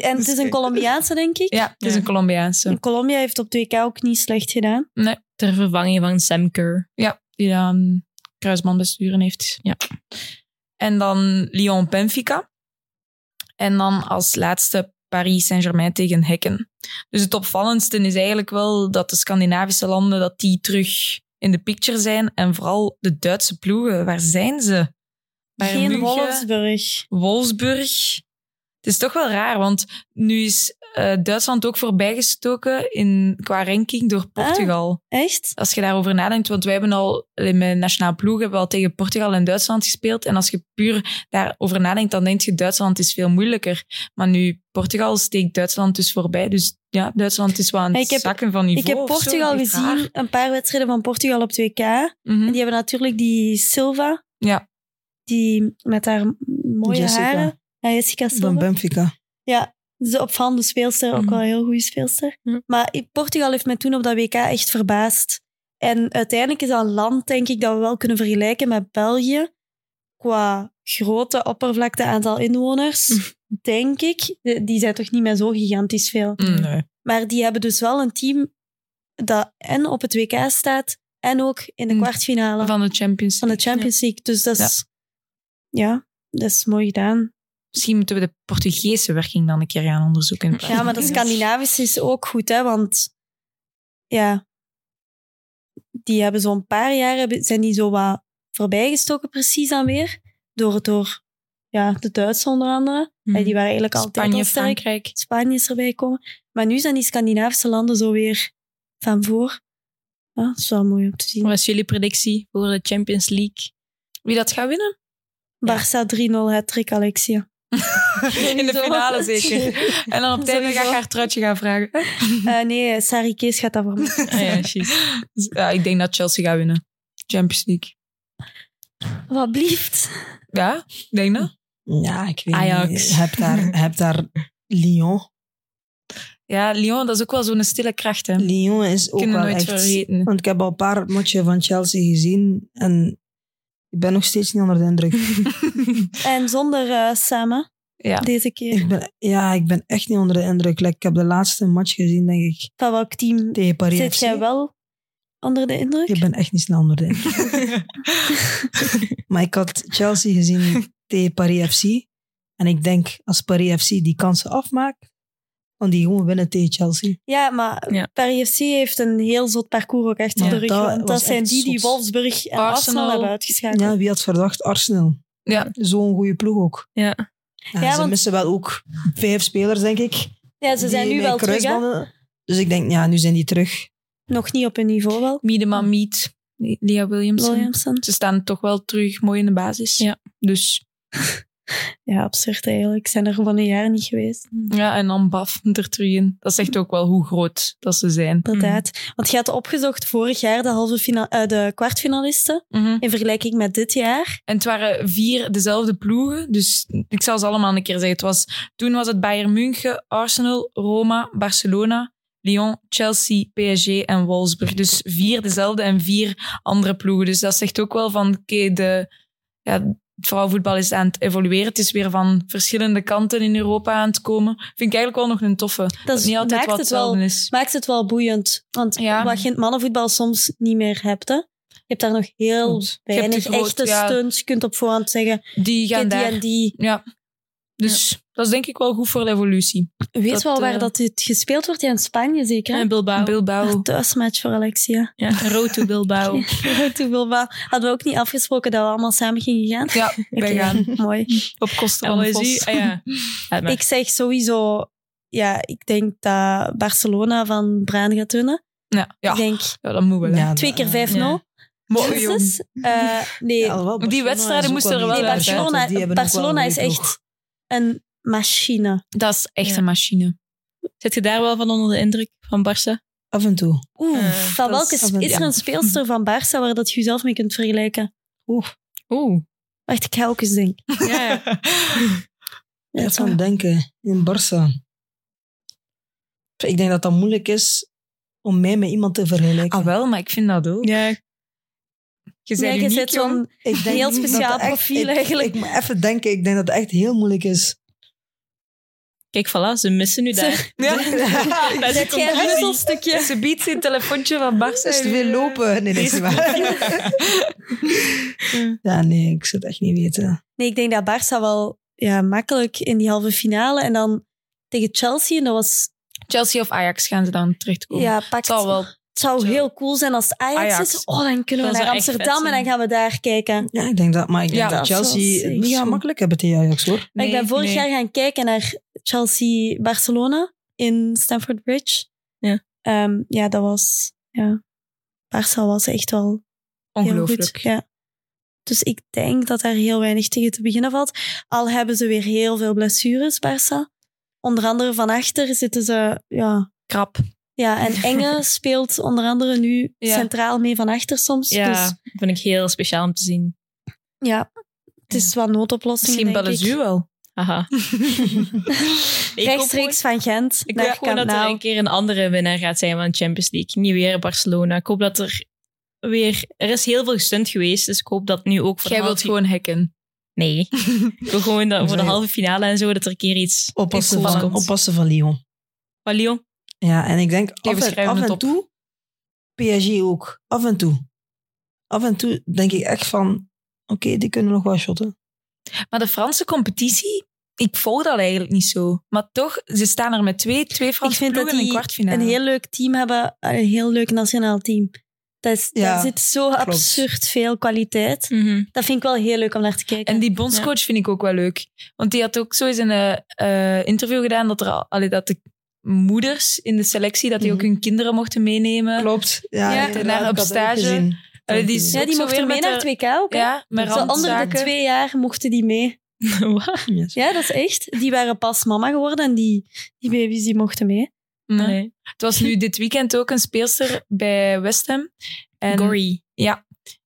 [SPEAKER 1] En het is een Colombiaanse, denk ik.
[SPEAKER 6] ja, het is
[SPEAKER 2] Ja.
[SPEAKER 6] een Colombiaanse.
[SPEAKER 1] En Colombia heeft op 2K ook niet slecht gedaan.
[SPEAKER 2] Ter vervanging van Sam Kerr.
[SPEAKER 6] Die dan kruisband besturen heeft.
[SPEAKER 2] Ja.
[SPEAKER 6] En dan Lyon-Benfica. En dan als laatste Paris Saint-Germain tegen Hekken. Dus het opvallendste is eigenlijk wel dat de Scandinavische landen dat die terug in de picture zijn. En vooral de Duitse ploegen. Waar zijn ze? Bayern
[SPEAKER 1] Geen
[SPEAKER 6] München,
[SPEAKER 1] Wolfsburg.
[SPEAKER 6] Wolfsburg. Het is toch wel raar, want nu is eh, Duitsland ook voorbijgestoken in, qua ranking door Portugal
[SPEAKER 1] Echt?
[SPEAKER 6] als je daarover nadenkt, want wij hebben al in mijn nationale ploeg hebben we al tegen Portugal en Duitsland gespeeld. En als je puur daarover nadenkt, dan denk je Duitsland is veel moeilijker. Maar nu, Portugal steekt Duitsland dus voorbij. Dus ja, Duitsland is wel aan
[SPEAKER 1] Maar
[SPEAKER 6] het
[SPEAKER 1] ik heb-
[SPEAKER 6] zakken van niveau.
[SPEAKER 1] Ik heb
[SPEAKER 6] of zo.
[SPEAKER 1] Portugal
[SPEAKER 6] Echt
[SPEAKER 1] gezien,
[SPEAKER 6] raar.
[SPEAKER 1] een paar wedstrijden van Portugal op 2K.
[SPEAKER 6] Mhm.
[SPEAKER 1] En die hebben natuurlijk die Silva.
[SPEAKER 6] Ja.
[SPEAKER 1] Die met haar m- mooie
[SPEAKER 4] Jessica.
[SPEAKER 1] haren. Ja, Jessica Silva.
[SPEAKER 4] Van Benfica.
[SPEAKER 1] Ja, ze Dus opvallende speelster, ook
[SPEAKER 6] Mhm.
[SPEAKER 1] wel een heel goede speelster.
[SPEAKER 2] Ja.
[SPEAKER 1] Maar i- Portugal heeft mij toen op dat WK echt verbaasd. En uiteindelijk is dat een land, denk ik, dat we wel kunnen vergelijken met België. Qua grote oppervlakte aantal inwoners, denk ik. De- Die zijn toch niet meer zo gigantisch veel.
[SPEAKER 6] Mm, nee.
[SPEAKER 1] Maar die hebben dus wel een team dat en op het WK staat en ook in de
[SPEAKER 6] Mm.
[SPEAKER 1] kwartfinale van,
[SPEAKER 6] Van de Champions
[SPEAKER 1] de
[SPEAKER 6] League.
[SPEAKER 1] Champions League. Dus dat is, ja. dat is mooi gedaan.
[SPEAKER 6] Misschien moeten we de Portugese werking dan een keer gaan onderzoeken.
[SPEAKER 1] Ja, maar dat Scandinavisch is ook goed, hè, want ja, die hebben zo'n paar jaar, hebben- zijn die zo wat voorbijgestoken precies dan weer, door, door ja, de Duitsers onder andere. Ja,
[SPEAKER 2] Hm.
[SPEAKER 1] Die waren eigenlijk altijd
[SPEAKER 6] Mhm. Spanje,
[SPEAKER 1] al sterk.
[SPEAKER 6] Frankrijk.
[SPEAKER 1] Spanje is erbij komen. Maar nu zijn die Scandinavische landen zo weer van voor. Ja, dat is wel mooi om te zien.
[SPEAKER 2] Wat is jullie predictie voor de Champions League?
[SPEAKER 6] Wie dat gaat winnen?
[SPEAKER 1] Barça 3-0, hat-trick Alexia.
[SPEAKER 6] In de
[SPEAKER 1] Sowieso.
[SPEAKER 6] finale zeker. En dan op tijd ga ik
[SPEAKER 1] Sowieso.
[SPEAKER 6] haar truitje gaan vragen.
[SPEAKER 1] Eh, nee, Sari Kees gaat dat voor mij.
[SPEAKER 2] Ah, ja, juist.
[SPEAKER 6] Dus, Ja, ik denk dat Chelsea gaat winnen. Champions League.
[SPEAKER 1] Wat blieft.
[SPEAKER 6] Ja, ik denk dat.
[SPEAKER 4] Ja, ik weet
[SPEAKER 2] Ajax.
[SPEAKER 4] niet. Je hebt daar, heb daar Lyon.
[SPEAKER 6] Ja, Lyon, dat is ook wel zo'n stille kracht, hè.
[SPEAKER 4] Lyon is ook
[SPEAKER 6] Kunnen
[SPEAKER 4] wel
[SPEAKER 6] nooit
[SPEAKER 4] echt...
[SPEAKER 6] vergeten.
[SPEAKER 4] Want ik heb al een paar matchen van Chelsea gezien en ik ben nog steeds niet onder de indruk.
[SPEAKER 1] En zonder eh, Sama
[SPEAKER 6] Ja.
[SPEAKER 1] deze keer.
[SPEAKER 4] ik ben, ja, ik ben echt niet onder de indruk. Like, ik heb de laatste match gezien, denk ik,
[SPEAKER 1] Van welk team
[SPEAKER 4] tegen Paris
[SPEAKER 1] zit
[SPEAKER 4] FC.
[SPEAKER 1] jij wel onder de indruk?
[SPEAKER 4] Ik ben echt niet snel onder de indruk. maar ik had Chelsea gezien tegen Paris FC en ik denk, als Paris FC die kansen afmaakt, dan die gewoon winnen tegen Chelsea.
[SPEAKER 1] Ja, maar
[SPEAKER 2] Ja.
[SPEAKER 1] Paris FC heeft een heel zot parcours ook echt
[SPEAKER 4] Ja,
[SPEAKER 1] op de rug.
[SPEAKER 4] dat
[SPEAKER 1] want dat
[SPEAKER 4] was
[SPEAKER 1] zijn
[SPEAKER 4] echt
[SPEAKER 1] die die
[SPEAKER 4] zot.
[SPEAKER 1] Wolfsburg en
[SPEAKER 6] Arsenal.
[SPEAKER 1] Arsenal, hebben uitgeschakeld.
[SPEAKER 4] Ja, wie had verdacht? Arsenal.
[SPEAKER 6] Ja.
[SPEAKER 4] Zo'n goede ploeg ook.
[SPEAKER 2] Ja.
[SPEAKER 4] Ja,
[SPEAKER 1] Ja,
[SPEAKER 4] ze
[SPEAKER 1] want-
[SPEAKER 4] missen wel ook vijf spelers, denk ik.
[SPEAKER 1] Ja, ze
[SPEAKER 4] die
[SPEAKER 1] zijn nu
[SPEAKER 4] met
[SPEAKER 1] wel terug, hè?
[SPEAKER 4] kruisbanden. Dus ik denk, ja, nu zijn die terug.
[SPEAKER 1] Nog niet op hun niveau wel.
[SPEAKER 6] Miedema, Meet, Lia Williamson.
[SPEAKER 1] Williamson.
[SPEAKER 6] Ze staan toch wel terug mooi in de basis.
[SPEAKER 2] Ja.
[SPEAKER 6] Dus
[SPEAKER 1] Ja, absurd eigenlijk. Zijn er gewoon een jaar niet geweest.
[SPEAKER 6] ja, en dan Baf er terug in. Dat zegt ook wel hoe groot dat ze zijn.
[SPEAKER 1] Inderdaad. Want je had opgezocht vorig jaar de, halve fina- eh, de kwartfinalisten in vergelijking met dit jaar.
[SPEAKER 6] En het waren vier dezelfde ploegen. Dus ik zal ze allemaal een keer zeggen. Het was, toen was het Bayern München, Arsenal, Roma, Barcelona, Lyon, Chelsea, PSG en Wolfsburg. Dus vier dezelfde en vier andere ploegen. Dus dat zegt ook wel van, oké, de ja, het vrouwenvoetbal is aan het evolueren. Het is weer van verschillende kanten in Europa aan het komen. Vind ik eigenlijk wel nog een toffe. Dat,
[SPEAKER 1] Dat
[SPEAKER 6] het
[SPEAKER 1] is-
[SPEAKER 6] niet altijd
[SPEAKER 1] maakt
[SPEAKER 6] wat
[SPEAKER 1] het wel
[SPEAKER 6] hetzelfde is.
[SPEAKER 1] maakt het wel boeiend. Want
[SPEAKER 6] Ja.
[SPEAKER 1] wat je in het mannenvoetbal soms niet meer hebt, hè? je hebt daar nog heel
[SPEAKER 6] Klopt. Je hebt
[SPEAKER 1] weinig
[SPEAKER 6] die groot-
[SPEAKER 1] echte
[SPEAKER 6] ja.
[SPEAKER 1] stunts. Je kunt op voorhand zeggen,
[SPEAKER 6] Die
[SPEAKER 1] "Kijk,
[SPEAKER 6] gaan
[SPEAKER 1] die
[SPEAKER 6] daar.
[SPEAKER 1] en die.
[SPEAKER 6] Ja. Dus dat is denk ik wel goed voor de evolutie.
[SPEAKER 1] Weet
[SPEAKER 6] Dat,
[SPEAKER 1] wel waar
[SPEAKER 6] eh,
[SPEAKER 1] dat dit gespeeld wordt? Ja, in Spanje zeker. hè?
[SPEAKER 2] En Bilbao.
[SPEAKER 6] Bilbao.
[SPEAKER 1] Een thuismatch voor Alexia.
[SPEAKER 2] ja, een road to Bilbao.
[SPEAKER 1] Toen wel wat- Hadden we ook niet afgesproken dat we allemaal samen gingen gaan?
[SPEAKER 6] Ja, wij
[SPEAKER 1] Oké,
[SPEAKER 6] gaan
[SPEAKER 1] Mooi.
[SPEAKER 6] op kosten
[SPEAKER 2] En
[SPEAKER 6] van
[SPEAKER 2] wat
[SPEAKER 6] de
[SPEAKER 2] is
[SPEAKER 6] Vos.
[SPEAKER 2] die? Ah, ja. Laat maar.
[SPEAKER 1] Ik zeg sowieso, ja, ik denk dat Barcelona van Braan gaat winnen.
[SPEAKER 6] Ja, ja.
[SPEAKER 1] Ik denk
[SPEAKER 6] ja Dus dat moet wel. hè.
[SPEAKER 4] Ja,
[SPEAKER 1] twee
[SPEAKER 4] dat-
[SPEAKER 1] keer 5-0.
[SPEAKER 6] Mooi, jong.
[SPEAKER 1] Minstens. Eh, nee,
[SPEAKER 4] Ja, alhoewel,
[SPEAKER 6] Die
[SPEAKER 4] Barcelona
[SPEAKER 6] wedstrijden
[SPEAKER 4] is ook
[SPEAKER 6] moesten er
[SPEAKER 4] niet
[SPEAKER 6] wel
[SPEAKER 1] nee,
[SPEAKER 6] uit, hè.
[SPEAKER 4] slecht, want die hebben ook
[SPEAKER 1] Barcelona,
[SPEAKER 4] wel
[SPEAKER 1] Barcelona
[SPEAKER 4] een
[SPEAKER 1] is
[SPEAKER 4] goede
[SPEAKER 1] echt een machine.
[SPEAKER 6] Dat is echt
[SPEAKER 2] Ja.
[SPEAKER 6] een machine.
[SPEAKER 2] Zit je daar wel van onder de indruk van Barça?
[SPEAKER 4] ploeg. Af en toe.
[SPEAKER 1] Oeh,
[SPEAKER 2] Eh,
[SPEAKER 1] van
[SPEAKER 6] dat is
[SPEAKER 1] welke
[SPEAKER 4] af en
[SPEAKER 1] is er
[SPEAKER 4] toe.
[SPEAKER 1] een speelster van Barça waar dat je jezelf mee kunt vergelijken?
[SPEAKER 4] Oeh,
[SPEAKER 2] Oeh.
[SPEAKER 1] Wacht, ik ga ook eens denken.
[SPEAKER 2] Ja, ja.
[SPEAKER 4] ja,
[SPEAKER 1] Ja,
[SPEAKER 4] ik kan denken. In Barça. Ik denk dat dat moeilijk is om mij met iemand te vergelijken.
[SPEAKER 6] Ah wel, maar ik vind dat ook.
[SPEAKER 2] ja.
[SPEAKER 6] Je
[SPEAKER 1] ja,
[SPEAKER 6] bent
[SPEAKER 1] je
[SPEAKER 6] uniek,
[SPEAKER 1] zet
[SPEAKER 6] jong.
[SPEAKER 1] zo'n
[SPEAKER 4] Ik denk
[SPEAKER 1] heel
[SPEAKER 4] niet dat
[SPEAKER 1] speciaal
[SPEAKER 4] dat echt-
[SPEAKER 1] profiel
[SPEAKER 4] ik-
[SPEAKER 1] eigenlijk.
[SPEAKER 4] Ik moet even denken, ik denk dat het echt heel moeilijk is.
[SPEAKER 2] Kijk, voilà, ze missen nu daar.
[SPEAKER 6] Ja.
[SPEAKER 2] Dat is
[SPEAKER 1] Zet jij een
[SPEAKER 6] Ja. Ze biedt zijn telefoontje van Barca.
[SPEAKER 4] Ze wil lopen. Nee, dat is niet waar. Ja, nee, ik zou het echt niet weten.
[SPEAKER 1] Nee, ik denk dat Barça wel ja, makkelijk in die halve finale en dan tegen Chelsea. En dat was,
[SPEAKER 6] Chelsea of Ajax gaan ze dan terechtkomen.
[SPEAKER 1] ja, pak
[SPEAKER 6] Het zal wel.
[SPEAKER 1] Het zou
[SPEAKER 6] Zo.
[SPEAKER 1] heel cool zijn als het Ajax,
[SPEAKER 6] Ajax.
[SPEAKER 1] is. Oh, dan kunnen we
[SPEAKER 2] Dat zou
[SPEAKER 1] naar
[SPEAKER 2] echt vet
[SPEAKER 1] Amsterdam en
[SPEAKER 2] zijn.
[SPEAKER 1] dan gaan we daar kijken.
[SPEAKER 4] Ja, ik denk dat. Maar ik denk
[SPEAKER 6] Ja,
[SPEAKER 4] dat
[SPEAKER 1] dat zou
[SPEAKER 4] Chelsea het
[SPEAKER 1] zeker
[SPEAKER 4] niet
[SPEAKER 1] zo.
[SPEAKER 4] gaan makkelijk hebben tegen Ajax, hoor.
[SPEAKER 1] Maar ik ben vorig jaar gaan kijken naar Chelsea-Barcelona in Stamford Bridge.
[SPEAKER 2] Ja.
[SPEAKER 1] Ehm, ja, dat was... Ja, Barca was echt wel heel goed.
[SPEAKER 6] Ongelooflijk.
[SPEAKER 1] Ja. Dus ik denk dat daar heel weinig tegen te beginnen valt. Al hebben ze weer heel veel blessures, Barça. Onder andere van achter zitten ze... Ja,
[SPEAKER 6] Krap.
[SPEAKER 1] ja en Enge speelt onder andere nu
[SPEAKER 6] Ja.
[SPEAKER 1] centraal mee van achter soms.
[SPEAKER 2] Ja,
[SPEAKER 1] Dus
[SPEAKER 2] vind ik heel speciaal om te zien.
[SPEAKER 1] ja, het is wat noodoplossing,
[SPEAKER 6] Misschien
[SPEAKER 1] denk
[SPEAKER 6] bellen
[SPEAKER 1] ik.
[SPEAKER 6] ze u wel.
[SPEAKER 2] Haha. Ik hoop gewoon-
[SPEAKER 1] Rechtstreeks van Gent
[SPEAKER 2] Ik hoop
[SPEAKER 1] naar
[SPEAKER 2] gewoon
[SPEAKER 1] Camp
[SPEAKER 2] dat er
[SPEAKER 1] Nou.
[SPEAKER 2] een keer een andere winnaar gaat zijn van de Champions League. Niet weer Barcelona. Ik hoop dat er weer... Er is heel veel gestunt geweest, dus ik hoop dat nu ook voor
[SPEAKER 6] Jij
[SPEAKER 2] de
[SPEAKER 6] wilt
[SPEAKER 2] halve...
[SPEAKER 6] gewoon hacken.
[SPEAKER 2] Nee. Ik wil gewoon dat voor de
[SPEAKER 4] Nee.
[SPEAKER 2] halve finale en zo, dat er een keer iets...
[SPEAKER 4] Oppassen
[SPEAKER 2] goals
[SPEAKER 4] van,
[SPEAKER 2] komt.
[SPEAKER 4] oppassen van Lyon.
[SPEAKER 2] Van Lyon?
[SPEAKER 4] Ja, en ik denk
[SPEAKER 6] we
[SPEAKER 4] af en,
[SPEAKER 6] schrijven
[SPEAKER 4] af
[SPEAKER 6] het
[SPEAKER 4] en
[SPEAKER 6] op.
[SPEAKER 4] toe, PSG ook, af en toe. Af en toe denk ik echt van, oké, die kunnen nog wel shotten.
[SPEAKER 6] Maar de Franse competitie, ik volg dat eigenlijk niet zo. Maar toch, ze staan er met twee, twee Franse
[SPEAKER 1] Ik vind dat
[SPEAKER 6] ploegen in de
[SPEAKER 1] die
[SPEAKER 6] kwartfinale.
[SPEAKER 1] Een heel leuk team hebben, een heel leuk nationaal team. Dat is,
[SPEAKER 4] Ja,
[SPEAKER 1] daar zit zo absurd veel kwaliteit. Dat vind ik wel heel leuk om naar te kijken.
[SPEAKER 6] En die bondscoach vind ik ook wel leuk. Want die had ook zo eens een eh, eh, interview gedaan dat, er, al- allee, dat de moeders in de selectie dat die ook
[SPEAKER 4] Mhm.
[SPEAKER 6] hun kinderen mochten meenemen.
[SPEAKER 4] Klopt. Ja,
[SPEAKER 6] Ja,
[SPEAKER 4] inderdaad,
[SPEAKER 6] daarna op
[SPEAKER 4] ik had dat ook
[SPEAKER 6] stage.
[SPEAKER 4] gezien.
[SPEAKER 6] Allee, die
[SPEAKER 4] Ja,
[SPEAKER 6] is
[SPEAKER 1] ja,
[SPEAKER 6] ook
[SPEAKER 1] die
[SPEAKER 6] zo weer
[SPEAKER 1] mochten mee
[SPEAKER 6] met
[SPEAKER 1] naar
[SPEAKER 6] de-
[SPEAKER 1] het WK ook. hè?
[SPEAKER 6] Ja, met
[SPEAKER 1] Zo onder de
[SPEAKER 6] randzaken.
[SPEAKER 1] twee jaar mochten die mee.
[SPEAKER 2] Wat?
[SPEAKER 4] Yes.
[SPEAKER 1] Ja, dat is echt. Die waren pas mama geworden en die, die baby's die mochten mee.
[SPEAKER 6] Ja.
[SPEAKER 2] Nee.
[SPEAKER 6] Het was nu dit weekend ook een speelster bij West Ham. En,
[SPEAKER 2] Gory.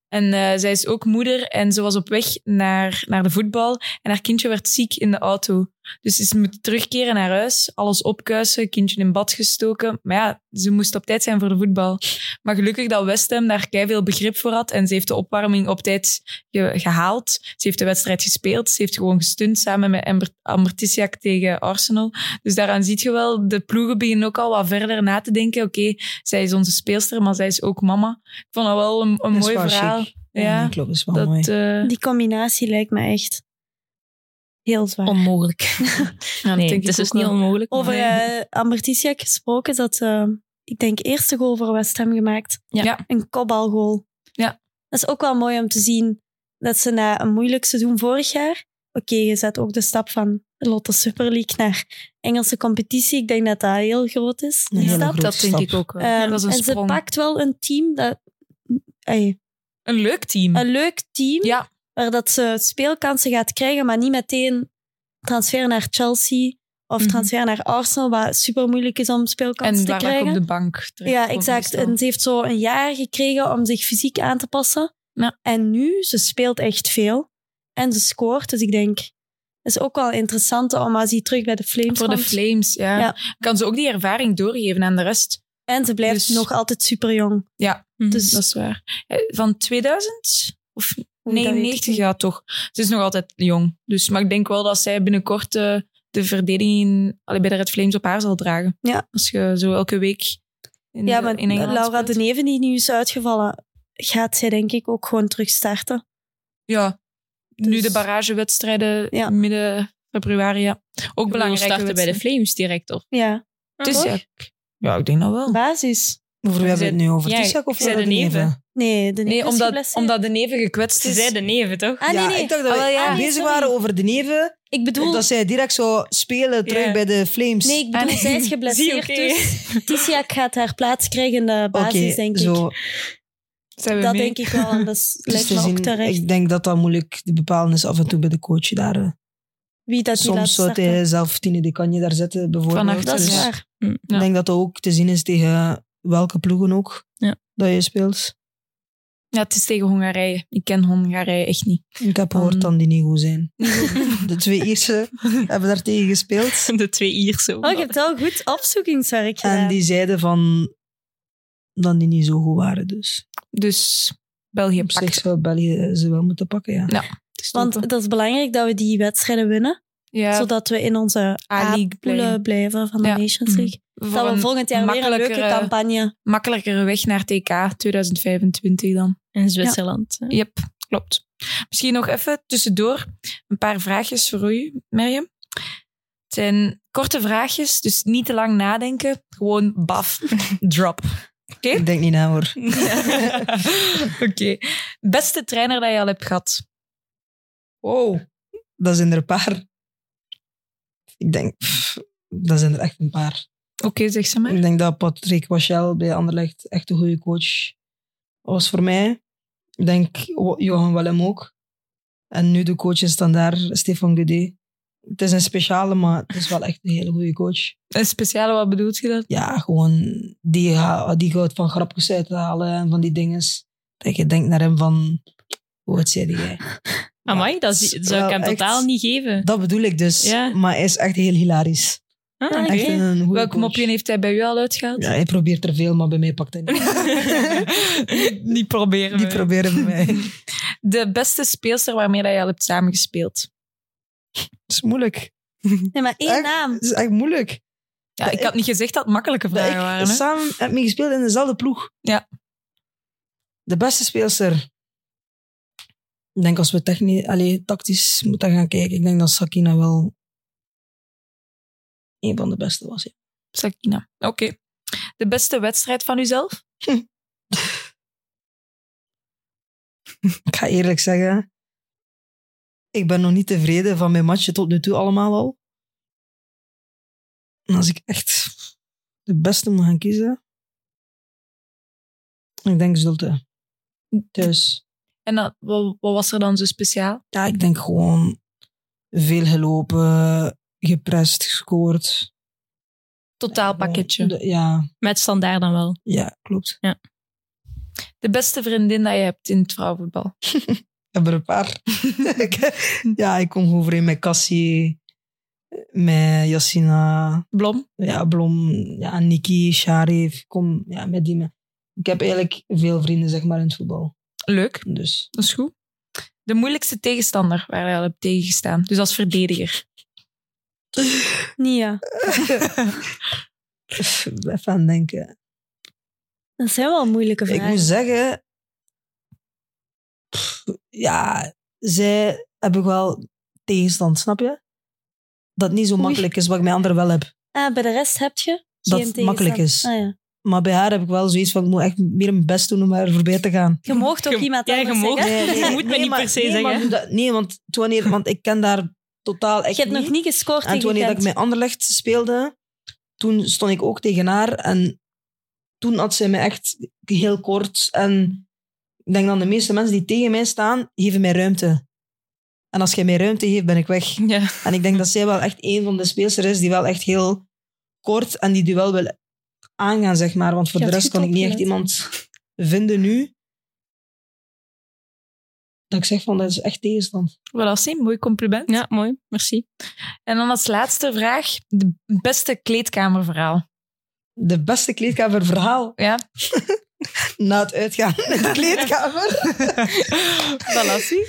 [SPEAKER 6] En eh, zij is ook moeder en ze was op weg naar, naar de voetbal. En haar kindje werd ziek in de auto. Dus ze moet terugkeren naar huis, alles opkuisen, kindje in bad gestoken. Maar ja, ze moest op tijd zijn voor de voetbal. Maar gelukkig dat West Ham daar veel begrip voor had. En ze heeft de opwarming op tijd ge- gehaald. Ze heeft de wedstrijd gespeeld. Ze heeft gewoon gestund samen met Amber, Amber Tissiak tegen Arsenal. Dus daaraan ziet je wel, de ploegen beginnen ook al wat verder na te denken. Oké, zij is onze speelster, maar zij is ook mama. Ik vond dat wel een, een
[SPEAKER 4] Dat is
[SPEAKER 6] mooi
[SPEAKER 4] wel
[SPEAKER 6] verhaal.
[SPEAKER 4] chic. Ja,
[SPEAKER 6] Ja,
[SPEAKER 4] nee, klopt, dat is wel mooi.
[SPEAKER 6] Dat, eh,
[SPEAKER 1] Die combinatie lijkt me echt. Heel zwaar.
[SPEAKER 2] Onmogelijk.
[SPEAKER 6] dat
[SPEAKER 2] nee,
[SPEAKER 6] denk
[SPEAKER 2] het is
[SPEAKER 6] ik
[SPEAKER 2] dus
[SPEAKER 6] ook
[SPEAKER 2] niet
[SPEAKER 6] wel.
[SPEAKER 2] onmogelijk. maar-
[SPEAKER 1] Over eh Ambertisiak gesproken, dat eh, ik denk eerste goal voor West Ham gemaakt.
[SPEAKER 2] Ja.
[SPEAKER 6] Ja.
[SPEAKER 1] Een kopbalgoal.
[SPEAKER 6] Ja.
[SPEAKER 1] Dat is ook wel mooi om te zien dat ze na een moeilijk seizoen vorig jaar. Oké, je zet ook de stap van Lotte Super League naar Engelse competitie. Ik denk dat dat heel groot is.
[SPEAKER 4] Een
[SPEAKER 1] Die
[SPEAKER 4] hele
[SPEAKER 1] stap.
[SPEAKER 4] grote
[SPEAKER 6] Dat denk
[SPEAKER 4] stap.
[SPEAKER 6] ik ook wel.
[SPEAKER 1] Ehm,
[SPEAKER 6] Ja, dat is een
[SPEAKER 1] en ze
[SPEAKER 6] sprong.
[SPEAKER 1] pakt wel een team dat. Ey,
[SPEAKER 6] Een leuk team.
[SPEAKER 1] een leuk team
[SPEAKER 6] Ja.
[SPEAKER 1] waar dat ze speelkansen gaat krijgen, maar niet meteen transfer naar Chelsea of
[SPEAKER 6] Mhm.
[SPEAKER 1] transfer naar Arsenal, waar super moeilijk is om speelkansen
[SPEAKER 6] En
[SPEAKER 1] te
[SPEAKER 6] waar ik op
[SPEAKER 1] krijgen.
[SPEAKER 6] de bank dus terecht
[SPEAKER 1] Ja,
[SPEAKER 6] kom,
[SPEAKER 1] exact.
[SPEAKER 6] meestal.
[SPEAKER 1] En ze heeft zo een jaar gekregen om zich fysiek aan te passen.
[SPEAKER 6] Ja.
[SPEAKER 1] En nu, ze speelt echt veel. En ze scoort, dus ik denk... Het is ook wel interessant om als hij terug bij de Flames
[SPEAKER 6] Voor de
[SPEAKER 1] komt.
[SPEAKER 6] Flames, ja.
[SPEAKER 1] Ja.
[SPEAKER 6] Kan ze ook die ervaring doorgeven aan de rest.
[SPEAKER 1] En ze blijft
[SPEAKER 6] Dus-
[SPEAKER 1] nog altijd super jong.
[SPEAKER 2] Mhm.
[SPEAKER 1] Dus
[SPEAKER 6] Dat is waar. Eh, Van 2000? Of
[SPEAKER 1] hoe dat weet ik
[SPEAKER 6] 99?
[SPEAKER 1] niet.
[SPEAKER 6] Ja, toch. Ze is nog altijd jong. Dus, maar ik denk wel dat zij binnenkort eh, de verdediging in- allee, bij de Red Flames op haar zal dragen.
[SPEAKER 1] Ja.
[SPEAKER 6] Als je zo elke week in,
[SPEAKER 1] Ja,
[SPEAKER 6] de-
[SPEAKER 1] maar
[SPEAKER 6] in Engeland
[SPEAKER 1] Laura de
[SPEAKER 6] speelt.
[SPEAKER 1] Neven, die nu is uitgevallen, gaat zij denk ik ook gewoon terug starten.
[SPEAKER 6] Ja. Nu
[SPEAKER 1] Dus-
[SPEAKER 6] de barragewedstrijden
[SPEAKER 1] Ja.
[SPEAKER 6] midden februari, ja. Ook
[SPEAKER 2] Ik bedoel,
[SPEAKER 6] belangrijk.
[SPEAKER 2] starten bij de Flames direct, toch?
[SPEAKER 1] Ja,
[SPEAKER 6] Dus ja, ik- ja, ik denk dat wel.
[SPEAKER 1] basis.
[SPEAKER 4] Over wie hebben we het nu over?
[SPEAKER 2] Ja,
[SPEAKER 4] Tisak of
[SPEAKER 2] ik zei
[SPEAKER 4] over
[SPEAKER 2] de neven.
[SPEAKER 1] Nee, de Neven
[SPEAKER 6] Nee,
[SPEAKER 1] is
[SPEAKER 6] omdat,
[SPEAKER 1] geblesseerd.
[SPEAKER 6] omdat de neven gekwetst
[SPEAKER 2] Ze
[SPEAKER 6] is.
[SPEAKER 2] zeiden neven, toch?
[SPEAKER 1] Ah, nee,
[SPEAKER 4] ja,
[SPEAKER 1] nee.
[SPEAKER 4] ik dacht dat we
[SPEAKER 6] Ah, wel, ja.
[SPEAKER 1] Ah, nee,
[SPEAKER 4] bezig
[SPEAKER 1] sorry.
[SPEAKER 4] waren over de neven.
[SPEAKER 1] Ik bedoel...
[SPEAKER 4] Dat zij direct zo spelen terug
[SPEAKER 2] Ja.
[SPEAKER 4] bij de Flames.
[SPEAKER 1] Nee, ik bedoel,
[SPEAKER 6] Ah, nee.
[SPEAKER 1] zij is geblesseerd,
[SPEAKER 2] Zie, oké.
[SPEAKER 1] dus Tiziak gaat haar plaats krijgen in de
[SPEAKER 4] Oké,
[SPEAKER 1] basis, denk ik.
[SPEAKER 4] zo.
[SPEAKER 6] Zijn we
[SPEAKER 1] Dat
[SPEAKER 6] mee?
[SPEAKER 1] denk ik wel, en dat is,
[SPEAKER 4] Het is
[SPEAKER 1] lijkt
[SPEAKER 4] te
[SPEAKER 1] me
[SPEAKER 4] Dus zien.
[SPEAKER 1] ook terecht.
[SPEAKER 4] Ik denk dat dat moeilijk te bepalen is af en toe bij de coach daar. eh.
[SPEAKER 1] Wie dat die laat
[SPEAKER 4] Soms eh, zou
[SPEAKER 1] starten.
[SPEAKER 4] hij zelf Tine de Kanje daar zetten, bijvoorbeeld.
[SPEAKER 6] Van achter,
[SPEAKER 1] Dat is
[SPEAKER 4] Dus
[SPEAKER 1] waar.
[SPEAKER 4] Ik denk dat dat ook te zien is tegen welke ploegen ook
[SPEAKER 2] Ja.
[SPEAKER 4] dat je speelt.
[SPEAKER 6] Ja, het is tegen Hongarije. Ik ken Hongarije echt niet.
[SPEAKER 4] Ik heb gehoord dat die niet goed zijn. De twee eerste hebben daar tegen gespeeld.
[SPEAKER 2] De twee Ierse.
[SPEAKER 1] Oh, je hebt wel goed opzoekingswerk
[SPEAKER 4] En
[SPEAKER 1] gedaan.
[SPEAKER 4] die zeiden van dat die niet zo goed waren. Dus
[SPEAKER 6] Dus België
[SPEAKER 4] op zich
[SPEAKER 6] pakt.
[SPEAKER 4] zou België ze wel moeten pakken, ja.
[SPEAKER 1] Want dat is belangrijk dat we die wedstrijden winnen,
[SPEAKER 6] ja,
[SPEAKER 1] zodat we in onze
[SPEAKER 6] A-league
[SPEAKER 1] poelen
[SPEAKER 6] blijven.
[SPEAKER 1] blijven van de
[SPEAKER 6] Ja. Mm-hmm.
[SPEAKER 1] Nations League.
[SPEAKER 6] voor
[SPEAKER 1] Dat we
[SPEAKER 6] een
[SPEAKER 1] volgend jaar weer een leuke
[SPEAKER 6] makkelijkere-
[SPEAKER 1] campagne...
[SPEAKER 6] makkelijkere weg naar TK 2025 dan.
[SPEAKER 2] In Zwitserland. hè.
[SPEAKER 6] Yep, klopt. Misschien nog even tussendoor een paar vraagjes voor u, Mirjam. Het zijn korte vraagjes, dus niet te lang nadenken. Gewoon baf, drop.
[SPEAKER 4] Ik denk niet na, hoor.
[SPEAKER 6] Oké. Beste trainer dat je al hebt gehad?
[SPEAKER 4] Wow. Dat zijn er een paar. Ik denk, pff, dat zijn er echt een paar.
[SPEAKER 6] Oké, zeg ze maar.
[SPEAKER 4] Ik denk dat Patrick Wachel bij Anderlecht echt een goede coach was voor mij. Ik denk Wo- Johan Willem ook. En nu de coach is dan daar, Stefan Gudet. Het is een speciale, maar het is wel echt een hele goede coach.
[SPEAKER 6] Een speciale, wat bedoelt je dat?
[SPEAKER 4] Ja, gewoon die, ha- die gaat van grapjes uithalen en van die dingen. Dat je denkt naar hem van, hoe het zei die jij?
[SPEAKER 2] Amai, dat
[SPEAKER 4] het
[SPEAKER 2] zie-
[SPEAKER 4] is
[SPEAKER 2] zou ik
[SPEAKER 4] wel
[SPEAKER 2] hem
[SPEAKER 4] echt-
[SPEAKER 2] totaal niet geven.
[SPEAKER 4] Dat bedoel ik dus.
[SPEAKER 2] Ja.
[SPEAKER 4] Maar hij is echt heel hilarisch.
[SPEAKER 2] Ah,
[SPEAKER 1] Ja,
[SPEAKER 2] oké.
[SPEAKER 4] Echt een goede
[SPEAKER 6] Welk
[SPEAKER 4] coach.
[SPEAKER 6] mopje heeft hij bij u al uitgehaald?
[SPEAKER 4] Ja, hij probeert er veel, maar bij mij pakt hij niet.
[SPEAKER 6] niet, niet proberen.
[SPEAKER 4] Die
[SPEAKER 6] we.
[SPEAKER 4] proberen bij mij. Dat
[SPEAKER 6] De beste speelster waarmee dat je al hebt samengespeeld.
[SPEAKER 4] is moeilijk.
[SPEAKER 1] Nee, maar één
[SPEAKER 4] Echt?
[SPEAKER 1] naam.
[SPEAKER 4] Het is echt moeilijk.
[SPEAKER 6] Ja,
[SPEAKER 4] Dat
[SPEAKER 6] ik
[SPEAKER 4] ik-
[SPEAKER 6] had niet gezegd dat het makkelijke
[SPEAKER 4] Dat
[SPEAKER 6] vragen
[SPEAKER 4] ik
[SPEAKER 6] waren. hè?
[SPEAKER 4] samen heb mee gespeeld in dezelfde ploeg.
[SPEAKER 6] Ja.
[SPEAKER 4] De beste speelster. Ik denk als we technisch, allee, tactisch moeten gaan kijken, ik denk dat Sakina wel een van de beste was. Ja.
[SPEAKER 6] Sakina. Oké. De beste wedstrijd van uzelf?
[SPEAKER 4] Ik ga eerlijk zeggen, ik ben nog niet tevreden van mijn matchen tot nu toe allemaal al. En als ik echt de beste moet gaan kiezen, ik denk Zulte. Thuis.
[SPEAKER 6] En dat, wat, wat was er dan zo speciaal?
[SPEAKER 4] Ja, ik denk gewoon veel gelopen, geprest, gescoord.
[SPEAKER 6] Totaalpakketje.
[SPEAKER 4] De- Ja,
[SPEAKER 2] Met standaard dan wel.
[SPEAKER 4] ja, klopt.
[SPEAKER 6] De beste vriendin dat je hebt in het vrouwenvoetbal.
[SPEAKER 4] Ik heb er een paar. Ik- ja, ik kom gewoon in met Cassie, met Yassina,
[SPEAKER 6] Blom?
[SPEAKER 4] ja, Blom, ja, Nikki, Sharif. Ik kom ja, met die. me- Ik heb eigenlijk veel vrienden zeg maar, in het voetbal.
[SPEAKER 6] Leuk.
[SPEAKER 4] Dus
[SPEAKER 6] Dat is goed. De moeilijkste tegenstander waar je al hebt tegengestaan. Dus als verdediger.
[SPEAKER 1] Nia.
[SPEAKER 4] even aan denken.
[SPEAKER 1] Dat zijn wel moeilijke
[SPEAKER 4] Ik
[SPEAKER 1] vragen.
[SPEAKER 4] moet zeggen, pff, ja, zij heb ik wel tegenstand, snap je? Dat niet zo
[SPEAKER 1] Oei.
[SPEAKER 4] makkelijk is wat ik met anderen wel heb.
[SPEAKER 1] Ah, bij de rest heb je geen
[SPEAKER 4] Dat
[SPEAKER 1] tegenstand.
[SPEAKER 4] makkelijk is.
[SPEAKER 1] Ah, ja.
[SPEAKER 4] Maar bij haar heb ik wel zoiets van, ik moet echt meer mijn best doen om haar voorbij te gaan.
[SPEAKER 1] Je moogt ook
[SPEAKER 2] Je-
[SPEAKER 1] iemand
[SPEAKER 2] ja, je
[SPEAKER 1] anders
[SPEAKER 2] moogt-
[SPEAKER 1] zeggen.
[SPEAKER 2] Nee, nee. Je moet me niet
[SPEAKER 4] maar-
[SPEAKER 2] per se
[SPEAKER 4] nee, maar
[SPEAKER 2] zeggen.
[SPEAKER 4] doe dat- nee, want, toen wanneer, want ik ken daar totaal echt
[SPEAKER 1] Je hebt nog niet gescoord
[SPEAKER 4] En toen
[SPEAKER 1] tegen
[SPEAKER 4] wanneer dat ik
[SPEAKER 1] Gent.
[SPEAKER 4] met Anderlecht speelde, toen stond ik ook tegen haar. En toen had ze me echt heel kort. En ik denk dan de meeste mensen die tegen mij staan, geven mij ruimte. En als jij mij ruimte geeft, ben ik weg.
[SPEAKER 2] Ja.
[SPEAKER 4] En ik denk dat zij wel echt een van de speelsters is die wel echt heel kort en die duel wil aangaan, zeg maar. Want voor
[SPEAKER 1] Je
[SPEAKER 4] de
[SPEAKER 1] had
[SPEAKER 4] rest
[SPEAKER 1] goed
[SPEAKER 4] kon ik niet echt
[SPEAKER 1] opgelet.
[SPEAKER 4] iemand vinden nu. Dat ik zeg van, dat is echt tegenstand.
[SPEAKER 6] Voilà, zie, mooi compliment.
[SPEAKER 2] ja, mooi. Merci.
[SPEAKER 6] En dan als laatste vraag, de beste kleedkamerverhaal.
[SPEAKER 4] De beste kleedkamerverhaal
[SPEAKER 6] Ja,
[SPEAKER 4] na het uitgaan in de kleedkamer.
[SPEAKER 6] voilà, zie.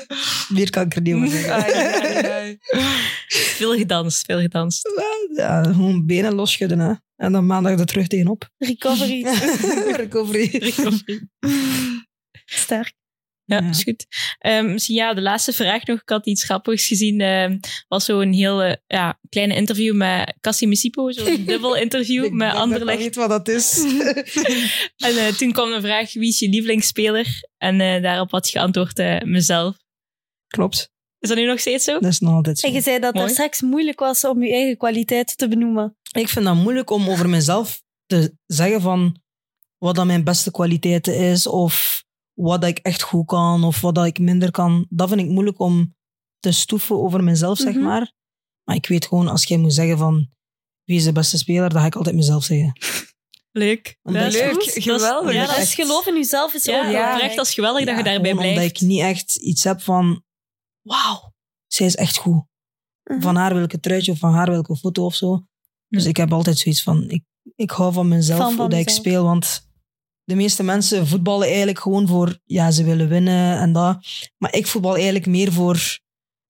[SPEAKER 4] Meer kan ik er niet over zeggen.
[SPEAKER 2] Veel gedanst, veel gedanst.
[SPEAKER 4] Ja, gewoon benen losschudden, hè. En dan maandag er terug tegenop.
[SPEAKER 1] Recovery.
[SPEAKER 4] Recovery.
[SPEAKER 1] Sterk.
[SPEAKER 2] Ja,
[SPEAKER 4] Ja.
[SPEAKER 2] is goed. Ehm, misschien ja, de laatste vraag nog. Ik had iets grappigs gezien. Ehm was zo'n heel eh, ja, kleine interview met Cassie Missipo. Zo'n dubbel interview met Anderlecht.
[SPEAKER 4] weet wat dat is.
[SPEAKER 2] En eh, toen kwam de vraag, wie is je lievelingsspeler? En eh, daarop had je geantwoord, eh, mezelf.
[SPEAKER 4] Klopt.
[SPEAKER 2] Is dat nu nog steeds zo?
[SPEAKER 4] Dat is nog altijd zo.
[SPEAKER 1] En je zei dat
[SPEAKER 2] Mooi.
[SPEAKER 1] het straks moeilijk was om je eigen kwaliteiten te benoemen.
[SPEAKER 4] Ik vind dat moeilijk om over mezelf te zeggen van wat dan mijn beste kwaliteiten is of wat dat ik echt goed kan of wat dat ik minder kan. Dat vind ik moeilijk om te stoeven over mezelf, zeg
[SPEAKER 1] Mhm.
[SPEAKER 4] maar. Maar ik weet gewoon, als jij moet zeggen van wie is de beste speler, dan ga ik altijd mezelf zeggen.
[SPEAKER 2] Leuk.
[SPEAKER 4] Omdat-
[SPEAKER 2] Dat is
[SPEAKER 6] Leuk,
[SPEAKER 2] goed. Dat is-
[SPEAKER 6] geweldig.
[SPEAKER 2] ja, dat
[SPEAKER 1] Dus
[SPEAKER 2] is
[SPEAKER 1] geloof in jezelf is
[SPEAKER 2] Ja,
[SPEAKER 1] ook
[SPEAKER 6] Ja.
[SPEAKER 2] oprecht, dat is geweldig dat je
[SPEAKER 4] Ja,
[SPEAKER 2] daarbij
[SPEAKER 4] gewoon
[SPEAKER 2] blijft.
[SPEAKER 4] Omdat ik niet echt iets heb van, wauw, zij is echt goed.
[SPEAKER 1] Mhm.
[SPEAKER 4] Van haar wil ik een truitje of van haar wil ik een foto of zo. Dus
[SPEAKER 2] Mhm.
[SPEAKER 4] ik heb altijd zoiets van, ik, ik hou van mezelf,
[SPEAKER 1] Van-
[SPEAKER 4] hoe
[SPEAKER 1] van
[SPEAKER 4] dat ik
[SPEAKER 1] mezelf.
[SPEAKER 4] speel. Want de meeste mensen voetballen eigenlijk gewoon voor, ja, ze willen winnen en dat. Maar ik voetbal eigenlijk meer voor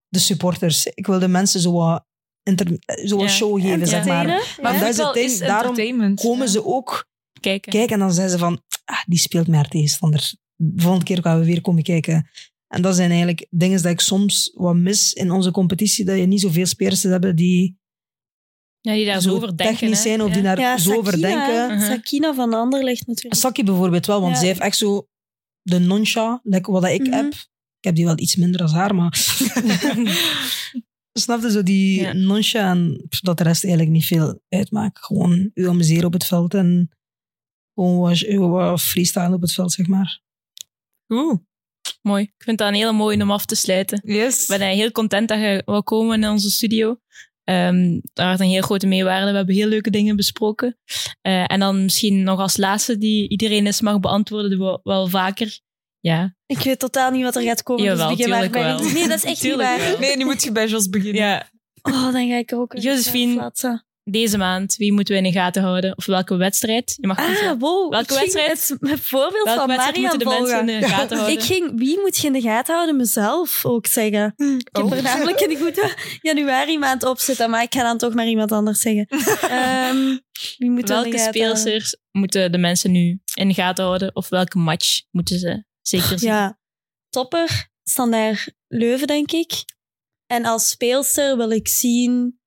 [SPEAKER 4] de supporters. Ik wil de mensen zo wat, inter, zo wat
[SPEAKER 2] Ja.
[SPEAKER 4] show geven, zeg maar.
[SPEAKER 1] Entertainen,
[SPEAKER 6] Maar
[SPEAKER 4] Ja.
[SPEAKER 6] voetbal
[SPEAKER 4] dat is het ding,
[SPEAKER 6] is
[SPEAKER 4] daarom
[SPEAKER 6] entertainment.
[SPEAKER 4] Komen ze ook
[SPEAKER 2] Kijken.
[SPEAKER 4] kijken en dan zeggen ze van, ah, die speelt met haar tegenstander. De volgende keer gaan we weer komen kijken. En dat zijn eigenlijk dingen dat ik soms wat mis in onze competitie, dat je niet zoveel spelers hebt die
[SPEAKER 2] Ja, die daar zo over denken.
[SPEAKER 4] technisch
[SPEAKER 2] hè.
[SPEAKER 4] zijn of die
[SPEAKER 2] Ja.
[SPEAKER 4] daar
[SPEAKER 1] Ja,
[SPEAKER 4] zo over
[SPEAKER 1] Sakina,
[SPEAKER 4] denken.
[SPEAKER 2] Uh-huh.
[SPEAKER 1] hè. Sakina van Anderlecht natuurlijk.
[SPEAKER 4] Saki bijvoorbeeld wel, want
[SPEAKER 1] Ja.
[SPEAKER 4] zij heeft echt zo de noncha, like wat ik
[SPEAKER 1] Mhm.
[SPEAKER 4] heb. Ik heb die wel iets minder als haar, maar... Snap je, zo die
[SPEAKER 2] Ja.
[SPEAKER 4] noncha en pff, dat de rest eigenlijk niet veel uitmaakt. Gewoon u amuseren op het veld en gewoon wat, wat freestyle op het veld, zeg maar.
[SPEAKER 2] Oeh. Mooi. Ik vind dat een hele mooie om af te sluiten.
[SPEAKER 6] Yes.
[SPEAKER 2] Ik ben eh, heel content dat je wou komen in onze studio. Ehm daar had een heel grote meewaarde. We hebben heel leuke dingen besproken. Eh, en dan misschien nog als laatste die iedereen eens mag beantwoorden, doen we wel vaker. Ja,
[SPEAKER 1] Ik weet totaal niet wat er gaat komen,
[SPEAKER 2] Jawel,
[SPEAKER 1] dus begin maar.
[SPEAKER 2] tuurlijk
[SPEAKER 1] bij-
[SPEAKER 2] wel.
[SPEAKER 1] Nee, dat is echt niet
[SPEAKER 2] Tuurlijk
[SPEAKER 1] waar.
[SPEAKER 2] wel.
[SPEAKER 6] Nee, nu moet je bij Jos beginnen.
[SPEAKER 2] ja.
[SPEAKER 1] Oh, dan ga ik er ook weer
[SPEAKER 2] Josephine. Ah,
[SPEAKER 1] op plaatsen.
[SPEAKER 2] Deze maand, wie moeten we in de gaten houden? Of welke wedstrijd? Je mag kiezen.
[SPEAKER 1] Ah, wow.
[SPEAKER 2] Welke
[SPEAKER 1] ik ging
[SPEAKER 2] wedstrijd?
[SPEAKER 1] Het voorbeeld
[SPEAKER 2] Welke
[SPEAKER 1] van
[SPEAKER 2] wedstrijd
[SPEAKER 1] Marian
[SPEAKER 2] moeten de mensen in
[SPEAKER 1] volgen.
[SPEAKER 2] de gaten houden?
[SPEAKER 1] Ik ging, wie moet je in de gaten houden? Mezelf ook zeggen.
[SPEAKER 2] Hm.
[SPEAKER 1] Ik heb
[SPEAKER 6] Oh.
[SPEAKER 1] er namelijk een goede januari maand op zitten, maar ik ga dan toch maar iemand anders zeggen. Ehm, wie moet
[SPEAKER 2] welke speelsters moeten de mensen nu in de gaten houden? Of welke match moeten ze zeker zien?
[SPEAKER 1] Ja, topper. Standaard Leuven, denk ik. En als speelster wil ik zien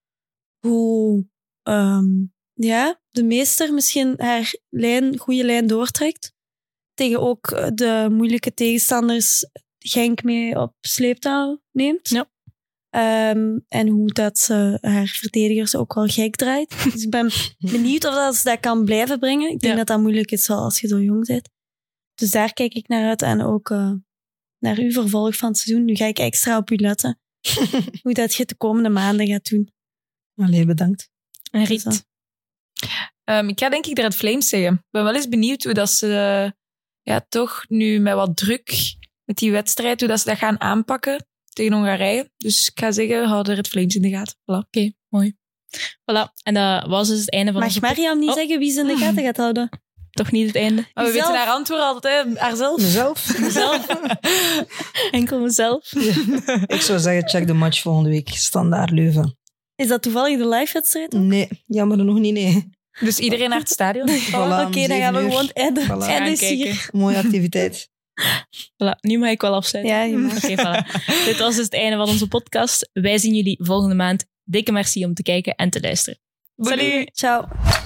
[SPEAKER 1] hoe ehm, ja, de meester misschien haar lijn, goede lijn doortrekt. Tegen ook eh, de moeilijke tegenstanders Genk mee op sleeptouw neemt.
[SPEAKER 2] Ja.
[SPEAKER 1] Ehm, en hoe dat ze haar verdedigers ook wel gek draait. Dus ik ben benieuwd of dat ze dat kan blijven brengen. Ik denk
[SPEAKER 2] Ja.
[SPEAKER 1] dat dat moeilijk is wel als je zo jong bent. Dus daar kijk ik naar uit. En ook eh, naar uw vervolg van het seizoen. Nu ga ik extra op u letten. hoe dat je het de komende maanden gaat doen.
[SPEAKER 4] Allee, bedankt.
[SPEAKER 2] En Riet,
[SPEAKER 1] Dus,
[SPEAKER 6] Ehm, ik ga denk ik daar het Flames zeggen. Ik ben wel eens benieuwd hoe dat ze eh, ja, toch nu met wat druk met die wedstrijd, hoe dat ze dat gaan aanpakken tegen Hongarije. Dus ik ga zeggen, hou er het Flames in de gaten. Voilà.
[SPEAKER 2] voilà. En dat was dus het einde van
[SPEAKER 1] Mag
[SPEAKER 2] onze
[SPEAKER 1] Mariam niet
[SPEAKER 2] Oh.
[SPEAKER 1] zeggen wie ze in de gaten gaat houden?
[SPEAKER 2] Toch niet het einde.
[SPEAKER 6] Maar we
[SPEAKER 1] Zelf-
[SPEAKER 6] weten haar antwoord altijd,
[SPEAKER 4] Eh,
[SPEAKER 6] hè, haarzelf.
[SPEAKER 4] Mezelf?
[SPEAKER 2] Mezelf. Enkel mezelf.
[SPEAKER 4] Ik zou zeggen, check de match volgende week. Standaard Leuven.
[SPEAKER 1] Is dat toevallig de live-wedstrijd?
[SPEAKER 4] Nee, jammer nog niet, nee.
[SPEAKER 6] Dus iedereen naar het stadion.
[SPEAKER 4] Voilà, om
[SPEAKER 1] Oh, Oké, dan gaan we
[SPEAKER 4] zeven uur.
[SPEAKER 1] gewoon... En,
[SPEAKER 4] Voilà.
[SPEAKER 1] en
[SPEAKER 2] Gaan
[SPEAKER 1] dus hier.
[SPEAKER 2] kijken.
[SPEAKER 4] Mooie activiteit.
[SPEAKER 2] Voilà, nu mag ik wel afsluiten.
[SPEAKER 1] Ja, je mag.
[SPEAKER 2] Oké, voilà. Dit was dus het einde van onze podcast. Wij zien jullie volgende maand. Dikke merci om te kijken en te luisteren. Salut!
[SPEAKER 1] Ciao.